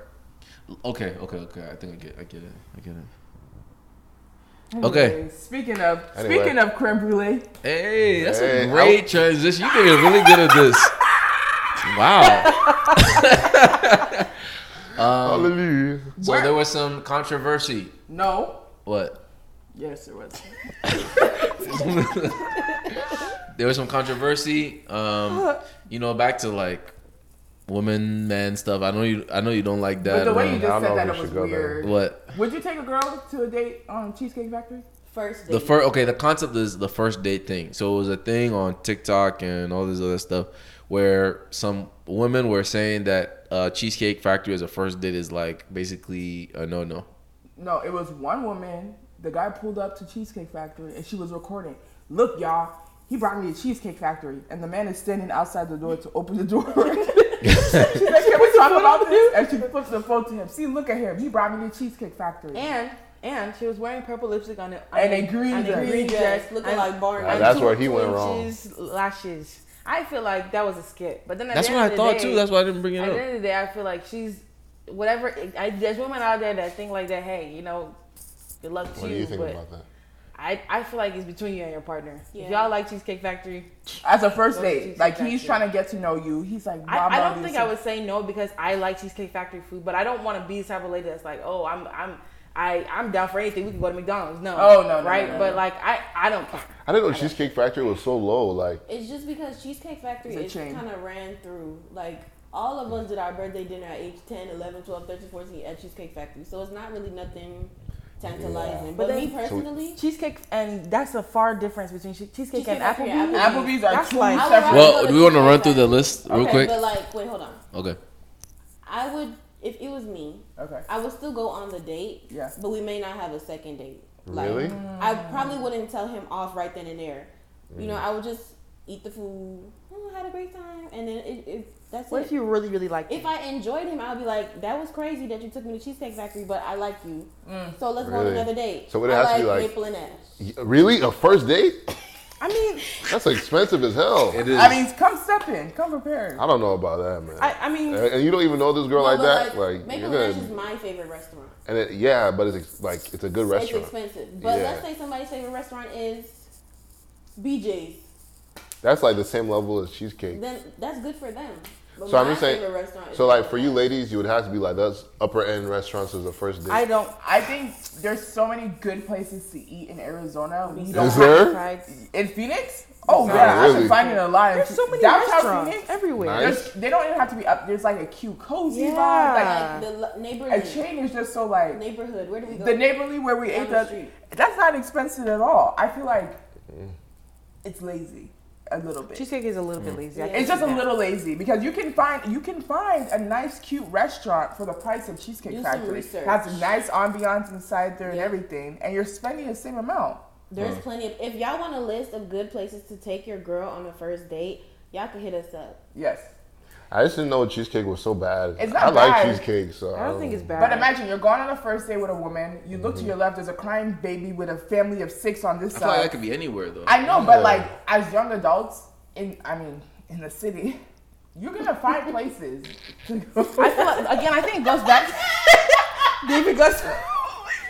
Speaker 3: Okay, okay, okay. I think I get, I get it. I get it. Okay.
Speaker 2: Anyway, Speaking of
Speaker 1: Anyway.
Speaker 2: speaking of creme brulee,
Speaker 3: Hey, that's
Speaker 1: Hey,
Speaker 3: a
Speaker 1: I
Speaker 3: great transition. You think you're really good at this? Wow.
Speaker 5: Um,
Speaker 1: Hallelujah.
Speaker 3: So there was some controversy.
Speaker 2: no.
Speaker 3: What?
Speaker 2: Yes, there was.
Speaker 3: There was some controversy. Um, you know, back to like woman, man stuff. I know you. I know you don't like that.
Speaker 2: But the way
Speaker 3: around-
Speaker 2: you
Speaker 1: I don't
Speaker 2: just said
Speaker 1: know if
Speaker 2: that
Speaker 1: we
Speaker 2: it was
Speaker 1: should go there.
Speaker 2: weird.
Speaker 3: what?
Speaker 2: Would you take a girl to a date on Cheesecake Factory?
Speaker 4: First,
Speaker 3: The
Speaker 4: date.
Speaker 3: first, okay, the concept is the first date thing. So it was a thing on TikTok and all this other stuff where some women were saying that uh, Cheesecake Factory as a first date is like basically a no no.
Speaker 2: No, it was one woman. The guy pulled up to Cheesecake Factory and she was recording. Look, y'all, he brought me to Cheesecake Factory, and the man is standing outside the door to open the door. She's like, "Can we talk about this?" And she puts the phone to him. See, look at him. He brought me to Cheesecake Factory.
Speaker 5: And and she was wearing purple lipstick on it.
Speaker 2: And a green dress.
Speaker 4: green dress looking
Speaker 5: And-
Speaker 4: like Barney.
Speaker 1: Nah,
Speaker 5: and
Speaker 1: that's
Speaker 5: two-
Speaker 1: where he
Speaker 5: two
Speaker 1: went wrong.
Speaker 5: inches Lashes. I feel like that was a skit, but then at
Speaker 3: That's
Speaker 5: the
Speaker 3: what I
Speaker 5: end of
Speaker 3: thought
Speaker 5: the
Speaker 3: too.
Speaker 5: day-
Speaker 3: That's why I didn't bring it
Speaker 5: At the
Speaker 3: up.
Speaker 5: end of the day, I feel like she's whatever. I, there's women out there that think like that. Hey, you know, good luck to
Speaker 1: What do
Speaker 5: you,
Speaker 1: you think
Speaker 5: but
Speaker 1: about that?
Speaker 5: I, I feel like it's between you and your partner.
Speaker 4: Yeah.
Speaker 5: If y'all like Cheesecake Factory,
Speaker 2: As a first
Speaker 5: Go to
Speaker 2: date,
Speaker 5: Cheesecake
Speaker 2: like he's
Speaker 5: Factory.
Speaker 2: trying to get to know you. He's like, "Mom,
Speaker 5: I, I
Speaker 2: love
Speaker 5: don't
Speaker 2: you
Speaker 5: think
Speaker 2: so
Speaker 5: I would say no because I like Cheesecake Factory food, but I don't want to be the type of lady that's like, oh, I'm I'm I I'm down for anything. We can go to McDonald's. No,
Speaker 2: Oh, no, no, no,
Speaker 5: right?
Speaker 2: no,
Speaker 5: but
Speaker 2: no.
Speaker 5: like I I don't care.
Speaker 1: I didn't know Cheesecake Factory was so low. Like
Speaker 4: It's just because Cheesecake Factory
Speaker 2: It's a
Speaker 4: is
Speaker 2: chain.
Speaker 4: kind of ran through. Like, all of us did our birthday dinner at age 10, 11, 12, 13, 14 at Cheesecake Factory. So it's not really nothing tantalizing. But,
Speaker 5: But
Speaker 4: me
Speaker 5: then-
Speaker 4: personally,
Speaker 5: Cheesecake and that's a far difference between che- cheesecake,
Speaker 4: Cheesecake
Speaker 5: and
Speaker 4: Factory
Speaker 5: Applebee's.
Speaker 4: and
Speaker 2: Applebee's are
Speaker 5: That's
Speaker 2: two
Speaker 5: like-
Speaker 4: I would
Speaker 2: separate.
Speaker 4: rather go
Speaker 3: Well,
Speaker 4: to
Speaker 3: do we want to
Speaker 4: Cheesecake
Speaker 3: run through the
Speaker 4: Factory.
Speaker 3: list real
Speaker 2: Okay,
Speaker 3: quick?
Speaker 4: But, like, wait, hold on.
Speaker 3: Okay.
Speaker 4: I would, if it was me,
Speaker 2: okay.
Speaker 4: I would still go on the date,
Speaker 2: Yeah.
Speaker 4: but we may not have a second date.
Speaker 1: Really?
Speaker 4: I probably wouldn't tell him off right then and there. You know, I would just eat the food, oh, had a great time, and then it, it, that's
Speaker 5: What
Speaker 4: it.
Speaker 5: if you really, really like
Speaker 4: if
Speaker 5: it?
Speaker 4: I enjoyed him, I'll be like, that was crazy that you took me to Cheesecake Factory, but I like you.
Speaker 5: Mm.
Speaker 4: So let's go on
Speaker 1: Really?
Speaker 4: another date.
Speaker 1: So what it
Speaker 4: I
Speaker 1: has to be like-
Speaker 4: Maple and Ash.
Speaker 1: Y- Really, a first date?
Speaker 5: I mean,
Speaker 1: That's expensive as hell.
Speaker 3: It is.
Speaker 2: I mean, come step in, come prepared.
Speaker 1: I don't know about that, man.
Speaker 5: I, I mean,
Speaker 1: and, and you don't even know this girl
Speaker 4: No,
Speaker 1: like
Speaker 4: but,
Speaker 1: that. Like,
Speaker 4: Maple
Speaker 1: you're
Speaker 4: and Ash
Speaker 1: gonna,
Speaker 4: is my favorite restaurant.
Speaker 1: and it, yeah, but it's ex- like it's a good restaurant.
Speaker 4: It's expensive, but
Speaker 1: Yeah.
Speaker 4: let's say somebody's favorite restaurant is BJ's.
Speaker 1: That's like the same level as cheesecake.
Speaker 4: Then that's good for them. But
Speaker 1: So I'm
Speaker 4: my
Speaker 1: just saying-
Speaker 4: favorite restaurant is
Speaker 1: So like for you ladies, you would have to be like those upper end restaurants as a first date.
Speaker 2: I don't. I think there's so many good places to eat in Arizona. We don't
Speaker 1: Is there?
Speaker 5: Right.
Speaker 2: in Phoenix. Oh
Speaker 5: No.
Speaker 2: yeah, I
Speaker 1: Really?
Speaker 2: should find it a lot.
Speaker 5: There's so many
Speaker 2: Downtown
Speaker 5: restaurants
Speaker 2: Phoenix,
Speaker 5: everywhere.
Speaker 1: Nice.
Speaker 2: There's, they don't even have to be up. There's like a cute, cozy
Speaker 5: Yeah.
Speaker 4: like the lo-
Speaker 2: vibe. Like
Speaker 4: neighborhood.
Speaker 2: a chain is just so like
Speaker 4: neighborhood. Where do we go?
Speaker 2: the neighborly where we
Speaker 4: Down
Speaker 2: ate
Speaker 4: the
Speaker 2: the.
Speaker 4: street.
Speaker 2: that's not expensive at all. I feel like it's lazy a little bit.
Speaker 5: Cheesecake is a little bit lazy. I
Speaker 4: Yeah.
Speaker 5: can
Speaker 2: It's
Speaker 5: see
Speaker 2: just a
Speaker 5: that.
Speaker 2: little lazy because you can find you can find a nice cute restaurant for the price of Cheesecake
Speaker 4: Do some
Speaker 2: Factory.
Speaker 4: research.
Speaker 2: Has a nice ambiance inside there and
Speaker 4: Yeah.
Speaker 2: everything, and you're spending the same amount.
Speaker 4: There's plenty of. If y'all want a list of good places to take your girl on a first date, y'all can hit us up.
Speaker 2: Yes,
Speaker 1: I just didn't know cheesecake was so bad.
Speaker 2: It's not
Speaker 1: I like
Speaker 2: bad.
Speaker 1: cheesecake, so
Speaker 5: I don't think it's bad.
Speaker 2: but imagine you're going on a first date with a woman. You look to your left, there's a crying baby with a family of six on this
Speaker 3: I feel like that
Speaker 2: side.
Speaker 3: could be anywhere though.
Speaker 2: I know, but
Speaker 1: Yeah.
Speaker 2: like as young adults in, I mean, in the city, you're gonna find places. To
Speaker 5: I
Speaker 2: go.
Speaker 5: feel like, again, I think it goes back. David goes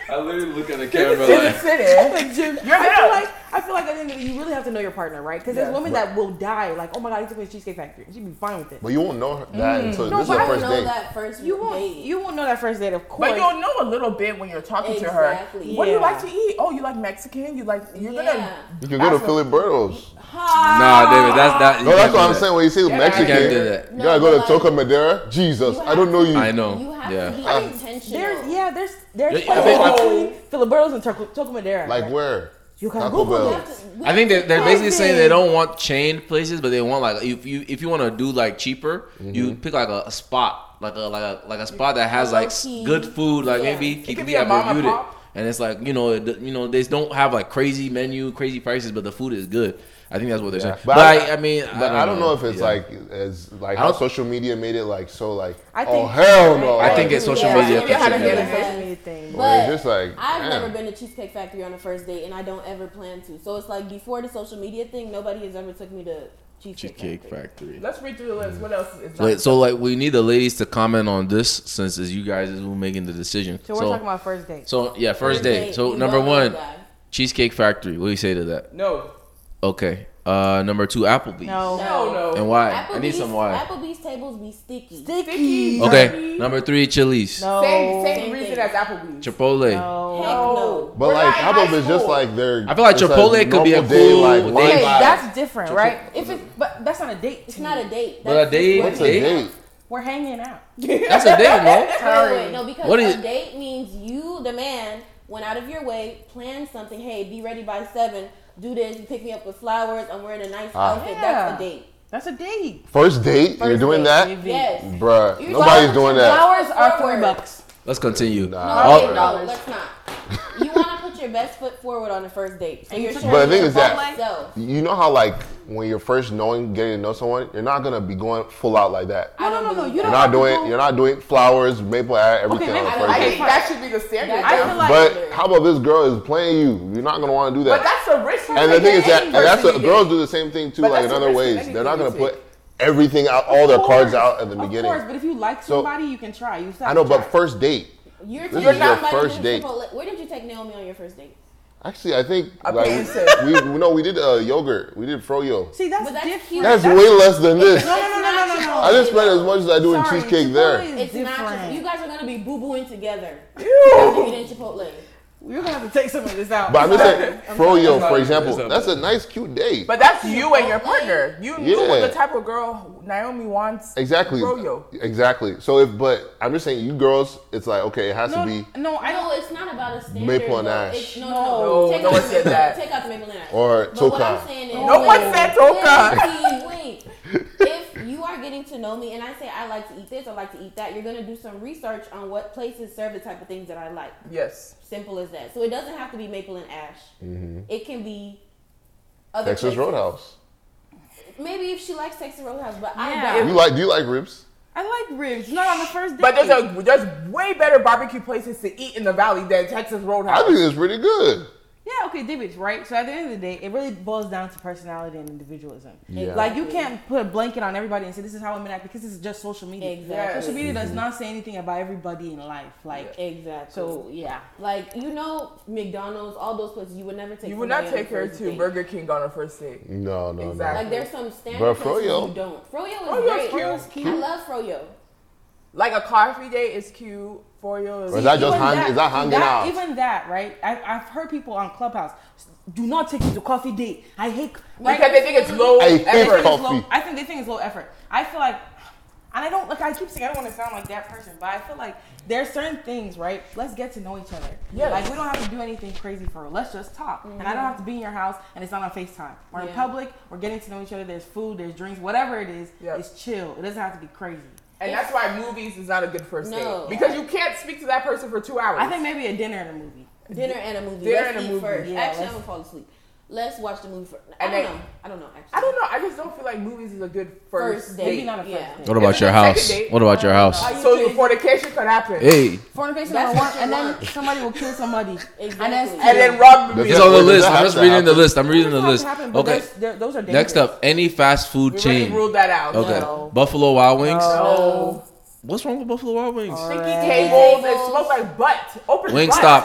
Speaker 3: I literally look at the camera
Speaker 2: in the city.
Speaker 5: like Jim.
Speaker 2: You're
Speaker 5: I feel
Speaker 2: there.
Speaker 5: like I feel like at the end of the day, you really have to know your partner, right? Because
Speaker 2: Yeah.
Speaker 5: there's women that will die. Like, oh my god, he took me to Cheesecake Factory. She'd be fine with it.
Speaker 1: But you won't know her- that until
Speaker 5: Mm. No,
Speaker 1: this is
Speaker 5: but
Speaker 1: your
Speaker 5: I
Speaker 1: first
Speaker 4: know
Speaker 1: date.
Speaker 4: that first
Speaker 5: You won't.
Speaker 4: date.
Speaker 5: You won't know that first date, of course.
Speaker 2: But you'll know a little bit when you're talking to
Speaker 4: Exactly.
Speaker 2: her. What do you
Speaker 5: Yeah.
Speaker 2: like to eat? Oh, you like Mexican? You like you're
Speaker 4: Yeah.
Speaker 2: gonna
Speaker 1: You can go to
Speaker 2: That's what-
Speaker 1: Philly Burrows.
Speaker 3: Nah, David, that's that.
Speaker 1: No, that's what I'm saying. When you see
Speaker 2: Yeah,
Speaker 1: Mexican,
Speaker 2: you can't
Speaker 3: do that.
Speaker 1: you gotta
Speaker 4: No,
Speaker 1: go to
Speaker 4: but
Speaker 1: Toca Madera. Jesus,
Speaker 4: you
Speaker 1: I don't know you.
Speaker 3: I know.
Speaker 4: You have
Speaker 3: yeah.
Speaker 4: to be intentional.
Speaker 5: There's yeah. There's there's
Speaker 3: Yeah, I think- I-
Speaker 5: places between Filiberos and Toc- Tocomadera.
Speaker 1: Like where?
Speaker 5: you gotta
Speaker 1: Taco
Speaker 5: Google
Speaker 1: Bell.
Speaker 4: You
Speaker 5: it.
Speaker 4: have to- we
Speaker 3: I think
Speaker 4: have
Speaker 3: they're,
Speaker 4: to
Speaker 3: they're basically
Speaker 5: Crazy.
Speaker 3: saying they don't want chained places, but they want like if you if you want to do like cheaper, you
Speaker 1: Mm-hmm.
Speaker 3: pick like a, a spot like a like a like a spot that has like s-
Speaker 4: Low-key.
Speaker 3: good food, like
Speaker 4: Yeah.
Speaker 3: maybe
Speaker 2: could
Speaker 3: Kiki
Speaker 2: be a
Speaker 3: have
Speaker 2: mom and
Speaker 3: reviewed it,
Speaker 2: pop.
Speaker 3: and it's like you know it, you know they don't have like crazy menu, crazy prices, but the food is good. I think that's what they're
Speaker 1: Yeah.
Speaker 3: saying.
Speaker 1: But
Speaker 3: But,
Speaker 1: I-
Speaker 3: I, I mean,
Speaker 1: But I don't know if it's
Speaker 3: Yeah.
Speaker 1: like as like
Speaker 3: I
Speaker 1: how
Speaker 3: don't-
Speaker 1: social media made it like so like
Speaker 5: I
Speaker 1: oh
Speaker 5: think-
Speaker 1: hell no.
Speaker 3: I
Speaker 1: like,
Speaker 3: think it's social
Speaker 4: Yeah.
Speaker 3: media.
Speaker 4: You gotta
Speaker 3: affects it,
Speaker 2: get
Speaker 3: yeah.
Speaker 2: it.
Speaker 5: Social media thing.
Speaker 4: But
Speaker 1: Well, it's just like,
Speaker 4: I've
Speaker 1: man.
Speaker 4: never been to Cheesecake Factory on a first date, and I don't ever plan to. So it's like before the social media thing, nobody has ever took me to Cheesecake,
Speaker 3: Cheesecake
Speaker 4: Factory.
Speaker 3: Factory.
Speaker 2: let's read through the list. What else is
Speaker 3: Wait, so like we need the ladies to comment on this since it's you guys who making the decision.
Speaker 5: So we're talking about first date.
Speaker 3: So yeah, first date. So
Speaker 4: you
Speaker 3: number
Speaker 4: love
Speaker 3: one,
Speaker 4: that guy.
Speaker 3: Cheesecake Factory. What do you say to that?
Speaker 2: No,
Speaker 3: Okay. Uh, number two, Applebee's.
Speaker 5: No.
Speaker 2: hell no.
Speaker 3: And why? I need
Speaker 4: Applebee's-
Speaker 3: some why.
Speaker 4: Applebee's tables be sticky.
Speaker 5: Sticky.
Speaker 3: okay. Number three, Chili's.
Speaker 5: No.
Speaker 2: Same, same,
Speaker 4: Same
Speaker 2: reason
Speaker 4: thing.
Speaker 2: as Applebee's.
Speaker 3: Chipotle.
Speaker 5: No.
Speaker 4: Heck no.
Speaker 1: But
Speaker 2: We're
Speaker 1: like
Speaker 2: not in high
Speaker 1: Applebee's is just
Speaker 2: school.
Speaker 1: like their.
Speaker 3: I feel like
Speaker 1: it's a
Speaker 3: Chipotle could be a
Speaker 1: normal day,
Speaker 3: cool
Speaker 1: like,
Speaker 3: thing.
Speaker 1: lunch.
Speaker 5: Okay,
Speaker 3: Vibe.
Speaker 5: that's different, right? If it, but that's not a date.
Speaker 4: It's not a date.
Speaker 3: But
Speaker 4: That's
Speaker 3: a date-
Speaker 4: just what
Speaker 1: What's
Speaker 4: it
Speaker 1: a
Speaker 4: is.
Speaker 1: date?
Speaker 5: We're hanging out.
Speaker 3: That's a date, no?
Speaker 4: Wait, wait, wait, no, because
Speaker 3: What is-
Speaker 4: a date means you, the man, went out of your way, planned something. Hey, be ready by seven. Do this. You pick me up with flowers. I'm wearing a nice outfit. That's a
Speaker 5: Yeah.
Speaker 4: date.
Speaker 5: That's a date.
Speaker 1: First date? You're
Speaker 4: First
Speaker 1: doing
Speaker 4: date,
Speaker 1: that?
Speaker 5: maybe. Mm.
Speaker 4: Yes.
Speaker 1: Bruh,
Speaker 4: You're
Speaker 1: nobody's
Speaker 4: talking
Speaker 1: doing
Speaker 4: to
Speaker 1: that.
Speaker 5: Flowers are forty
Speaker 4: Forward.
Speaker 5: bucks.
Speaker 3: Let's continue.
Speaker 4: No,
Speaker 1: Nah.
Speaker 4: wait, no,
Speaker 5: Alright.
Speaker 4: let's not. You want to put your best foot forward on the first date. So you're
Speaker 5: took-
Speaker 4: sharing
Speaker 1: But the thing is that-
Speaker 4: yourself.
Speaker 1: You know how like when you're first knowing, getting to know someone, you're not gonna be going full out like that.
Speaker 5: No, no, no, no. You
Speaker 1: You're
Speaker 5: don't.
Speaker 1: not
Speaker 5: have to
Speaker 1: doing.
Speaker 5: go-
Speaker 1: You're not doing flowers, maple, ash, everything
Speaker 5: maybe-
Speaker 1: on the
Speaker 5: I-
Speaker 1: first
Speaker 2: I
Speaker 1: date.
Speaker 2: think that should be the standard.
Speaker 4: I
Speaker 2: now.
Speaker 4: feel like-
Speaker 1: But how about this girl is playing you? You're not gonna want to do
Speaker 2: but
Speaker 1: that.
Speaker 2: that's a risk.
Speaker 1: And the thing is that and that's
Speaker 2: a
Speaker 1: what girls do the same thing too,
Speaker 2: But
Speaker 1: like in
Speaker 2: that's the
Speaker 1: other
Speaker 2: risk of
Speaker 1: ways. They're not
Speaker 2: anything
Speaker 1: gonna
Speaker 2: you
Speaker 1: put
Speaker 2: take.
Speaker 1: everything out, all their
Speaker 5: Of
Speaker 1: cards
Speaker 5: course.
Speaker 1: out at the
Speaker 5: Of course,
Speaker 1: beginning.
Speaker 5: but if you like
Speaker 1: So-
Speaker 5: somebody, you can try. You just have
Speaker 1: I know,
Speaker 5: to try.
Speaker 1: but first date.
Speaker 4: You're
Speaker 1: This
Speaker 4: taking
Speaker 1: is your
Speaker 4: somebody to
Speaker 1: first
Speaker 4: the
Speaker 1: date.
Speaker 4: Chipotle- Where did you take Naomi on your first date?
Speaker 1: Actually, I think
Speaker 2: A
Speaker 1: like
Speaker 2: pancake.
Speaker 1: we, we no, we did uh, yogurt. We did froyo.
Speaker 5: See, that's,
Speaker 4: But that's
Speaker 5: different.
Speaker 4: cute.
Speaker 1: That's, way less than this.
Speaker 5: No, no, no, no, no, no, no.
Speaker 1: I just spent as much as I do
Speaker 5: Sorry,
Speaker 1: in cheesecake
Speaker 5: Chipotle
Speaker 1: there.
Speaker 5: is
Speaker 4: It's
Speaker 5: different.
Speaker 4: not. Chipotle. You guys are gonna be boo booing together.
Speaker 2: Ew.
Speaker 4: You didn't Chipotle.
Speaker 5: You're gonna have to take some of this out.
Speaker 1: But I'm just saying, froyo,
Speaker 2: sorry.
Speaker 1: for example,
Speaker 3: It's not
Speaker 1: that's a
Speaker 3: bad.
Speaker 1: nice, cute day.
Speaker 2: But that's you and your partner. You knew
Speaker 1: Yeah.
Speaker 2: what the type of girl Naomi wants.
Speaker 1: exactly,
Speaker 2: Froyo.
Speaker 1: exactly. So if, but I'm just saying, you girls, it's like okay, it has
Speaker 5: no,
Speaker 1: to be,
Speaker 5: no, I
Speaker 4: No,
Speaker 5: don't.
Speaker 4: it's not about a standard.
Speaker 1: Maple and
Speaker 4: though.
Speaker 1: ash.
Speaker 4: It's, no, no,
Speaker 2: No,
Speaker 4: Take
Speaker 2: no
Speaker 4: out
Speaker 2: one
Speaker 4: the
Speaker 2: said
Speaker 4: maple-
Speaker 2: that.
Speaker 4: Take out the maple and ash.
Speaker 1: or
Speaker 4: But what I'm
Speaker 1: toka.
Speaker 4: saying is,
Speaker 2: No one said toka.
Speaker 4: Wait, wait, wait. if you are getting to know me and I say I like to eat this, I like to eat that, you're gonna do some research on what places serve the type of things that I like.
Speaker 2: Yes.
Speaker 4: Simple as that. So it doesn't have to be maple and ash. It can be other
Speaker 1: Mm-hmm. Texas
Speaker 4: places.
Speaker 1: Roadhouse.
Speaker 4: Maybe if she likes Texas Roadhouse, but I
Speaker 5: Yeah.
Speaker 4: don't.
Speaker 1: You like? Do you like ribs?
Speaker 5: I like ribs. Not on the first day.
Speaker 2: But there's a there's way better barbecue places to eat in the valley than Texas
Speaker 1: I
Speaker 2: Roadhouse.
Speaker 1: think it's pretty good.
Speaker 5: yeah, okay, divots, right? So at the end of the day, it really boils down to personality and individualism.
Speaker 1: Yeah.
Speaker 5: Like you can't put a blanket on everybody and say this is how women act because this is just social media.
Speaker 4: Exactly.
Speaker 5: Social media
Speaker 1: Mm-hmm.
Speaker 5: does not say anything about everybody in life. Like
Speaker 4: Exactly.
Speaker 5: so, yeah.
Speaker 4: like you know, McDonald's, all those places, you would never take.
Speaker 2: You would not
Speaker 4: somebody on
Speaker 2: take
Speaker 4: the
Speaker 2: her
Speaker 4: first
Speaker 2: to
Speaker 4: date.
Speaker 2: Burger King on her first date.
Speaker 1: No, no,
Speaker 2: Exactly.
Speaker 4: Like there's some
Speaker 1: But
Speaker 4: standard places
Speaker 1: Froyo-
Speaker 4: you don't. Froyo is
Speaker 2: Froyo's
Speaker 4: great.
Speaker 2: cute.
Speaker 4: Froyo's cute. I love Froyo.
Speaker 2: Like a coffee date is cute. For you,
Speaker 1: Or is that just
Speaker 5: Even
Speaker 1: hang- is that hanging out?
Speaker 5: Even that, right? I, I've heard people on Clubhouse do not take me to coffee date. I hate like,
Speaker 2: because they think it's low
Speaker 1: I hate
Speaker 5: they think
Speaker 2: effort.
Speaker 5: it's
Speaker 1: Coffee.
Speaker 5: low, I think they think it's low effort. I feel like, and I don't like. I keep saying I don't want to sound like that person, but I feel like there are certain things, right? Let's get to know each other.
Speaker 2: Yes.
Speaker 5: Like we don't have to do anything crazy for real. Let's just talk, and I don't have to be in your house, and it's not on Facetime. We're in
Speaker 4: Mm-hmm. Yeah.
Speaker 5: public. We're getting to know each other. There's food. There's drinks. Whatever it is,
Speaker 2: Yep.
Speaker 5: it's chill. It doesn't have to be crazy.
Speaker 2: And that's why movies is not a good first
Speaker 4: No.
Speaker 2: date because you can't speak to that person for two hours.
Speaker 5: I think maybe a dinner and a movie.
Speaker 4: Dinner and a movie.
Speaker 2: Dinner
Speaker 4: let's
Speaker 2: and a
Speaker 4: eat
Speaker 2: movie.
Speaker 4: first.
Speaker 5: Yeah,
Speaker 4: actually, I'm
Speaker 5: let's-
Speaker 4: gonna fall asleep. Let's watch the movie first. I
Speaker 2: And
Speaker 4: don't
Speaker 2: then-
Speaker 4: know. I don't know. Actually,
Speaker 2: I don't know. I just don't feel like movies is a good first,
Speaker 4: First date.
Speaker 2: date.
Speaker 5: Maybe not a first
Speaker 4: Yeah.
Speaker 5: date.
Speaker 3: What about your
Speaker 2: Second
Speaker 3: house?
Speaker 2: date.
Speaker 3: What about your house?
Speaker 4: Are you
Speaker 2: So the
Speaker 4: kidding?
Speaker 2: fornication could happen,
Speaker 3: Hey,
Speaker 5: Fornication
Speaker 4: That's
Speaker 5: number one,
Speaker 4: what you
Speaker 5: and then
Speaker 4: want.
Speaker 5: somebody will kill somebody, and then
Speaker 4: Exactly.
Speaker 2: and then rob me.
Speaker 1: Does
Speaker 3: it's
Speaker 1: that-
Speaker 3: on the
Speaker 1: does that
Speaker 3: list.
Speaker 1: have
Speaker 3: I'm just
Speaker 1: to
Speaker 3: reading the
Speaker 1: happen?
Speaker 3: list. I'm reading the
Speaker 5: Doesn't have to
Speaker 3: list.
Speaker 5: happen, but
Speaker 3: Okay.
Speaker 5: those- they're- those are
Speaker 3: Next
Speaker 5: dangerous.
Speaker 3: up, any fast food
Speaker 2: We already
Speaker 3: chain.
Speaker 2: ruled that out.
Speaker 3: Okay.
Speaker 5: No.
Speaker 3: Buffalo Wild Wings.
Speaker 2: No.
Speaker 4: Oh,
Speaker 3: What's wrong with Buffalo Wild Wings?
Speaker 4: Uh,
Speaker 2: Sticky tables and
Speaker 4: Tables.
Speaker 2: smoke like butt. Open
Speaker 3: Wingstop.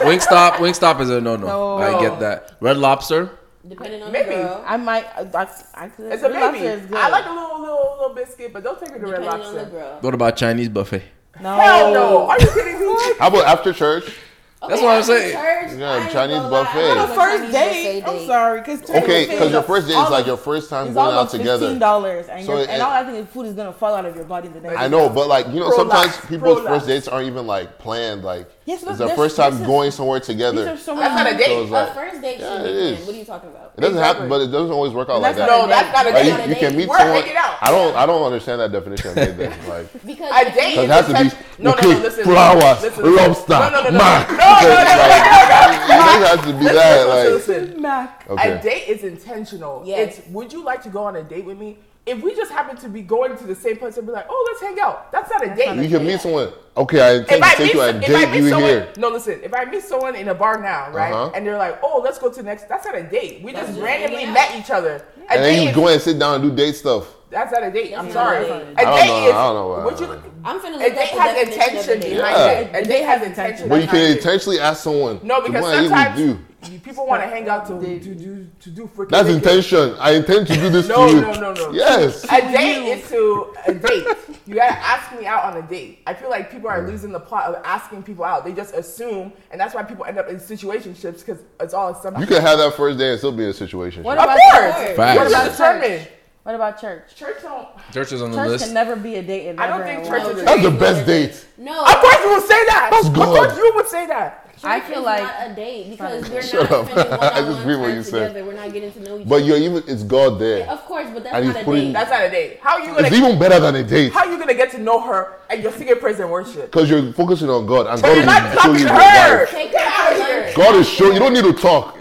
Speaker 2: butt.
Speaker 3: Wingstop. Wingstop is a no-no.
Speaker 5: No.
Speaker 3: I get that. Red Lobster.
Speaker 4: Depending on
Speaker 2: Maybe. uh,
Speaker 4: the girl.
Speaker 5: I might. I, I, I could.
Speaker 2: It's a
Speaker 5: Red Lobster
Speaker 2: baby.
Speaker 5: is good.
Speaker 2: I like a little little little biscuit, but don't take it to Red
Speaker 4: Depending on the
Speaker 2: Lobster.
Speaker 4: girl.
Speaker 3: What about Chinese buffet?
Speaker 5: No.
Speaker 2: Hell no! Are you kidding me?
Speaker 1: How about after church?
Speaker 4: Okay,
Speaker 3: That's what I'm
Speaker 4: after
Speaker 3: saying.
Speaker 4: church,
Speaker 1: Yeah,
Speaker 4: I ain't
Speaker 1: Chinese
Speaker 4: gonna lie,
Speaker 1: buffet.
Speaker 4: I'm
Speaker 5: On
Speaker 4: gonna
Speaker 5: a
Speaker 4: go
Speaker 5: first
Speaker 4: Chinese
Speaker 5: date. I'm sorry, because
Speaker 1: Okay, because your first date is like your first time
Speaker 5: It's
Speaker 1: going
Speaker 5: all
Speaker 1: out
Speaker 5: of
Speaker 1: together.
Speaker 5: fifteen dollars, and,
Speaker 1: So
Speaker 5: you're-
Speaker 1: it-
Speaker 5: and all I think is food is gonna fall out of your body the next.
Speaker 1: I
Speaker 5: day.
Speaker 1: know, but like you know,
Speaker 2: Pro
Speaker 1: sometimes
Speaker 2: life,
Speaker 1: people's
Speaker 2: pro
Speaker 1: first
Speaker 2: life.
Speaker 1: dates aren't even like planned. Like
Speaker 5: Yes, look,
Speaker 1: it's the
Speaker 5: this-
Speaker 1: first time
Speaker 5: this is-
Speaker 1: going somewhere
Speaker 5: These
Speaker 1: together.
Speaker 5: are so
Speaker 2: That's
Speaker 5: many.
Speaker 2: not a
Speaker 1: So
Speaker 2: date.
Speaker 1: it's
Speaker 4: A
Speaker 1: like
Speaker 4: first date
Speaker 1: Yeah,
Speaker 4: should
Speaker 1: it
Speaker 4: be
Speaker 1: is.
Speaker 4: planned. What are you talking about?
Speaker 1: it doesn't
Speaker 2: Exactly.
Speaker 1: happen, but it doesn't always work out like that.
Speaker 5: That's not
Speaker 2: No, that's not a
Speaker 1: Like,
Speaker 2: date.
Speaker 1: you,
Speaker 4: not a
Speaker 1: you can
Speaker 4: date.
Speaker 1: meet
Speaker 2: We're
Speaker 1: someone.
Speaker 2: hanging out.
Speaker 1: I don't. I don't understand that definition of date. then. Like,
Speaker 4: Because
Speaker 2: I
Speaker 4: if
Speaker 2: date
Speaker 4: you-
Speaker 1: it has to
Speaker 2: Listen,
Speaker 1: be
Speaker 2: no, no, no,
Speaker 1: okay,
Speaker 2: listen,
Speaker 1: flowers,
Speaker 2: listen, listen.
Speaker 1: lobster,
Speaker 2: No, no, no, no.
Speaker 1: mac.
Speaker 2: No, no, no, no,
Speaker 1: Like, It has to be that. Like,
Speaker 2: Listen, listen.
Speaker 5: Mac.
Speaker 1: okay.
Speaker 2: A date is intentional.
Speaker 4: Yes.
Speaker 2: It's would you like to go on a date with me? If we just happen to be going to the same place and be like, oh, let's hang out. That's not a date.
Speaker 1: You can meet someone. Okay, I intend to take you on a
Speaker 2: so- if I
Speaker 1: date. You
Speaker 2: someone,
Speaker 1: here?
Speaker 2: no, listen. If I meet someone in a bar now, right,
Speaker 1: Uh-huh.
Speaker 2: and they're like, "Oh, let's go to the next," that's not a date. We just,
Speaker 4: just
Speaker 2: randomly
Speaker 4: hanging out.
Speaker 2: met each other. A
Speaker 1: And then
Speaker 2: date
Speaker 1: you
Speaker 2: is-
Speaker 1: go and sit down and do date stuff.
Speaker 2: That's not a date. I'm
Speaker 4: not
Speaker 2: sorry.
Speaker 4: a date.
Speaker 2: A
Speaker 1: I don't
Speaker 2: date
Speaker 1: know-
Speaker 2: is.
Speaker 1: I don't know why.
Speaker 2: What you?
Speaker 4: I'm finna
Speaker 2: A
Speaker 4: look
Speaker 2: date
Speaker 4: up the
Speaker 2: has
Speaker 4: definition of
Speaker 2: intention
Speaker 4: a date.
Speaker 2: behind
Speaker 1: Yeah.
Speaker 2: it. A date has intention.
Speaker 1: But you
Speaker 2: behind
Speaker 1: can
Speaker 2: it.
Speaker 1: intentionally ask someone.
Speaker 2: No, because
Speaker 1: "What I need to
Speaker 2: sometimes
Speaker 1: do?"
Speaker 2: you- people want to hang out to to do to do freaking.
Speaker 1: That's
Speaker 2: naked.
Speaker 1: intention. I intend to do this
Speaker 2: No,
Speaker 1: to you.
Speaker 2: no, no, no.
Speaker 1: Yes.
Speaker 2: A date is to a date. You gotta ask me out on a date. I feel like people are losing the plot of asking people out. They just assume, and that's why people end up in situationships because it's all
Speaker 1: You
Speaker 2: assumption.
Speaker 1: can have that first day and still be in a situation.
Speaker 5: What
Speaker 2: Of
Speaker 5: about
Speaker 2: course.
Speaker 5: church?
Speaker 3: Facts.
Speaker 2: What about
Speaker 5: Church.
Speaker 2: determined?
Speaker 5: What about church?
Speaker 2: Church don't.
Speaker 3: Church is on the
Speaker 5: Church
Speaker 3: list.
Speaker 5: can never be a date. It
Speaker 2: I don't
Speaker 5: never
Speaker 2: think
Speaker 5: will.
Speaker 2: church is a date.
Speaker 1: That's the best date.
Speaker 4: No,
Speaker 2: Of course you will say that.
Speaker 1: That's
Speaker 2: Of
Speaker 1: good.
Speaker 2: course you would say that.
Speaker 5: I
Speaker 4: It's
Speaker 5: feel like
Speaker 4: not a date because we're
Speaker 1: Shut
Speaker 4: not
Speaker 1: up.
Speaker 4: spending one
Speaker 1: I
Speaker 4: on
Speaker 1: just
Speaker 4: one
Speaker 1: read what
Speaker 4: time
Speaker 1: you said.
Speaker 4: together. We're not getting to know each
Speaker 1: But
Speaker 4: other.
Speaker 1: you're even it's God there.
Speaker 4: Of course, but
Speaker 1: And
Speaker 4: that's
Speaker 1: he's
Speaker 4: not a
Speaker 1: putting-
Speaker 4: date.
Speaker 2: That's not a date. How are you gonna?
Speaker 1: It's even better than a date.
Speaker 2: how are you gonna get to know her and you're singing praise and worship?
Speaker 1: Because you're focusing on God and
Speaker 2: But
Speaker 1: God
Speaker 2: you're not
Speaker 1: will show
Speaker 2: talking
Speaker 1: you
Speaker 2: to
Speaker 1: the
Speaker 2: her.
Speaker 1: life.
Speaker 4: Take
Speaker 2: Get out
Speaker 4: her
Speaker 2: of
Speaker 4: to
Speaker 2: here.
Speaker 4: lunch.
Speaker 1: God is showing you don't need to talk.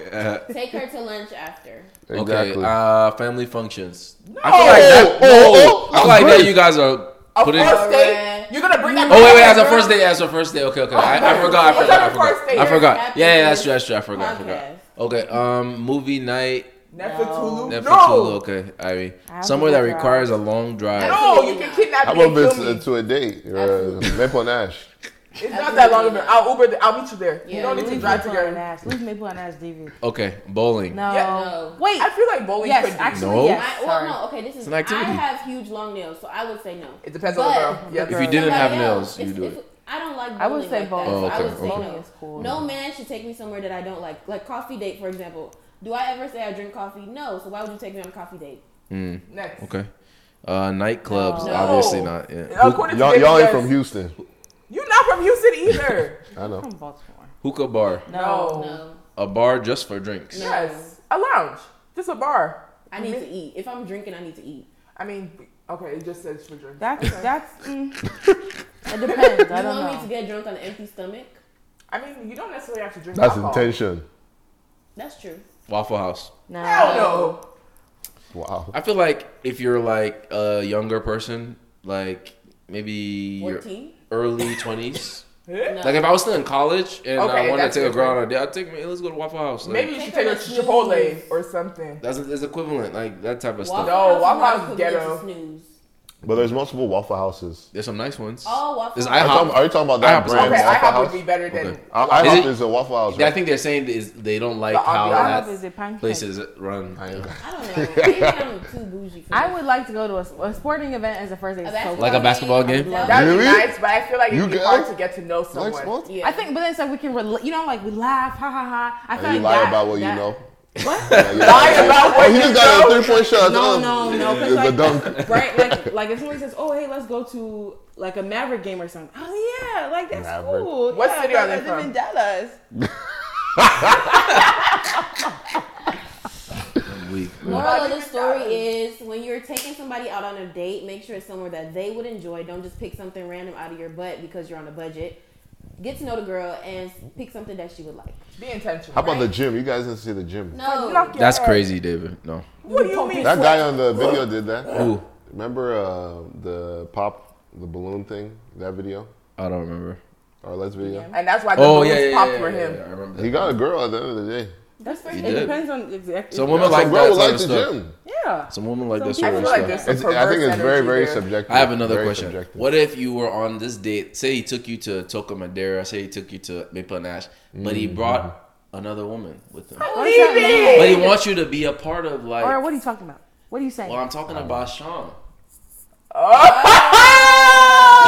Speaker 4: Take her to lunch after.
Speaker 3: Okay,
Speaker 1: Exactly.
Speaker 3: uh, family functions. I
Speaker 2: No.
Speaker 3: feel like that.
Speaker 1: Oh, oh, oh,
Speaker 3: I feel like
Speaker 1: great.
Speaker 3: that you guys are
Speaker 2: A
Speaker 3: putting.
Speaker 2: first
Speaker 3: Oh
Speaker 2: date. You're gonna bring that.
Speaker 3: wait, wait,
Speaker 2: girl-
Speaker 3: as a first date, as a first date. Okay, okay. I, I forgot. I
Speaker 2: It's
Speaker 3: forgot.
Speaker 2: our
Speaker 3: I
Speaker 2: first date.
Speaker 3: forgot. I forgot.
Speaker 4: Happy
Speaker 3: Yeah, yeah, that's true. That's true. I forgot. I
Speaker 4: podcast.
Speaker 3: forgot. Okay. Um, movie night.
Speaker 2: Nefertulu.
Speaker 3: Netflix.
Speaker 2: No.
Speaker 3: Okay. I mean,
Speaker 5: have
Speaker 3: somewhere
Speaker 5: to
Speaker 3: that
Speaker 5: look out.
Speaker 3: requires a long drive.
Speaker 2: No, you can kidnap
Speaker 1: How
Speaker 2: me and
Speaker 1: about
Speaker 2: kill
Speaker 1: this
Speaker 2: me.
Speaker 1: uh, to a date? Uh,
Speaker 4: Absolutely.
Speaker 1: Maple Nash.
Speaker 2: It's not that long of an. I'll Uber. The, I'll meet you there. You
Speaker 4: Yeah,
Speaker 2: don't need to
Speaker 5: Leave
Speaker 2: drive
Speaker 5: Maple and
Speaker 2: together.
Speaker 5: Ash. Leave Maple and Ash, David.
Speaker 3: Okay. Bowling.
Speaker 5: No.
Speaker 4: Yeah.
Speaker 5: Wait.
Speaker 2: I feel like bowling
Speaker 5: Yes,
Speaker 2: could be.
Speaker 5: actually,
Speaker 3: No.
Speaker 5: yes.
Speaker 4: I, well,
Speaker 5: sorry.
Speaker 4: no, okay, this is.
Speaker 3: an activity.
Speaker 4: I have huge long nails, so I would say no.
Speaker 2: It depends
Speaker 4: But-
Speaker 2: on the girl. Yeah,
Speaker 5: If
Speaker 3: If
Speaker 2: girl.
Speaker 3: you didn't have
Speaker 4: But
Speaker 3: nails,
Speaker 4: if-
Speaker 3: you do
Speaker 4: if-
Speaker 3: it.
Speaker 4: I don't like.
Speaker 5: I would
Speaker 4: bowling
Speaker 5: say
Speaker 4: like
Speaker 5: bowling.
Speaker 4: That,
Speaker 3: Oh,
Speaker 4: so I
Speaker 3: okay,
Speaker 4: would say
Speaker 5: okay.
Speaker 4: no.
Speaker 5: Is cool.
Speaker 4: No man should take me somewhere that I don't like, like coffee date, for example. Do I ever say I drink coffee? No. So why would you take me on a coffee date?
Speaker 2: Next.
Speaker 3: Okay. Uh, nightclubs.
Speaker 4: No.
Speaker 3: Obviously not. Yeah. Hook-
Speaker 2: According
Speaker 1: Y'all,
Speaker 2: to
Speaker 1: y'all ain't
Speaker 2: David
Speaker 1: from
Speaker 2: Jones,
Speaker 1: Houston.
Speaker 2: You're not from Houston either.
Speaker 1: I know.
Speaker 5: From Baltimore.
Speaker 3: hookah bar.
Speaker 2: no.
Speaker 4: No.
Speaker 3: A bar just for drinks.
Speaker 4: No.
Speaker 2: Yes. A lounge. Just a bar.
Speaker 4: I need to eat. If I'm drinking, I need to eat.
Speaker 2: I mean, okay. It just says for drink.
Speaker 5: That's that's. Mm, it depends. I
Speaker 4: You
Speaker 5: don't
Speaker 4: want
Speaker 5: know.
Speaker 4: me to get drunk on an empty stomach?
Speaker 2: I mean, you don't necessarily have to drink.
Speaker 1: That's
Speaker 2: alcohol.
Speaker 1: intention.
Speaker 4: That's true.
Speaker 3: Waffle House.
Speaker 5: No.
Speaker 2: Hell no.
Speaker 1: Wow.
Speaker 3: I feel like if you're like a younger person, like maybe your
Speaker 4: 14?
Speaker 3: early twenties.
Speaker 4: No.
Speaker 3: Like if I was still in college and
Speaker 2: Okay,
Speaker 3: I wanted
Speaker 2: that's
Speaker 3: to take a
Speaker 2: good
Speaker 3: girl
Speaker 2: point.
Speaker 3: on a date, I'd take me. Let's go to Waffle House. Like,
Speaker 2: Maybe you should take
Speaker 4: Take her
Speaker 2: her to
Speaker 4: to
Speaker 2: Chipotle
Speaker 4: Snooze.
Speaker 2: or something.
Speaker 3: that's it's equivalent, like that type of
Speaker 4: Waffle
Speaker 3: stuff.
Speaker 2: No, Waffle
Speaker 4: not
Speaker 2: House is
Speaker 4: equivalent
Speaker 2: ghetto.
Speaker 4: to Snooze.
Speaker 1: But there's multiple Waffle Houses.
Speaker 3: There's some nice ones.
Speaker 4: Oh, Waffle
Speaker 3: There's
Speaker 4: House.
Speaker 1: Are you talking,
Speaker 3: IHOP.
Speaker 1: are you talking about that
Speaker 3: IHOP is
Speaker 1: brand
Speaker 2: Okay, IHOP
Speaker 1: Waffle
Speaker 2: would
Speaker 1: House?
Speaker 2: be better than.
Speaker 3: Okay.
Speaker 1: I
Speaker 3: Is
Speaker 1: IHOP
Speaker 3: it-
Speaker 1: is a Waffle House.
Speaker 3: I
Speaker 1: Right?
Speaker 3: think they're saying is they don't like
Speaker 2: The
Speaker 3: how
Speaker 2: ambiance.
Speaker 3: that
Speaker 2: Yes.
Speaker 6: is it pancake?
Speaker 3: place is run.
Speaker 4: I don't know. Maybe I'm too bougie for
Speaker 6: I
Speaker 4: this.
Speaker 6: would like to go to a, a sporting event as a first date.
Speaker 4: A
Speaker 6: is so
Speaker 4: basketball
Speaker 6: cool.
Speaker 3: Like a basketball game?
Speaker 4: That
Speaker 2: That would be
Speaker 1: Really?
Speaker 2: nice, but I feel like
Speaker 1: You
Speaker 2: it'd be
Speaker 1: good?
Speaker 2: hard to get to know
Speaker 1: Like
Speaker 2: someone.
Speaker 1: sports?
Speaker 4: Yeah.
Speaker 6: I think, but then it's like we can, rela you know, like we laugh, ha ha ha. I feel
Speaker 1: Oh, you
Speaker 6: like
Speaker 1: lie
Speaker 6: that-
Speaker 1: about what
Speaker 6: that-
Speaker 1: you know.
Speaker 6: What?
Speaker 1: Yeah, you
Speaker 2: Lie
Speaker 1: lie.
Speaker 2: about what
Speaker 1: Oh, he
Speaker 2: you
Speaker 1: just got
Speaker 2: know.
Speaker 1: a three-point shot.
Speaker 6: No,
Speaker 1: Oh,
Speaker 6: no, no, 'cause
Speaker 1: It's a
Speaker 6: like-
Speaker 1: dunk.
Speaker 6: right? Like, like if someone says, "Oh, hey, let's go to like a Maverick game or something." Oh yeah, like that's
Speaker 1: Maverick.
Speaker 6: cool.
Speaker 2: What
Speaker 6: yeah,
Speaker 2: city are
Speaker 6: like,
Speaker 2: they
Speaker 6: I live In
Speaker 2: from?
Speaker 6: Dallas.
Speaker 3: Weak.
Speaker 4: Moral of the story is when you're taking somebody out on a date, make sure it's somewhere that they would enjoy. Don't just pick something random out of your butt because you're on a budget. Get to know the girl and pick something that she would like.
Speaker 2: Be intentional.
Speaker 1: How about the gym? You guys didn't see the gym.
Speaker 4: No.
Speaker 3: That's crazy, David. No.
Speaker 2: What do you mean?
Speaker 1: That guy on the video did that.
Speaker 3: Who?
Speaker 1: Remember uh, the pop, the balloon thing? That video?
Speaker 3: I don't remember.
Speaker 1: Or Les video?
Speaker 2: And that's why the
Speaker 3: Oh
Speaker 2: balloons
Speaker 3: yeah, yeah,
Speaker 2: popped
Speaker 3: yeah,
Speaker 2: for
Speaker 3: yeah,
Speaker 2: him.
Speaker 3: yeah, I remember that.
Speaker 1: He got a girl at the end of the day.
Speaker 6: That's
Speaker 3: You
Speaker 6: it
Speaker 3: did.
Speaker 6: depends on exactly.
Speaker 3: Some women
Speaker 1: Some
Speaker 3: like
Speaker 1: girl
Speaker 3: that
Speaker 1: would
Speaker 3: sort
Speaker 1: like
Speaker 3: of
Speaker 1: the
Speaker 3: stuff.
Speaker 1: gym.
Speaker 6: yeah.
Speaker 3: Some women like
Speaker 6: Some
Speaker 3: that
Speaker 6: people-
Speaker 3: sort
Speaker 2: I
Speaker 3: of
Speaker 2: feel like
Speaker 3: stuff.
Speaker 2: there's some
Speaker 1: It's, I think
Speaker 2: perverse
Speaker 1: it's very,
Speaker 2: energy
Speaker 1: very
Speaker 2: there.
Speaker 1: subjective.
Speaker 3: I have another
Speaker 1: Very
Speaker 3: question.
Speaker 1: subjective.
Speaker 3: What if you were on this date? Say he took you to Toca Madeira. Say he took you to Maple Nash, but he brought
Speaker 1: Mm.
Speaker 3: another woman with him.
Speaker 6: What does that mean?
Speaker 3: But he wants you to be a part of like.
Speaker 6: Or what are you talking about? What are you saying?
Speaker 3: Well, I'm talking
Speaker 1: Oh.
Speaker 3: about Sean.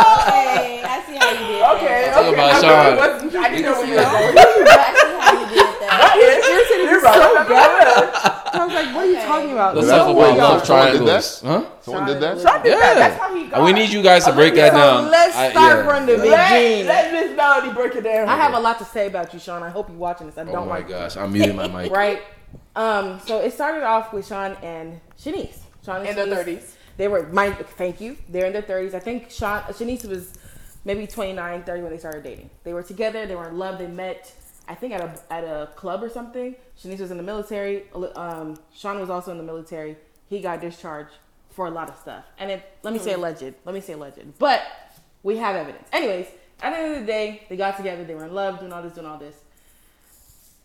Speaker 4: Okay, I see how you did that.
Speaker 2: Okay,
Speaker 3: Talk
Speaker 2: okay.
Speaker 3: about
Speaker 2: I
Speaker 3: Sean.
Speaker 2: really wasn't- I didn't know where you were going.
Speaker 4: I see how you did that.
Speaker 2: You're right.
Speaker 5: I was like, what are you
Speaker 4: Okay.
Speaker 5: talking about?
Speaker 3: Let's
Speaker 1: that
Speaker 3: talk
Speaker 1: what
Speaker 3: about
Speaker 1: y'all-
Speaker 3: love
Speaker 1: someone did
Speaker 3: triangles, huh?
Speaker 1: Someone did that?
Speaker 2: Sean did that.
Speaker 3: Yeah.
Speaker 2: That's how he got.
Speaker 3: And we need you guys to break that down.
Speaker 5: let's
Speaker 3: I-
Speaker 5: start
Speaker 3: yeah. Oh
Speaker 5: from the
Speaker 2: Let,
Speaker 5: beginning.
Speaker 2: let Miss Melody break it down.
Speaker 5: I have a lot to say about you, Sean. I hope you're watching this. I
Speaker 3: Oh
Speaker 5: don't
Speaker 3: my
Speaker 5: like
Speaker 3: gosh, I'm muting my mic.
Speaker 5: right? Um, so it started off with Sean and Shanice. Sean and
Speaker 2: In their
Speaker 5: Shanice,
Speaker 2: 30s.
Speaker 5: They were my thank you. They're in their thirties. I think Sean Shanice was maybe 29, 30 when they started dating. They were together. They were in love. They met. I think at a at a club or something. Shanice was in the military. Um, Sean was also in the military. He got discharged for a lot of stuff. And it, let me say alleged. Let me say alleged. But we have evidence. Anyways, at the end of the day, they got together. They were in love, doing all this, doing all this.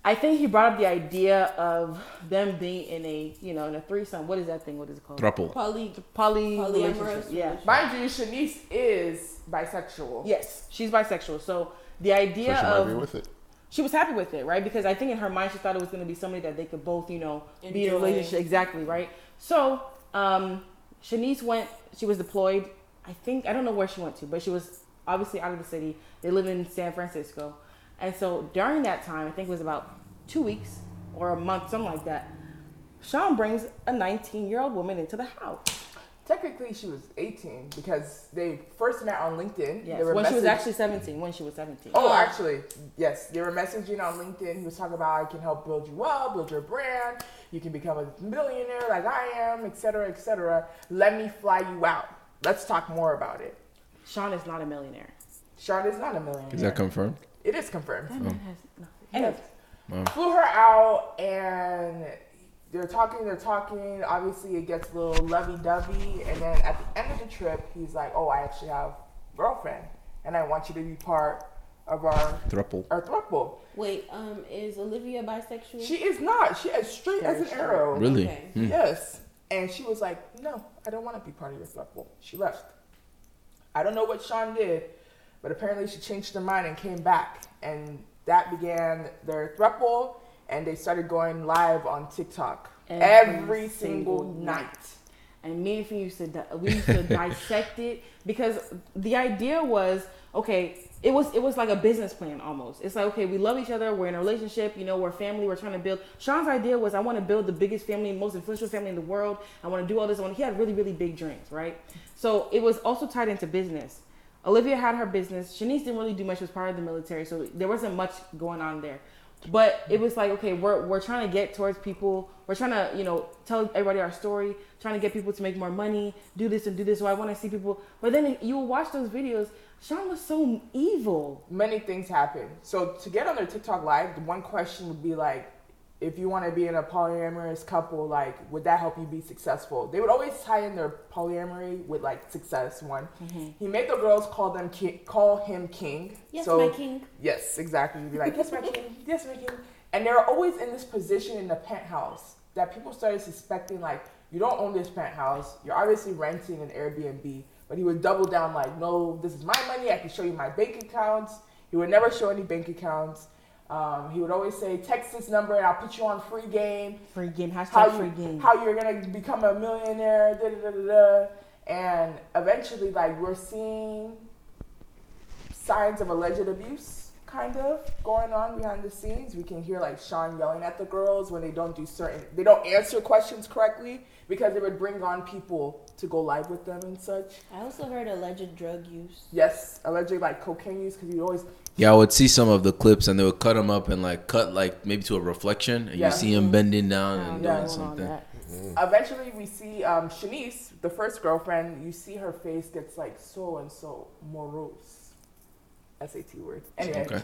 Speaker 5: I think he brought up the idea of them being in a, you know, in a threesome. What is that thing? What is it called?
Speaker 3: Thruple.
Speaker 4: Polly,
Speaker 5: Poly
Speaker 4: Polyamorous
Speaker 5: relationship. Yeah.
Speaker 2: Mind you, Shanice is bisexual.
Speaker 5: Yes, she's bisexual. So the
Speaker 1: So she
Speaker 5: idea
Speaker 1: might be
Speaker 5: of
Speaker 1: with it.
Speaker 5: she was happy with it, right? Because I think in her mind she thought it was going to be somebody that they could both, you know, be in a
Speaker 4: Enjoy.
Speaker 5: relationship. Exactly, right? So um, Shanice went. She was deployed. I think I don't know where she went to, but she was obviously out of the city. They live in San Francisco, and so during that time, I think it was about two weeks or a month, something like that. Sean brings a 19-year-old woman into the house.
Speaker 2: Technically, she was 18 because they first met on LinkedIn.
Speaker 5: Yes,
Speaker 2: They were
Speaker 5: when she was
Speaker 2: messaging-
Speaker 5: actually 17. When she was 17.
Speaker 2: Oh, actually, yes. They were messaging on LinkedIn. He was talking about I can help build you up, build your brand. You can become a millionaire like I am, et cetera, et cetera. Let me fly you out. Let's talk more about it.
Speaker 5: Sean is not a millionaire.
Speaker 2: Sean is not a millionaire.
Speaker 3: Is that confirmed?
Speaker 2: it is confirmed.
Speaker 5: Anyways,
Speaker 2: flew her out and they're talking, they're talking. Obviously, it gets a little lovey dovey. And then at the end of the trip, he's like, Oh, I actually have a girlfriend and I want you to be part of our,
Speaker 3: Thruple.
Speaker 2: our throuple.
Speaker 4: wait, um, is Olivia bisexual?
Speaker 2: She is not. She is straight as an arrow.
Speaker 3: Really?
Speaker 4: Okay.
Speaker 2: Mm-hmm.
Speaker 3: Hmm.
Speaker 2: Yes. And she was like, No, I don't want to be part of your throuple. She left. I don't know what Sean did, but apparently she changed her mind and came back. And that began their throuple, and they started going live on TikTok every,
Speaker 5: Every
Speaker 2: single,
Speaker 5: single
Speaker 2: night.
Speaker 5: and me and Fee used to di- we used to dissect it because the idea was okay. It was it was like a business plan almost. It's like okay, we love each other. We're in a relationship. You know, we're family. We're trying to build. Sean's idea was I want to build the biggest family, most influential family in the world. I want to do all this. I want. He had really really big dreams, right? So it was also tied into business. Olivia had her business. Shanice didn't really do much. She was part of the military, so there wasn't much going on there. But it was like, okay, we're, we're trying to get towards people. We're trying to, you know, tell everybody our story, trying to get people to make more money, do this and do this. So I want to see people. But then you will watch those videos. Sean was so evil.
Speaker 2: Many things happened. So to get on their TikTok live, the one question would be like, if you want to be in a polyamorous couple, like, would that help you be successful? They would always tie in their polyamory with like success. One, he made the girls call them ki- call him king.
Speaker 4: Mm-hmm. Yes,
Speaker 2: So-
Speaker 4: my king.
Speaker 2: Yes, exactly. You'd be like, yes, my king, yes, my king. And they're always in this position in the penthouse that people started suspecting, like, you don't own this penthouse. You're obviously renting an Airbnb. But he would double down, like, no, this is my money. I can show you my bank accounts. He would never show any bank accounts. Um, he would always say, text this number and I'll put you on free game
Speaker 6: Free game. Hashtag
Speaker 2: how
Speaker 6: free
Speaker 2: you,
Speaker 6: game.
Speaker 2: how you're gonna become a millionaire, da da da da. da. And eventually, like we're seeing signs of alleged abuse, kind of going on behind the scenes. We can hear like Sean yelling at the girls when they don't do certain, they don't answer questions correctly because it would bring on people to go live with them and such.
Speaker 4: I also heard alleged drug use.
Speaker 2: Yes, allegedly like cocaine use because you always
Speaker 3: Yeah, I would see some of the clips and they would cut them up and like cut like maybe to a reflection and
Speaker 2: Yeah.
Speaker 3: you see him bending down and
Speaker 2: Yeah.
Speaker 3: doing
Speaker 2: Hold
Speaker 3: something.
Speaker 2: eventually we see um, Shanice, the first girlfriend. You see her face gets like so and so morose. SAT word. Anyway,
Speaker 3: Okay.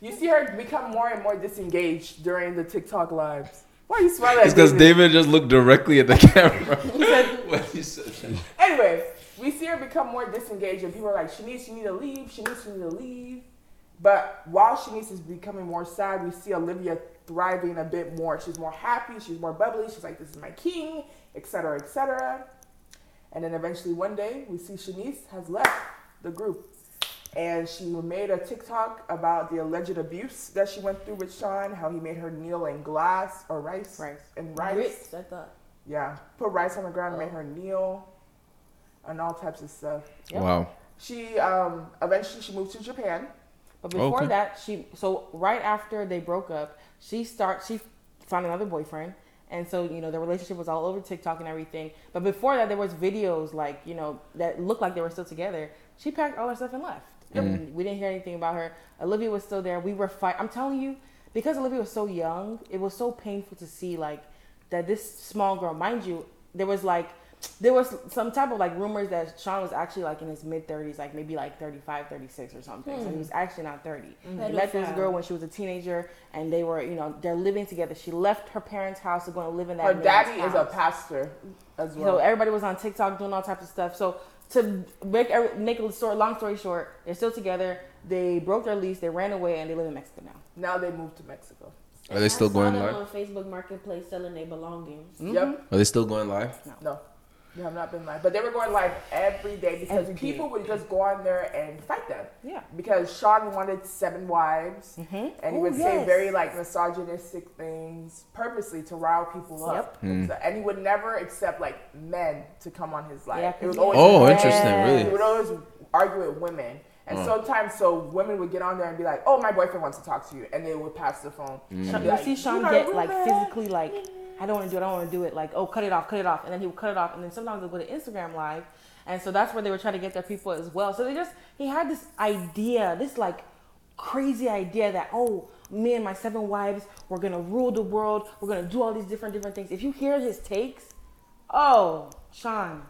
Speaker 2: you see her become more and more disengaged during the TikTok lives. Why are you smiling?
Speaker 3: It's
Speaker 2: at
Speaker 3: because
Speaker 2: David?
Speaker 3: David just looked directly at the camera. When he said that.
Speaker 2: Anyway, we see her become more disengaged, and people are like, Shanice, you need to leave. Shanice, you need to leave. But while Shanice is becoming more sad, we see Olivia thriving a bit more. She's more happy. She's more bubbly. She's like, this is my king, etc., cetera, etc. Cetera. And then eventually one day, we see Shanice has left the group. And she made a TikTok about the alleged abuse that she went through with Sean, how he made her kneel in glass or rice.
Speaker 5: Rice.
Speaker 2: And rice.
Speaker 4: Grits, I thought.
Speaker 2: Yeah, put rice on the ground,
Speaker 5: Oh.
Speaker 2: made her kneel, and all types of stuff.
Speaker 3: Wow.
Speaker 2: She um, eventually she moved to Japan.
Speaker 5: But before
Speaker 3: Okay.
Speaker 5: that, she so right after they broke up, she start she found another boyfriend, and so you know their relationship was all over TikTok and everything. But before that, there was videos like you know that looked like they were still together. She packed all her stuff and left. And we didn't hear anything about her. Olivia was still there. We were fight. I'm telling you, because Olivia was so young, it was so painful to see like that this small girl, mind you, there was like there was some type of like rumors that Sean was actually like in his mid 30s, like maybe like 35, 36 or something. So he was
Speaker 2: Hmm.
Speaker 5: actually not 30. He met this girl when she was a teenager and they were, you know, they're living together. She left her parents' house to go and live in that
Speaker 2: Her
Speaker 5: man's
Speaker 2: daddy is a
Speaker 5: house.
Speaker 2: pastor as
Speaker 5: So e-
Speaker 2: well.
Speaker 5: everybody was on TikTok doing all types of stuff. So to make every- make a story, long story short, they're still together. They broke their lease. They ran away, and they live in Mexico now.
Speaker 2: now they moved to Mexico.
Speaker 3: Are they still
Speaker 4: I saw
Speaker 3: going
Speaker 4: them
Speaker 3: live?
Speaker 4: on Facebook Marketplace selling their belongings.
Speaker 5: Mm-hmm.
Speaker 2: Yep.
Speaker 3: Are they still going live?
Speaker 2: No, you have not been live, but they were going live every day because
Speaker 5: Every day.
Speaker 2: people would just go on there and fight them.
Speaker 5: Yeah.
Speaker 2: Because Sean wanted seven wives, and he
Speaker 5: Mm-hmm. Ooh,
Speaker 2: would say
Speaker 5: yes.
Speaker 2: very like misogynistic things purposely to rile people up. So- and he would never accept like men to come on his live.
Speaker 5: Yeah,
Speaker 2: it was
Speaker 5: 'cause-
Speaker 2: always
Speaker 3: Oh,
Speaker 2: men.
Speaker 3: interesting.
Speaker 2: He
Speaker 3: Really?
Speaker 2: would always argue with women. And sometimes, so women would get on there and be like, "Oh, my boyfriend wants to talk to you," and they would pass the phone.
Speaker 5: Sean,
Speaker 2: Like,
Speaker 5: you see
Speaker 2: "You're
Speaker 5: Sean
Speaker 2: not a
Speaker 5: get like
Speaker 2: woman."
Speaker 5: physically like, I don't want to do it. I don't want to do it. Like, oh, cut it off, cut it off, and then he would cut it off, and then sometimes they'll go to Instagram live, and so that's where they were trying to get their people as well. So they just he had this idea, this like crazy idea that oh, me and my seven wives, we're gonna rule the world. We're gonna do all these different different things. If you hear his takes, oh, Sean,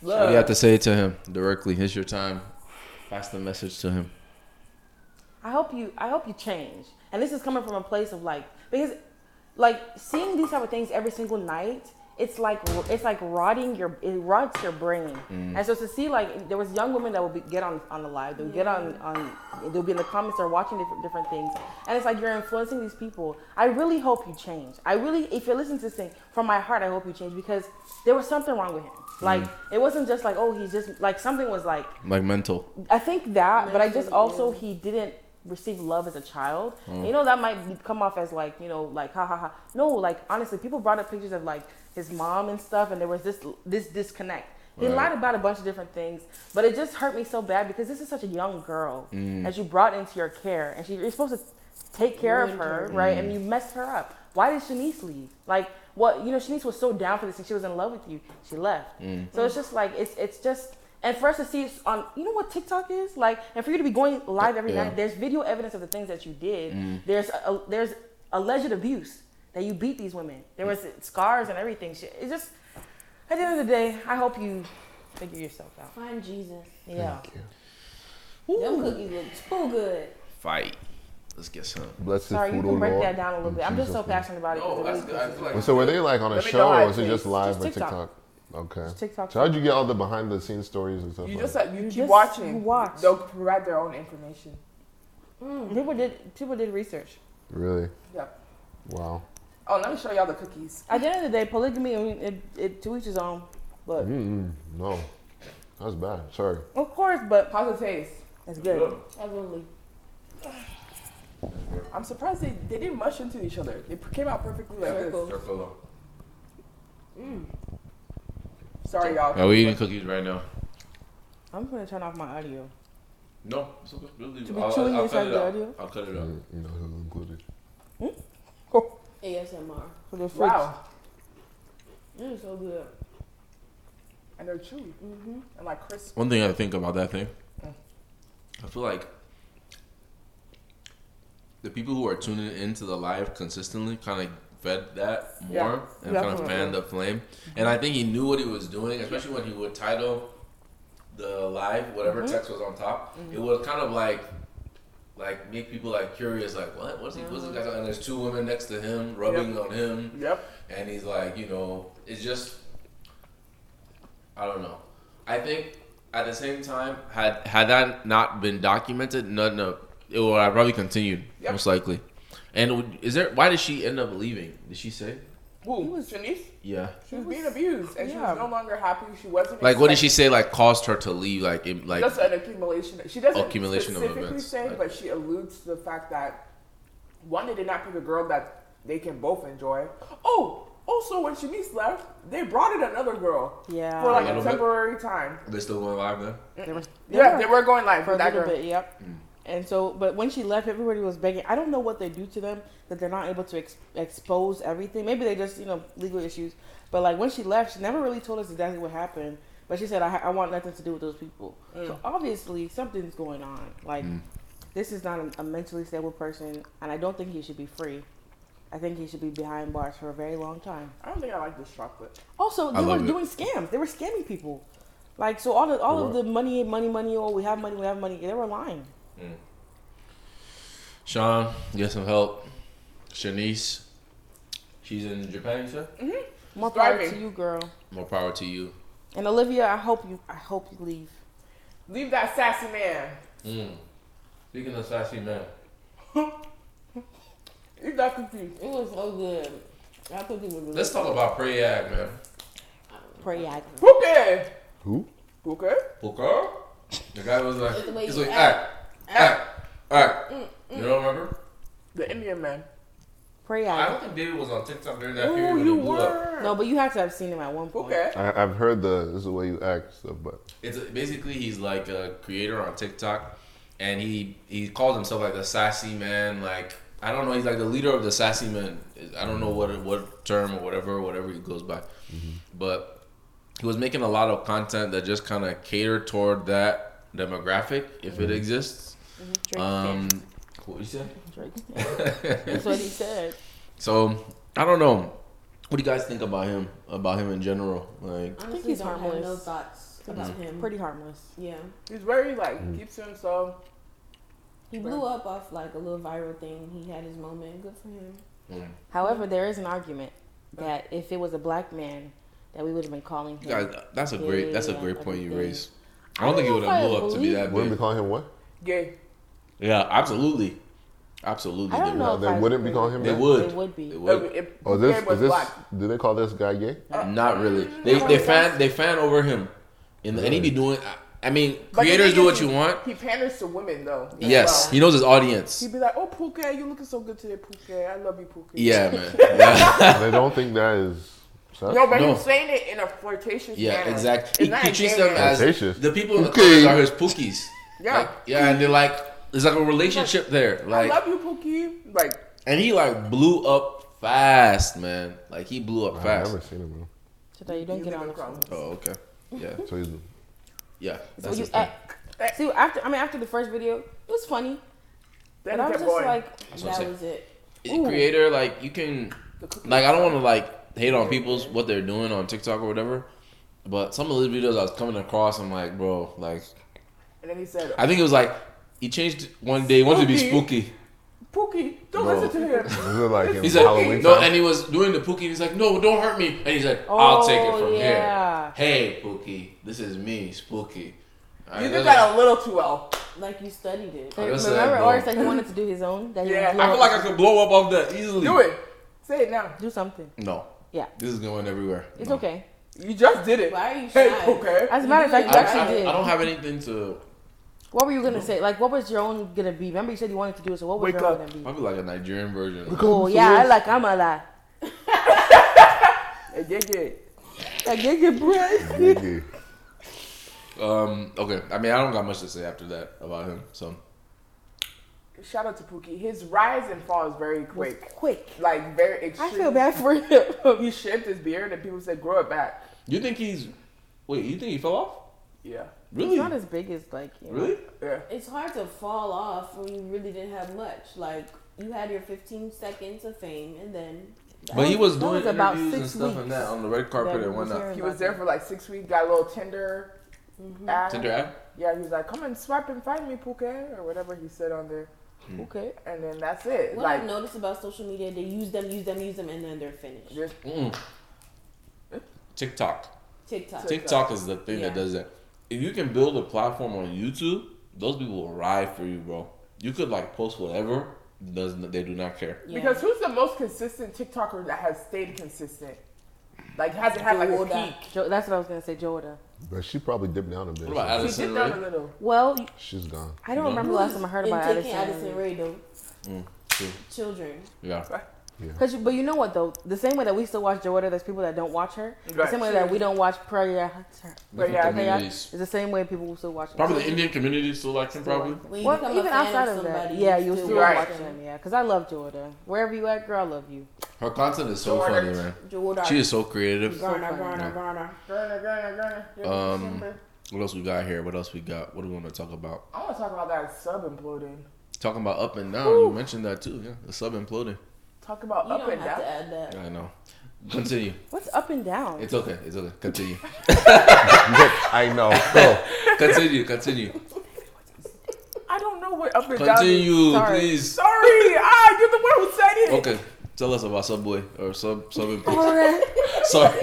Speaker 3: What do you have to say to him directly? Here's your time. Pass the message to him.
Speaker 5: I hope you I hope you change. And this is coming from a place of like because like seeing these type of things every single night, it's like it's like rotting your it rots your brain. And so to see like there was young women that would be, get on on the live, they would get on on they'll be in the comments, they're watching different different things, and it's like you're influencing these people. I really hope you change. I really if you're listening to this thing from my heart, I hope you change because there was something wrong with him. Like it wasn't just like oh he's just like something was like
Speaker 3: Like mental.
Speaker 5: I think that, but I just
Speaker 4: Literally,
Speaker 5: also
Speaker 4: yeah.
Speaker 5: he didn't receive love as a child. You know that might come off as like you know like ha ha ha. No, like honestly, people brought up pictures of like his mom and stuff, and there was this this disconnect. He
Speaker 3: Right.
Speaker 5: lied about a bunch of different things, but it just hurt me so bad because this is such a young girl that you brought into your care, and she, you're supposed to take care of
Speaker 4: Ruined
Speaker 5: her,
Speaker 4: her.
Speaker 5: right? And you messed her up. Why did Shanice leave? Like, what you know, Shanice was so down for this, and she was in love with you. She left. So it's just like it's it's just. And for us to see it on, you know what TikTok is like, and for you to be going live every
Speaker 3: Yeah.
Speaker 5: night, there's video evidence of the things that you did. There's a, a- there's alleged abuse that you beat these women. There was scars and everything. Shit, It's just at the end of the day, I hope you figure yourself out.
Speaker 4: Find Jesus.
Speaker 5: Yeah.
Speaker 4: Them cookies look too good.
Speaker 3: Fight. Let's get some.
Speaker 1: Blessed
Speaker 5: Sorry, you
Speaker 1: food,
Speaker 5: can
Speaker 1: O
Speaker 5: break
Speaker 1: Lord,
Speaker 5: that down a little
Speaker 1: in
Speaker 5: bit. I'm just so
Speaker 1: Jesus' name.
Speaker 5: passionate about it. 'cause
Speaker 3: No,
Speaker 5: it
Speaker 3: that's
Speaker 5: really
Speaker 3: good. I
Speaker 5: touches
Speaker 3: feel like
Speaker 1: Well, So were they like on a
Speaker 5: Let me
Speaker 1: show
Speaker 5: know
Speaker 1: or
Speaker 5: how
Speaker 1: was
Speaker 5: it
Speaker 1: it just
Speaker 5: tastes.
Speaker 1: live
Speaker 5: Just
Speaker 1: on
Speaker 5: TikTok.
Speaker 1: TikTok? Okay.
Speaker 5: TikTok.
Speaker 1: So how'd you get all the behind the scenes stories and stuff?
Speaker 2: You
Speaker 1: like
Speaker 2: just
Speaker 1: that?
Speaker 2: like, you, keep
Speaker 5: just-
Speaker 2: watching.
Speaker 5: you watch.
Speaker 2: They'll provide their own information.
Speaker 4: mm,
Speaker 5: People did people did research.
Speaker 1: really?
Speaker 2: Yep.
Speaker 1: Wow.
Speaker 2: Oh, let me show y'all the cookies.
Speaker 5: At the end of the day, polygamy I mean, it, it to each his own. But
Speaker 1: Mm-mm. No, that's bad. Sorry.
Speaker 5: of course, but
Speaker 2: How's it taste?
Speaker 5: it's good.
Speaker 4: Absolutely.
Speaker 2: I'm surprised they, they didn't mush into each other. They came out perfectly like this. Sorry, y'all.
Speaker 3: Yeah, we eating cookies right now.
Speaker 5: I'm gonna turn off my audio.
Speaker 3: No, it's okay. Really,
Speaker 5: To be chewing inside the audio?
Speaker 3: I'll cut it out.
Speaker 1: Mm, You know, who included.
Speaker 4: ASMR.
Speaker 5: For the freaks.
Speaker 2: Wow.
Speaker 4: This is so good.
Speaker 2: And they're chewy
Speaker 4: Mm-hmm.
Speaker 2: and like crisp.
Speaker 3: One thing I think about that thing, I feel like the people who are tuning into the live consistently kind of fed that more
Speaker 2: Yeah, Mm-hmm.
Speaker 3: and kind of
Speaker 5: definitely.
Speaker 3: fanned the flame. And I think he knew what he was doing, especially when he would title the live whatever
Speaker 2: Mm-hmm.
Speaker 3: text was on top. It would kind of like like make people like curious, like what? What's he? What's this guy? doing? And there's two women next to him, rubbing on him
Speaker 2: Mm-hmm. Yep.
Speaker 3: and he's like, you know, it's just, I don't know. I think at the same time, had had that not been documented, none of it would have probably continued
Speaker 2: Yep.
Speaker 3: most likely. And would- is there why did she end up leaving? Did she say?
Speaker 2: Who? Shanice.
Speaker 3: Yeah.
Speaker 2: She was, being abused and she was no longer happy. She wasn't.
Speaker 3: Like what did she
Speaker 2: expecting-
Speaker 3: say? Like caused her to leave? Like it, like
Speaker 2: Just an accumulation. She doesn't
Speaker 3: Accumulation of
Speaker 2: specifically
Speaker 3: events,
Speaker 2: say,
Speaker 3: like-
Speaker 2: but she alludes to the fact that one, they did not pick a girl that they can both enjoy. Oh, also when Shanice left, they brought in another girl
Speaker 5: Yeah.
Speaker 2: for like
Speaker 3: A
Speaker 2: a,
Speaker 3: little bit.
Speaker 2: temporary time.
Speaker 3: they still going live then?
Speaker 5: They were-
Speaker 2: Yeah, they were going live
Speaker 5: for a
Speaker 2: with that
Speaker 5: little
Speaker 2: girl.
Speaker 5: bit, yep. And so, but when she left, everybody was begging. I don't know what they do to them that they're not able to ex- expose everything. Maybe they just, you know, legal issues. But like when she left, she never really told us exactly what happened. But she said, I, ha- I want nothing to do with those people.
Speaker 2: Mm.
Speaker 5: So obviously, something's going on. Like, this is not a, a mentally stable person, and I don't think he should be free. I think he should be behind bars for a very long time.
Speaker 2: I don't think I like this chocolate.
Speaker 5: Also, they were
Speaker 3: love it.
Speaker 5: doing scams. They were scamming people. Like so, all the all of
Speaker 1: They
Speaker 5: the money, money, money. Oh, we have money, we have money. They were lying.
Speaker 3: Sean, get some help. Shanice, she's in Japan, you said.
Speaker 5: More power to
Speaker 2: Thriving.
Speaker 5: you, girl.
Speaker 3: More power to you.
Speaker 5: And Olivia, I hope you, I hope you leave.
Speaker 2: Leave that sassy man.
Speaker 3: Mm. Speaking of sassy man,
Speaker 2: Leave that cookie.
Speaker 4: It was so good. I thought it was really
Speaker 3: let's talk about Prayag, man.
Speaker 5: Pray act.
Speaker 2: Pookie.
Speaker 1: Who?
Speaker 2: Pookie.
Speaker 3: Hooker? The guy was like,
Speaker 4: It's the way
Speaker 3: he's
Speaker 4: you
Speaker 3: like, act, act, act. You don't remember?
Speaker 2: The Indian man.
Speaker 5: Pray
Speaker 3: I
Speaker 5: act.
Speaker 3: don't think David was on TikTok during that period.
Speaker 2: Oh,
Speaker 3: when
Speaker 2: you
Speaker 3: he blew up.
Speaker 2: were.
Speaker 5: No, but you have to have seen him at one point.
Speaker 2: Okay.
Speaker 1: I, I've heard the this is the way you act stuff, but
Speaker 3: It's basically he's like a creator on TikTok, and he he calls himself like the sassy man. Like I don't know, he's like the leader of the sassy men. I don't know what what term or whatever whatever he goes by, but he was making a lot of content that just kind of catered toward that demographic if it exists.
Speaker 4: Mm-hmm.
Speaker 5: Drake
Speaker 3: Um, what you say?
Speaker 5: did. Drake did. That's what he said.
Speaker 3: So I don't know. What do you guys think about him? About him in general? Like,
Speaker 4: Honestly,
Speaker 5: he's
Speaker 4: don't have no
Speaker 5: harmless.
Speaker 4: thoughts about him.
Speaker 5: Pretty harmless.
Speaker 4: Yeah.
Speaker 2: He's very like keeps to himself.
Speaker 4: He blew up off like a little viral thing. He had his moment. Good for him.
Speaker 5: However, there is an argument that if it was a black man, that we would have been calling him.
Speaker 3: you guys, that's a great. That's a
Speaker 5: Yeah,
Speaker 3: great point you
Speaker 5: everything.
Speaker 3: raised. I don't think it
Speaker 5: don't
Speaker 3: would
Speaker 5: know if
Speaker 3: have
Speaker 5: I
Speaker 3: blew up to be that
Speaker 1: wouldn't
Speaker 3: big.
Speaker 1: be calling him what?
Speaker 2: Gay.
Speaker 3: Yeah, absolutely, absolutely.
Speaker 5: I don't
Speaker 3: they
Speaker 5: know.
Speaker 1: No,
Speaker 5: if
Speaker 1: they
Speaker 5: I
Speaker 1: wouldn't be
Speaker 5: agree.
Speaker 1: calling him.
Speaker 3: Would. They
Speaker 1: that?
Speaker 3: would.
Speaker 5: It would be.
Speaker 3: They
Speaker 2: If,
Speaker 3: would.
Speaker 2: if
Speaker 1: Oh, this
Speaker 2: Pookie was
Speaker 1: is this.
Speaker 2: black,
Speaker 1: Do they call this guy gay?
Speaker 3: Not really. They they fan they fan over him, and, and he be doing. I- I mean,
Speaker 2: But the
Speaker 3: creators
Speaker 2: thing
Speaker 3: do
Speaker 2: is
Speaker 3: what
Speaker 2: he-
Speaker 3: you want.
Speaker 2: he panders to women though. as
Speaker 3: Yes,
Speaker 2: well.
Speaker 3: he knows his audience.
Speaker 2: He'd be like, "Oh, Pookie, you looking so good today, Pookie. I love you, Pookie."
Speaker 3: Yeah, man. Yeah,
Speaker 1: they don't think that is. sus-
Speaker 2: No, but
Speaker 3: No.
Speaker 2: he's saying it in a flirtatious
Speaker 3: yeah
Speaker 2: manner.
Speaker 3: exactly.
Speaker 2: It's
Speaker 3: He,
Speaker 2: not
Speaker 3: he
Speaker 2: a
Speaker 3: treats
Speaker 2: gay
Speaker 3: them
Speaker 2: man.
Speaker 3: as
Speaker 1: Flirtatious.
Speaker 3: the people in the
Speaker 1: Okay.
Speaker 3: comments are his pookies.
Speaker 2: Yeah.
Speaker 3: Like, yeah, and they're like, there's like a relationship there.
Speaker 2: I
Speaker 3: Like,
Speaker 2: love you, Pookie. Like
Speaker 3: And he like blew up fast, man. Like he blew up
Speaker 1: I've
Speaker 3: fast.
Speaker 1: never seen him. Man.
Speaker 5: So that you don't
Speaker 2: you
Speaker 5: get
Speaker 2: live
Speaker 5: on
Speaker 2: in
Speaker 5: the phone.
Speaker 2: Cromwell.
Speaker 3: Oh, okay. Yeah,
Speaker 1: So he's
Speaker 3: yeah.
Speaker 5: So
Speaker 3: That's
Speaker 5: you
Speaker 3: his thing.
Speaker 2: Eh.
Speaker 5: act- See after I mean after the first video, it was funny,
Speaker 2: then
Speaker 5: but I
Speaker 2: he
Speaker 5: was
Speaker 2: kept
Speaker 5: just
Speaker 2: going.
Speaker 5: like,
Speaker 3: what I'm
Speaker 4: that
Speaker 3: saying.
Speaker 4: was it.
Speaker 3: As a creator, like you can, like I don't want to like hate on people's what they're doing on TikTok or whatever, but some of those videos I was coming across, I'm like, bro, like
Speaker 2: and then he said,
Speaker 3: I think it was like he changed one day, he wanted to be
Speaker 2: Spooky.
Speaker 3: spooky.
Speaker 2: Pookie, don't
Speaker 1: Bro.
Speaker 2: listen to him.
Speaker 1: Is it like in
Speaker 3: He's
Speaker 1: Halloween
Speaker 3: like, no,
Speaker 1: time?
Speaker 3: and he was doing the Pookie. And he's like, no, don't hurt me. And he's like, I'll take it
Speaker 5: Oh,
Speaker 3: from
Speaker 5: yeah.
Speaker 3: here. Hey, Pookie, this is me, Spooky. All
Speaker 2: You
Speaker 3: right,
Speaker 2: did
Speaker 3: that's-
Speaker 2: that a little too well.
Speaker 4: Like you studied it.
Speaker 3: I guess
Speaker 4: Remember,
Speaker 3: that,
Speaker 4: or
Speaker 3: bro.
Speaker 4: it's like he wanted to do his own. That
Speaker 2: Yeah.
Speaker 4: He
Speaker 3: I feel like I could blow up off that easily.
Speaker 2: Do it. Say it now.
Speaker 4: do something.
Speaker 3: No.
Speaker 4: Yeah.
Speaker 3: This is going everywhere.
Speaker 4: It's
Speaker 3: No.
Speaker 4: okay.
Speaker 2: You just did it.
Speaker 4: Why are you
Speaker 2: Hey,
Speaker 4: shy?
Speaker 2: okay.
Speaker 5: As a matter of fact, you
Speaker 3: I,
Speaker 5: actually
Speaker 3: I,
Speaker 4: did.
Speaker 3: I don't have anything to.
Speaker 4: What were you gonna say? Like, what was your own gonna be? Remember, you said you wanted to do it. So, what was
Speaker 2: Wake
Speaker 4: your own
Speaker 2: up.
Speaker 4: gonna be?
Speaker 3: Might be like a Nigerian version.
Speaker 4: Oh yeah, I like I'm alive.
Speaker 2: Hey, yeah, yeah.
Speaker 4: Like, get your breath.
Speaker 1: Nigga.
Speaker 3: Um. Okay. I mean, I don't got much to say after that about him. So
Speaker 2: Shout out to Pookie. His rise and fall is very quick.
Speaker 4: Quick.
Speaker 2: Like, very
Speaker 4: I
Speaker 2: extreme.
Speaker 4: feel bad for him.
Speaker 2: He shaved his beard and people said, grow it back.
Speaker 3: you think he's? Wait, you think he fell off?
Speaker 2: Yeah.
Speaker 3: Really?
Speaker 4: He's not as big as like. You know.
Speaker 3: really?
Speaker 2: Yeah.
Speaker 4: It's hard to fall off when you really didn't have much. Like you had your 15 seconds of fame, and then.
Speaker 3: But he was
Speaker 4: that
Speaker 3: doing
Speaker 4: was about
Speaker 3: interviews and
Speaker 4: six
Speaker 3: stuff
Speaker 4: weeks
Speaker 3: and that on the red carpet
Speaker 4: that
Speaker 3: and
Speaker 4: we was
Speaker 3: whatnot.
Speaker 4: hearing
Speaker 2: He
Speaker 4: about
Speaker 2: was there
Speaker 4: that.
Speaker 2: for like six weeks, got a little Tinder
Speaker 4: Mm-hmm.
Speaker 2: ad.
Speaker 3: Tinder app.
Speaker 2: Yeah, he was like, come and swipe and find me, Pookie, or whatever he said on there.
Speaker 4: Okay.
Speaker 2: And then that's it.
Speaker 4: What
Speaker 2: like,
Speaker 4: I've noticed about social media, they use them, use them, use them, and then they're finished.
Speaker 2: just
Speaker 3: Mm. TikTok.
Speaker 4: TikTok.
Speaker 3: TikTok is the thing that
Speaker 4: Yeah.
Speaker 3: does that. If you can build a platform on YouTube, those people will ride for you, bro. You could like post whatever. Does they do not care?
Speaker 4: Yeah.
Speaker 2: Because who's the most consistent TikToker that has stayed consistent? Like hasn't had like a
Speaker 4: Jordan.
Speaker 2: peak.
Speaker 4: Jo- that's what I was gonna say, Jordan.
Speaker 1: But she probably dipped down a bit.
Speaker 3: What about
Speaker 2: She dipped
Speaker 3: Addison
Speaker 2: down a
Speaker 3: Ray?
Speaker 2: little.
Speaker 4: Well,
Speaker 1: She's gone.
Speaker 5: I don't remember the last time I heard
Speaker 4: in
Speaker 5: about
Speaker 4: taking
Speaker 5: Addison.
Speaker 4: Addison Ray though.
Speaker 3: Mm, true.
Speaker 4: Children.
Speaker 3: Yeah.
Speaker 5: Cause, you- but you know what though? The same way that we still watch Joetta, there's people that don't watch her. The
Speaker 2: Right.
Speaker 5: same way that we don't watch Prayer.
Speaker 2: But
Speaker 3: Different
Speaker 2: yeah, I think
Speaker 5: Prayer
Speaker 3: communities.
Speaker 5: is the same way people will still watch. her.
Speaker 3: Probably the Indian community still likes him. Probably.
Speaker 4: When you
Speaker 5: Well,
Speaker 4: become
Speaker 5: even
Speaker 4: a fan
Speaker 5: outside
Speaker 4: of
Speaker 5: of, that,
Speaker 4: somebody,
Speaker 5: yeah,
Speaker 4: you
Speaker 5: you
Speaker 4: still
Speaker 5: still
Speaker 2: watch
Speaker 5: watch
Speaker 4: them.
Speaker 5: them, yeah. Cause I love Jordan. Wherever you at, girl, I love you.
Speaker 3: Her content is so
Speaker 2: Jordan.
Speaker 3: funny, man.
Speaker 4: Jordan.
Speaker 3: She is so creative.
Speaker 4: Garner,
Speaker 5: so funny.
Speaker 4: Garner,
Speaker 3: Yeah.
Speaker 4: Garner.
Speaker 2: Garner, Garner, Garner. You're
Speaker 3: Um,
Speaker 2: December.
Speaker 3: What else we got here? What else we got? What do we want to talk about?
Speaker 2: I want to talk about that sub imploding.
Speaker 3: Talking about up and down. You mentioned that too. Yeah, the sub imploding.
Speaker 2: Talk about
Speaker 4: You
Speaker 2: up
Speaker 4: don't
Speaker 2: and down.
Speaker 4: have to add that.
Speaker 3: I know. Continue.
Speaker 5: What's up and down?
Speaker 3: It's okay. It's okay. Continue.
Speaker 1: I know. Go.
Speaker 3: Continue. Continue.
Speaker 2: I don't know what up and down. Is.
Speaker 3: Continue,
Speaker 5: Sorry.
Speaker 3: please.
Speaker 2: Sorry, ah, you're the one who said it.
Speaker 3: Okay. Tell us about Subway or sub sub implosion. Sorry.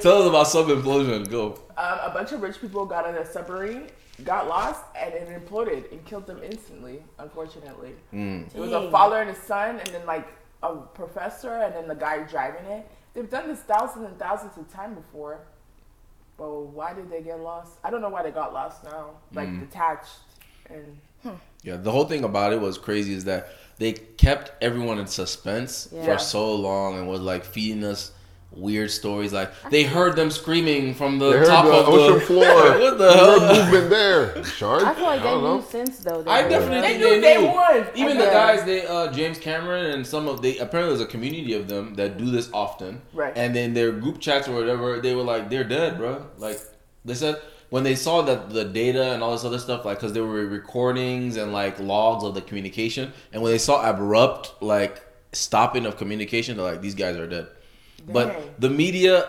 Speaker 3: Tell us about sub implosion. Go.
Speaker 2: Um, a bunch of rich people got on a submarine, got lost, and it imploded and killed them instantly. Unfortunately, it was a
Speaker 4: Dang.
Speaker 2: father and a son, and then like a professor, and then the guy driving it. They've done this thousands and thousands of times before. But why did they get lost? I don't know why they got lost now. Like
Speaker 3: Mm.
Speaker 2: detached, and
Speaker 3: Yeah, the whole thing about it was crazy is that they kept everyone in suspense
Speaker 5: Yeah.
Speaker 3: for so long and was like feeding us weird stories. Like they heard them screaming from the
Speaker 1: They heard
Speaker 3: top
Speaker 1: the
Speaker 3: of
Speaker 1: ocean
Speaker 3: the
Speaker 1: floor.
Speaker 3: What the
Speaker 1: Her
Speaker 3: hell?
Speaker 1: movement there. Shark?
Speaker 5: I feel like they
Speaker 1: don't
Speaker 5: knew
Speaker 1: know.
Speaker 5: since though. that-
Speaker 3: I definitely
Speaker 2: they
Speaker 3: think
Speaker 2: knew they
Speaker 3: knew.
Speaker 2: won.
Speaker 3: Even the
Speaker 5: Yeah.
Speaker 3: guys, they uh, James Cameron and some of they apparently there's a community of them that do this often.
Speaker 2: Right.
Speaker 3: And then their group chats or whatever, they were like, they're dead, bro. Like they said when they saw that the data and all this other stuff, like because there were recordings and like logs of the communication, and when they saw abrupt like stopping of communication, they're like, these guys are dead.
Speaker 2: Dang.
Speaker 3: But the media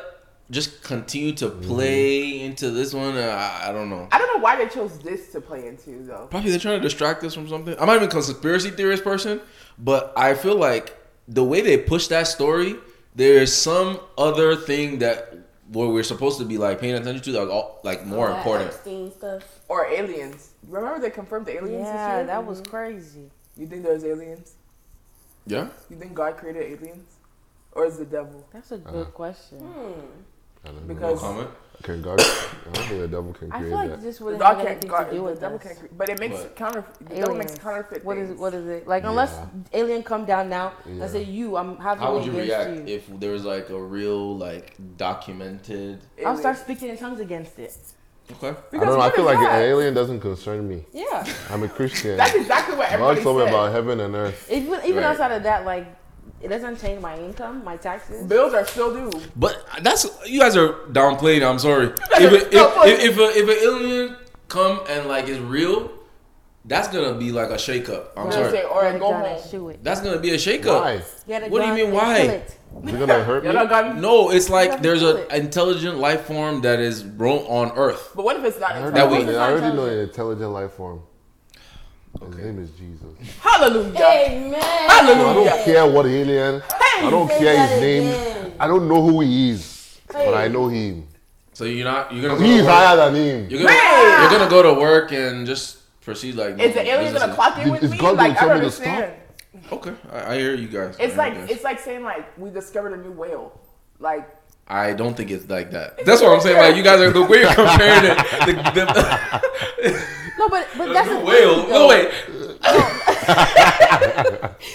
Speaker 3: just continued to play into this one. and I, I don't know.
Speaker 2: I don't know why they chose this to play into though.
Speaker 3: Probably they're trying to distract us from something. I'm not even a conspiracy theorist person, but I feel like the way they push that story, there's some other thing that where we're supposed to be like paying attention to that all like more
Speaker 4: That
Speaker 3: important.
Speaker 4: Epstein stuff.
Speaker 2: Or aliens. Remember they confirmed the aliens this
Speaker 5: Yeah,
Speaker 2: year.
Speaker 5: that was crazy.
Speaker 2: You think there's aliens?
Speaker 3: Yeah.
Speaker 2: You think God created aliens, or is the devil?
Speaker 5: That's a good
Speaker 3: Uh-huh.
Speaker 5: question.
Speaker 2: Hmm.
Speaker 1: I don't know.
Speaker 2: Because-
Speaker 3: Comment.
Speaker 1: Can God, I don't think the devil can
Speaker 5: I
Speaker 1: create
Speaker 5: feel like
Speaker 1: that.
Speaker 5: this wouldn't
Speaker 2: God
Speaker 5: have
Speaker 2: can't.
Speaker 5: anything
Speaker 2: God,
Speaker 5: to do
Speaker 2: the
Speaker 5: with
Speaker 2: devil
Speaker 5: us.
Speaker 2: can't. cre- But it makes
Speaker 3: What?
Speaker 2: counterfeit. The devil makes
Speaker 5: Aliens.
Speaker 2: counterfeit.
Speaker 5: What is
Speaker 2: things.
Speaker 5: what is it like? Unless alien come down now,
Speaker 1: Yeah.
Speaker 5: I say you, I'm having
Speaker 3: How would you
Speaker 5: against
Speaker 3: react
Speaker 5: you.
Speaker 3: if there was like a real like documented?
Speaker 5: I'll start
Speaker 2: Aliens.
Speaker 5: speaking in tongues against it.
Speaker 3: Okay.
Speaker 1: I don't know. I
Speaker 2: what
Speaker 1: feel
Speaker 2: is
Speaker 1: like an
Speaker 2: that?
Speaker 1: alien doesn't concern me.
Speaker 5: Yeah,
Speaker 1: I'm a Christian.
Speaker 2: That's exactly what
Speaker 1: God
Speaker 2: everybody
Speaker 1: told me
Speaker 2: said.
Speaker 1: about heaven and earth.
Speaker 5: even even
Speaker 3: Right.
Speaker 5: outside of that, like it doesn't change my income, my taxes.
Speaker 2: Bills are still due.
Speaker 3: But that's you guys are downplaying. I'm sorry. If a, if, if, if, a, if an alien come and like is real, that's gonna be like a shakeup.
Speaker 2: You
Speaker 3: I'm
Speaker 2: know what I'm
Speaker 3: sorry.
Speaker 2: saying? Or
Speaker 5: Get a
Speaker 2: go
Speaker 5: gun and
Speaker 2: home.
Speaker 5: shoot it.
Speaker 3: That's gonna be a shakeup.
Speaker 1: Why?
Speaker 5: Get a
Speaker 3: What do you
Speaker 5: gun
Speaker 3: mean,
Speaker 5: and
Speaker 3: why?
Speaker 5: kill it.
Speaker 1: Is it gonna hurt
Speaker 2: Y'all not
Speaker 1: me?
Speaker 2: got-
Speaker 3: No, it's like
Speaker 5: gotta
Speaker 3: there's
Speaker 5: feel
Speaker 3: a
Speaker 5: it.
Speaker 3: intelligent life form that is grown on Earth.
Speaker 2: But what if it's not
Speaker 1: I already,
Speaker 3: That
Speaker 2: intelligent?
Speaker 3: we-
Speaker 1: know, I already know an intelligent life form. His name is Jesus.
Speaker 2: Hallelujah.
Speaker 4: Amen.
Speaker 1: I
Speaker 2: Hallelujah.
Speaker 1: don't care what alien. I don't
Speaker 4: say
Speaker 1: care
Speaker 4: that
Speaker 1: his name.
Speaker 4: again.
Speaker 1: I don't know who he is, but I know him.
Speaker 3: So you're not you're gonna go
Speaker 1: He
Speaker 3: to
Speaker 1: is
Speaker 3: work,
Speaker 1: higher than him.
Speaker 3: you're, gonna, you're gonna go to work and just proceed like
Speaker 2: Is the alien
Speaker 3: business
Speaker 2: gonna
Speaker 3: as-
Speaker 2: clock in
Speaker 1: Did-
Speaker 2: with
Speaker 1: is
Speaker 2: me?
Speaker 1: God gonna
Speaker 2: Like I
Speaker 1: tell
Speaker 2: don't
Speaker 1: me to stop?
Speaker 2: understand.
Speaker 3: Okay, I, I hear you guys. I
Speaker 2: It's
Speaker 3: hear
Speaker 2: like
Speaker 3: you guys.
Speaker 2: it's like saying like we discovered a new whale. Like
Speaker 3: I don't think it's like that. That's what I'm saying. Like you guys are the way you're comparing it. The, the,
Speaker 4: No, but but that's
Speaker 3: the
Speaker 4: the thing,
Speaker 3: whale.
Speaker 4: though.
Speaker 3: No wait.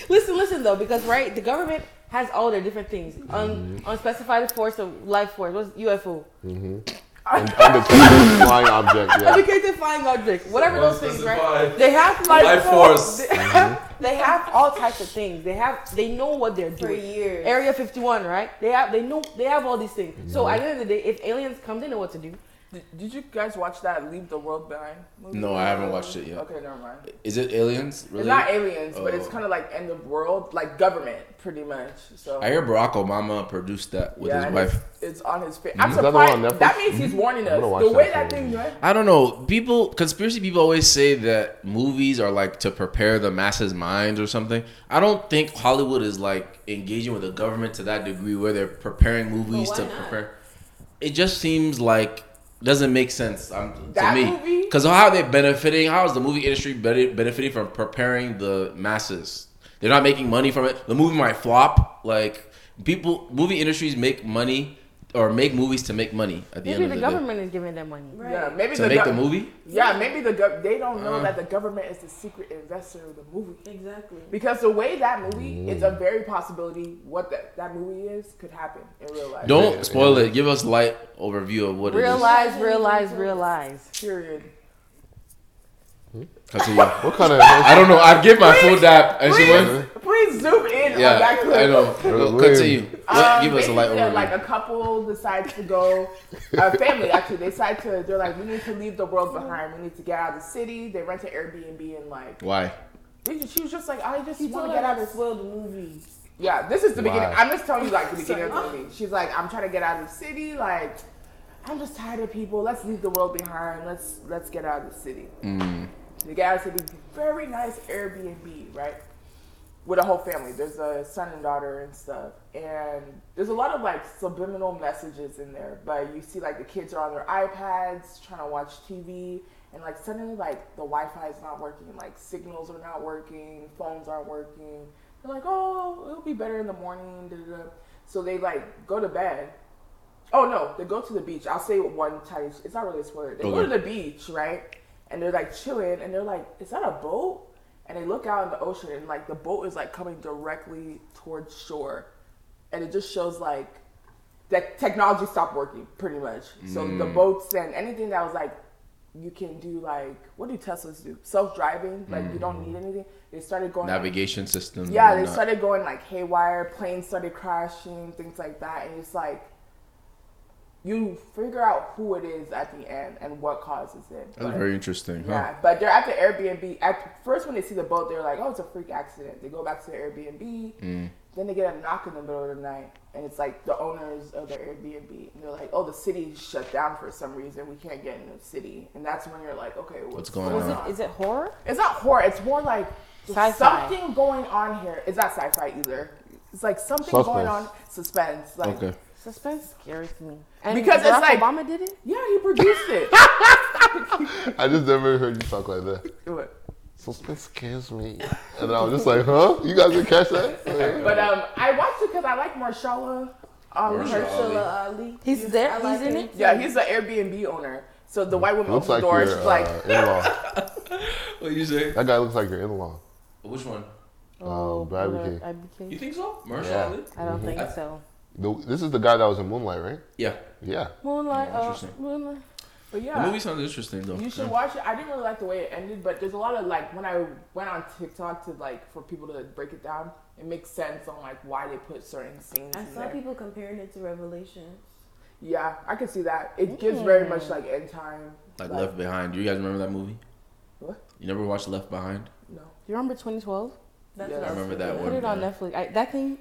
Speaker 6: Listen, listen though, because right, the government has all their different things. Un-
Speaker 3: Mm-hmm.
Speaker 6: unspecified force of life force. What's UFO?
Speaker 1: And undetected flying object. Yeah.
Speaker 6: Uncreated flying object. Whatever those things, right?
Speaker 3: Unspecified
Speaker 6: They have like
Speaker 3: life force.
Speaker 6: They have, they have all types of things. They have they know what they're
Speaker 4: for
Speaker 6: doing.
Speaker 4: years.
Speaker 6: Area 51, right? They have they know they have all these things.
Speaker 3: Mm-hmm.
Speaker 6: So at the end of the day, if aliens come, they know what to do.
Speaker 2: did, did you guys watch that Leave the World Behind movie?
Speaker 3: No, I haven't watched it yet.
Speaker 2: Okay, never mind.
Speaker 3: Is it aliens? Really?
Speaker 2: It's not aliens, but it's
Speaker 3: Oh.
Speaker 2: kind of like end of world, like government, pretty much. So
Speaker 3: I hear Barack Obama produced that with his
Speaker 2: and
Speaker 3: wife.
Speaker 2: It's, it's on his face. I'm
Speaker 1: Is that the one on
Speaker 2: surprised. That,
Speaker 1: Netflix?
Speaker 2: means he's warning us.
Speaker 1: gonna watch
Speaker 2: The way
Speaker 1: that
Speaker 2: that
Speaker 1: thing.
Speaker 2: thing went.
Speaker 3: I don't know. People, conspiracy people always say that movies are like to prepare the masses' minds or something. I don't think Hollywood is like engaging with the government to that degree where they're preparing movies
Speaker 4: why
Speaker 3: to
Speaker 4: not?
Speaker 3: prepare. It just seems like doesn't make sense um, to
Speaker 2: That
Speaker 3: me.
Speaker 2: movie?
Speaker 3: Because how are they benefiting? How is the movie industry bene- benefiting from preparing the masses? They're not making money from it. The movie might flop. Like people, movie industries make money or make movies to make money. At the end
Speaker 5: Maybe
Speaker 3: of
Speaker 5: the
Speaker 3: the,
Speaker 5: government is giving them money.
Speaker 4: Right.
Speaker 2: Yeah, maybe
Speaker 3: day, to
Speaker 2: the,
Speaker 3: make
Speaker 2: gov-
Speaker 3: the movie.
Speaker 2: Yeah, maybe the gov- they don't know
Speaker 3: Uh.
Speaker 2: that the government is the secret investor of the movie.
Speaker 4: Exactly.
Speaker 2: Because the way that movie is
Speaker 3: Mm.
Speaker 2: a very possibility what that, that movie is could happen in real life.
Speaker 3: Don't spoil it. Give us light overview of what it is.
Speaker 5: Realize, realize, realize.
Speaker 2: Period.
Speaker 3: Continue.
Speaker 1: What kind of?
Speaker 3: I don't know. I give my full dap, and she
Speaker 2: Please,
Speaker 3: went.
Speaker 2: please zoom in on
Speaker 3: Yeah,
Speaker 2: Oh, that clip.
Speaker 3: I know. Go- Continue. What-
Speaker 2: Um,
Speaker 3: give us a light
Speaker 2: basically,
Speaker 3: overview.
Speaker 2: Like a couple decides to go, a family actually, they decide to, they're like, we need to leave the world behind. We need to get out of the city. They rent an Airbnb and like,
Speaker 3: Why?
Speaker 2: they just- she was just like, I just
Speaker 4: He
Speaker 2: want to
Speaker 4: told her
Speaker 2: get out of
Speaker 4: not to
Speaker 2: this.
Speaker 4: spoil the movie.
Speaker 2: Yeah, this is the
Speaker 1: Why?
Speaker 2: beginning. I'm just telling you like the beginning of the movie. She's like, I'm trying to get out of the city. Like, I'm just tired of people. Let's leave the world behind. Let's let's get out of the city.
Speaker 3: Mm.
Speaker 2: They get out of the city. Very nice Airbnb, right? with a whole family. There's a son and daughter and stuff. And there's a lot of like subliminal messages in there. But you see like the kids are on their iPads trying to watch TV and like suddenly like the Wi-Fi is not working, like signals are not working, phones aren't working. They're like, "Oh, it'll be better in the morning." Da, da, da. So they like go to bed. Oh no, they go to the beach. I'll say one tiny. It's not really a spoiler. They go
Speaker 3: Okay.
Speaker 2: to the beach, right? And they're like chilling, and they're like, "Is that a boat?" And they look out in the ocean, and like the boat is like coming directly towards shore, and it just shows like that technology stopped working pretty much. So the boats and anything that was like you can do like what do Teslas do? Self driving, like you don't need anything. They started going
Speaker 3: Navigation system.
Speaker 2: yeah,
Speaker 3: and
Speaker 2: they
Speaker 3: not-
Speaker 2: started going like haywire, planes started crashing, things like that, and it's like you figure out who it is at the end and what causes it.
Speaker 3: That's
Speaker 2: But-
Speaker 3: very interesting. Huh?
Speaker 2: yeah, but they're at the Airbnb. At first, when they see the boat, they're like, "Oh, it's a freak accident." They go back to the Airbnb.
Speaker 3: Mm.
Speaker 2: Then they get a knock in the middle of the night, and it's like the owners of the Airbnb, and they're like, "Oh, the city shut down for some reason. We can't get in the city." And that's when you're like, "Okay, what's,
Speaker 3: What's going
Speaker 5: Is
Speaker 3: on?
Speaker 5: it, is it horror?
Speaker 2: It's not horror. It's more like there's
Speaker 5: Sci-fi.
Speaker 2: something going on here. It's not sci-fi either. It's like something going
Speaker 1: Suspense.
Speaker 2: on. Suspense. Like,
Speaker 3: Okay.
Speaker 5: Suspense scares me. And
Speaker 2: Because it's
Speaker 5: Barack
Speaker 2: like-
Speaker 5: Obama did it.
Speaker 2: Yeah, he produced it.
Speaker 1: I just never heard you talk like that. Suspense scares me, and I was just like, "Huh? You guys didn't catch that?" Like,
Speaker 2: but um, I watched it because I like Marshala. Um,
Speaker 3: Marsha
Speaker 2: her-
Speaker 4: Ursula Ali.
Speaker 5: He's there. He's in it.
Speaker 2: Yeah, he's an Airbnb owner. So the white woman
Speaker 1: looks like
Speaker 2: opens the door.
Speaker 1: your
Speaker 2: She's like,
Speaker 1: uh, in-law.
Speaker 3: What you say?
Speaker 1: That guy looks like your in-law.
Speaker 3: Which one?
Speaker 1: Oh,
Speaker 3: Um,
Speaker 1: Barbie King.
Speaker 5: IBK.
Speaker 3: think so? Marshall
Speaker 1: Yeah.
Speaker 3: Ali?
Speaker 5: I don't think so.
Speaker 1: The, this is the guy that was in Moonlight, right?
Speaker 3: Yeah.
Speaker 1: Yeah.
Speaker 5: Moonlight.
Speaker 3: Yeah,
Speaker 5: uh,
Speaker 3: interesting.
Speaker 5: Moonlight.
Speaker 2: but
Speaker 3: The
Speaker 2: yeah,
Speaker 3: movie sounds interesting though.
Speaker 2: you should
Speaker 3: Yeah.
Speaker 2: watch it. I didn't really like the way it ended, but there's a lot of like when I went on TikTok to like for people to like, break it down, it makes sense on like why they put certain scenes
Speaker 4: I
Speaker 2: in
Speaker 4: saw
Speaker 2: there.
Speaker 4: people comparing it to Revelations.
Speaker 2: Yeah, I can see that. It gives very much like end time.
Speaker 3: Like Left Behind. Do you guys remember that movie?
Speaker 2: What?
Speaker 3: You never watched Left Behind?
Speaker 2: No.
Speaker 5: You remember 2012?
Speaker 4: That's
Speaker 2: Yeah,
Speaker 4: what
Speaker 2: I
Speaker 4: was
Speaker 3: remember that
Speaker 4: thinking.
Speaker 3: one.
Speaker 5: Put it on
Speaker 3: yeah.
Speaker 5: Netflix. I, that thing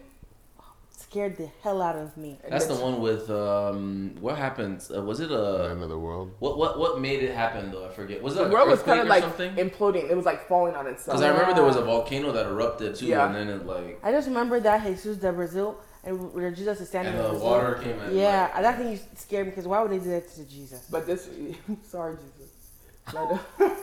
Speaker 6: scared the hell out of me.
Speaker 3: That's the one with um. What happens? Uh, was it a
Speaker 1: End of the world.
Speaker 3: what? What? What made it happen though? I forget. Was it
Speaker 2: The
Speaker 3: an
Speaker 2: world was
Speaker 3: earthquake
Speaker 2: kind of
Speaker 3: or
Speaker 2: like
Speaker 3: something?
Speaker 2: imploding. It was like falling on itself.
Speaker 3: Because I remember there was a volcano that erupted too,
Speaker 2: Ah. Yeah.
Speaker 3: and then it like
Speaker 6: I just remember that Jesus de Brazil and where Jesus is standing.
Speaker 3: and
Speaker 6: in
Speaker 3: the
Speaker 6: Brazil.
Speaker 3: water came in.
Speaker 6: Yeah, that thing scared me because why would they do that to Jesus?
Speaker 2: But this, sorry, Jesus. But,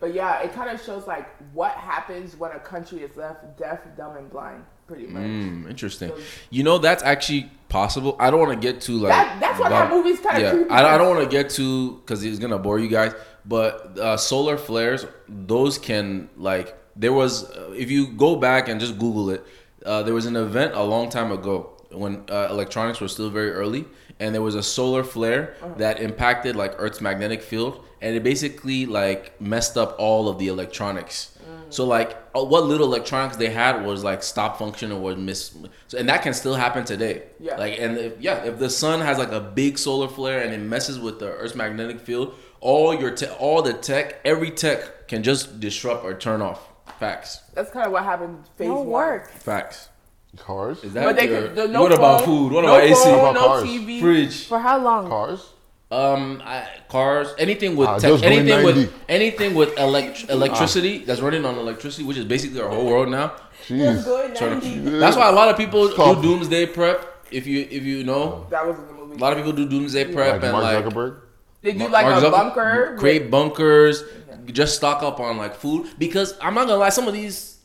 Speaker 2: but yeah, it kind of shows like what happens when a country is left deaf, dumb, and blind, pretty much.
Speaker 3: Mm, interesting. You know that's actually possible. I don't want to get too like
Speaker 2: That- that's why that movie's kinda creepy,
Speaker 3: I, I don't
Speaker 2: because-
Speaker 3: want to get too because it's gonna bore you guys. But uh, solar flares, those can like there was uh, if you go back and just Google it, uh, there was an event a long time ago when uh, electronics were still very early, and there was a solar flare that impacted like Earth's magnetic field, and it basically like messed up all of the electronics. So like uh, what little electronics they had was like stop function or was miss, so, and that can still happen today.
Speaker 2: Yeah.
Speaker 3: Like and if, yeah, if the sun has like a big solar flare and it messes with the Earth's magnetic field, all your te- all the tech, every tech can just disrupt or turn off. Facts.
Speaker 2: That's kind of what happened. in Phase
Speaker 6: No
Speaker 2: one.
Speaker 6: work.
Speaker 3: Facts.
Speaker 1: Cars?
Speaker 3: Is that
Speaker 2: But they
Speaker 3: your-
Speaker 2: could- the- no
Speaker 3: what about
Speaker 2: phone,
Speaker 3: food? What
Speaker 2: no
Speaker 3: about AC?
Speaker 2: phone,
Speaker 1: What
Speaker 2: no
Speaker 1: about cars?
Speaker 2: TV.
Speaker 3: Fridge.
Speaker 6: For how long?
Speaker 1: Cars?
Speaker 3: Um, I, cars. Anything with
Speaker 1: Ah,
Speaker 3: tech-
Speaker 1: just going Ah.
Speaker 3: anything
Speaker 1: 90.
Speaker 3: with anything with elect- electricity that's running on electricity, which is basically our whole world now.
Speaker 1: Jeez.
Speaker 3: Trying to- that's why a lot of people do
Speaker 1: Stop.
Speaker 3: doomsday prep. If you if you know,
Speaker 2: That was in the movie.
Speaker 3: a lot of people do doomsday prep
Speaker 1: Like
Speaker 3: and
Speaker 1: Mark
Speaker 3: like
Speaker 1: Zuckerberg?
Speaker 2: they do
Speaker 3: Mar-
Speaker 2: like
Speaker 3: Mark
Speaker 2: a
Speaker 3: Zucker-
Speaker 2: bunker. with-
Speaker 3: create bunkers, just stock up on like food because I'm not gonna lie, some of these,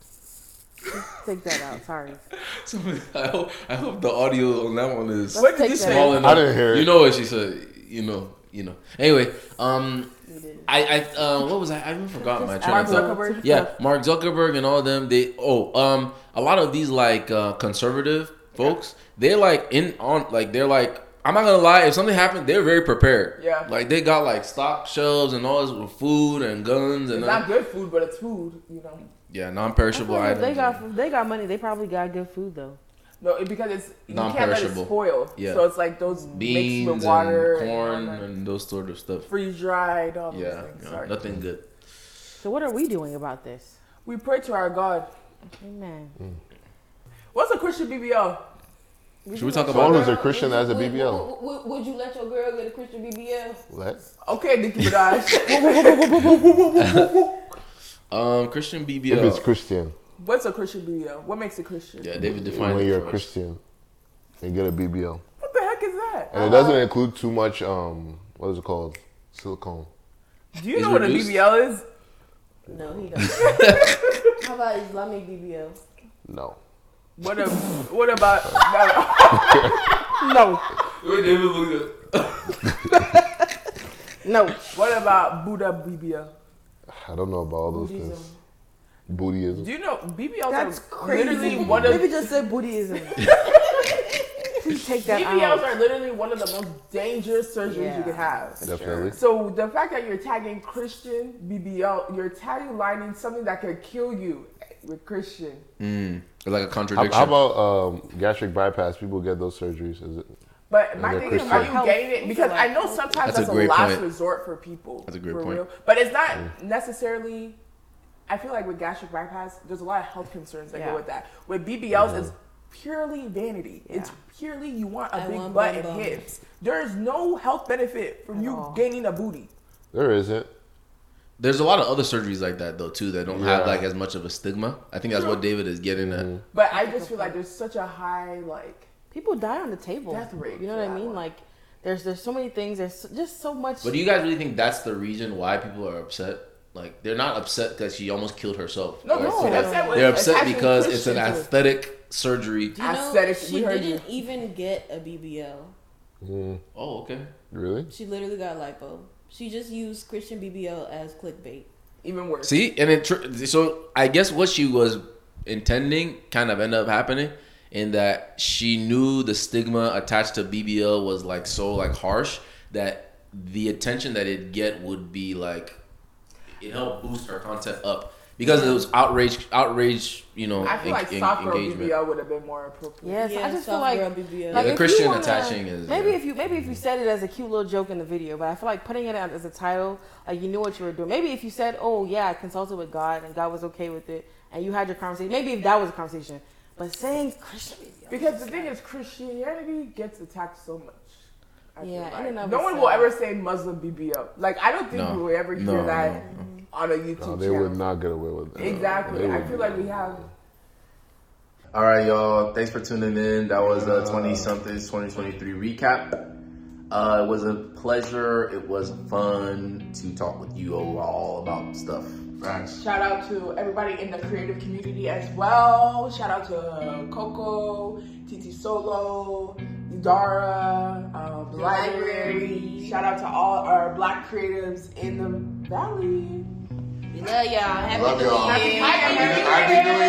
Speaker 6: Take that out. Sorry.
Speaker 3: some of, I hope I hope the audio on that one is
Speaker 2: what did
Speaker 6: Take
Speaker 2: you
Speaker 6: that.
Speaker 3: small enough.
Speaker 1: I didn't hear it.
Speaker 3: You know what she said. You know, you know. Anyway, um, I I uh, what was I? I even forgot my train
Speaker 2: Mark
Speaker 3: of thought.
Speaker 2: Zuckerberg.
Speaker 3: Yeah, Mark Zuckerberg and all them. They oh um a lot of these like uh, conservative folks. They're like in on like they're like I'm not gonna lie. If something happened, they're very prepared.
Speaker 2: Yeah.
Speaker 3: like they got like stock shelves and all this with food and guns and
Speaker 2: It's
Speaker 3: uh,
Speaker 2: not good food, but it's food, you know.
Speaker 3: yeah non-perishable items.
Speaker 6: they got they got money. They probably got good food though.
Speaker 2: No, it, because it's you can't let it
Speaker 3: Non-perishable.
Speaker 2: spoil.
Speaker 3: Yeah.
Speaker 2: So it's like those
Speaker 3: beans
Speaker 2: mixed with water
Speaker 3: and corn
Speaker 2: all that.
Speaker 3: and those sort of stuff.
Speaker 2: freeze dried, all those
Speaker 3: Yeah,
Speaker 2: things.
Speaker 3: yeah,
Speaker 2: Sorry.
Speaker 3: nothing good.
Speaker 6: So what are we doing about this?
Speaker 2: We pray to our God.
Speaker 6: Amen.
Speaker 2: What's a Christian BBL?
Speaker 3: Should we talk
Speaker 1: Someone
Speaker 3: about?
Speaker 1: who's a Christian that has a BBL.
Speaker 4: Would, would, would you let your girl get a Christian BBL?
Speaker 1: Let?
Speaker 2: Okay, Nicki Minaj.
Speaker 3: Um, Christian
Speaker 1: If it's
Speaker 3: BBL.
Speaker 1: Christian,
Speaker 2: What's a Christian BBL? What makes a Christian?
Speaker 3: Yeah, David defined
Speaker 1: when
Speaker 3: it
Speaker 1: you're
Speaker 3: for
Speaker 1: a
Speaker 3: us.
Speaker 1: Christian, and get a BBL.
Speaker 2: What the heck is that?
Speaker 1: And
Speaker 3: Uh-huh.
Speaker 1: it doesn't include too much, um, what is it called? Silicone.
Speaker 2: Do you
Speaker 3: It's
Speaker 2: know what
Speaker 3: reduced?
Speaker 2: a BBL is?
Speaker 4: No, he don't. How about Islamic BBL?
Speaker 1: No.
Speaker 2: What a, what about no,
Speaker 5: No,
Speaker 3: Wait, David, look at-
Speaker 5: no.
Speaker 2: what about Buddha BBL?
Speaker 1: I don't know about all those things. Buddhism.
Speaker 2: Do you know BBLs
Speaker 6: That's
Speaker 2: are
Speaker 6: crazy.
Speaker 2: literally one of
Speaker 6: Maybe just say Buddhism. Please take that
Speaker 2: BBLs
Speaker 6: out.
Speaker 2: are literally one of the most dangerous surgeries
Speaker 6: Yeah.
Speaker 2: you can have.
Speaker 1: Definitely.
Speaker 2: So the fact that you're tagging Christian BBL, you're tag lining something that could kill you with Christian.
Speaker 3: Mm, like a
Speaker 1: How,
Speaker 3: contradiction.
Speaker 1: how about um, gastric bypass? People get those surgeries. Is it?
Speaker 2: But my
Speaker 1: They're
Speaker 2: thing is,
Speaker 1: Christian.
Speaker 2: are you getting it? Because I know sometimes
Speaker 3: That's a
Speaker 2: that's, a,
Speaker 3: great
Speaker 2: last
Speaker 3: point.
Speaker 2: resort for people.
Speaker 3: That's a great
Speaker 2: for
Speaker 3: point.
Speaker 2: But it's not necessarily. I feel like with gastric bypass, there's a lot of health concerns that
Speaker 6: Yeah.
Speaker 2: go with that. With BBLs, it's purely vanity. It's purely you want a
Speaker 4: I
Speaker 2: big
Speaker 4: want
Speaker 2: butt
Speaker 4: bum
Speaker 2: and
Speaker 4: bum.
Speaker 2: hips. There is no health benefit from you
Speaker 6: all.
Speaker 2: gaining a booty.
Speaker 1: There isn't.
Speaker 3: There's a lot of other surgeries like that though too that don't have
Speaker 1: Yeah.
Speaker 3: like as much of a stigma. I think that's what David is getting at.
Speaker 2: But I just feel like there's such a high like.
Speaker 6: People die on the table.
Speaker 2: Death rate
Speaker 6: You know
Speaker 2: for
Speaker 6: what I
Speaker 2: that
Speaker 6: mean?
Speaker 2: one.
Speaker 6: Like there's there's so many things. There's so- just so much.
Speaker 3: But do you guys really think that's the reason why people are upset? Like they're not upset because she almost killed herself.
Speaker 2: No,
Speaker 3: Or
Speaker 2: no,
Speaker 3: it's-
Speaker 2: they're upset with-
Speaker 3: they're
Speaker 2: it's
Speaker 3: upset
Speaker 2: actually
Speaker 3: because it's an
Speaker 2: Christians.
Speaker 3: aesthetic surgery.
Speaker 4: Do you know
Speaker 2: Aesthetic, we
Speaker 4: she
Speaker 2: heard you.
Speaker 4: didn't even get a BBL.
Speaker 3: Oh, okay.
Speaker 1: Really?
Speaker 4: She literally got lipo. She just used Christian BBL as clickbait.
Speaker 2: Even worse.
Speaker 3: See, and it tr- so I guess what she was intending kind of ended up happening in that she knew the stigma attached to BBL was like so like harsh that the attention that it get would be like it helped boost her content up because it was outrage outrage you know
Speaker 2: I feel
Speaker 3: en-
Speaker 2: like
Speaker 3: en-
Speaker 2: soft girl BBL would have been more
Speaker 6: yes,
Speaker 2: appropriate.
Speaker 6: I just feel
Speaker 4: soft
Speaker 6: like
Speaker 4: girl BBL.
Speaker 3: Yeah, the
Speaker 6: if you
Speaker 3: Christian
Speaker 6: wanna-
Speaker 3: attaching is-
Speaker 6: maybe
Speaker 3: yeah.
Speaker 6: if you maybe if you said it as a cute little joke in the video, but I feel like putting it out as a title, like you knew what you were doing. Maybe if you said, "Oh yeah, I consulted with God and God was okay with it," and you had your conversation. Maybe if that was a conversation, But saying Christian,
Speaker 2: Because the thing is, Christianity gets attacked so much. I feel
Speaker 6: Yeah, in
Speaker 2: like.
Speaker 6: and of
Speaker 2: no one
Speaker 6: itself.
Speaker 2: will ever say Muslim BB up. Like I don't think
Speaker 3: No.
Speaker 2: we will ever hear
Speaker 3: No,
Speaker 2: that
Speaker 3: no,
Speaker 2: on a YouTube
Speaker 1: No, they
Speaker 2: channel.
Speaker 1: would not get away with that.
Speaker 2: Exactly.
Speaker 1: They
Speaker 2: I
Speaker 1: would-
Speaker 2: feel like we have
Speaker 3: All right, y'all. Thanks for tuning in. That was uh, 20 something's 2023 recap. Uh, it was a pleasure. It was fun to talk with you all about stuff.
Speaker 2: Shout out to everybody in the creative community as well. Shout out to uh, Coco, TT Solo, Dara, um, the library. Shout out to all our black creatives in the valley.
Speaker 4: We love y'all. Happy
Speaker 1: Love
Speaker 4: New
Speaker 1: y'all.
Speaker 4: Year.
Speaker 1: Happy New Year.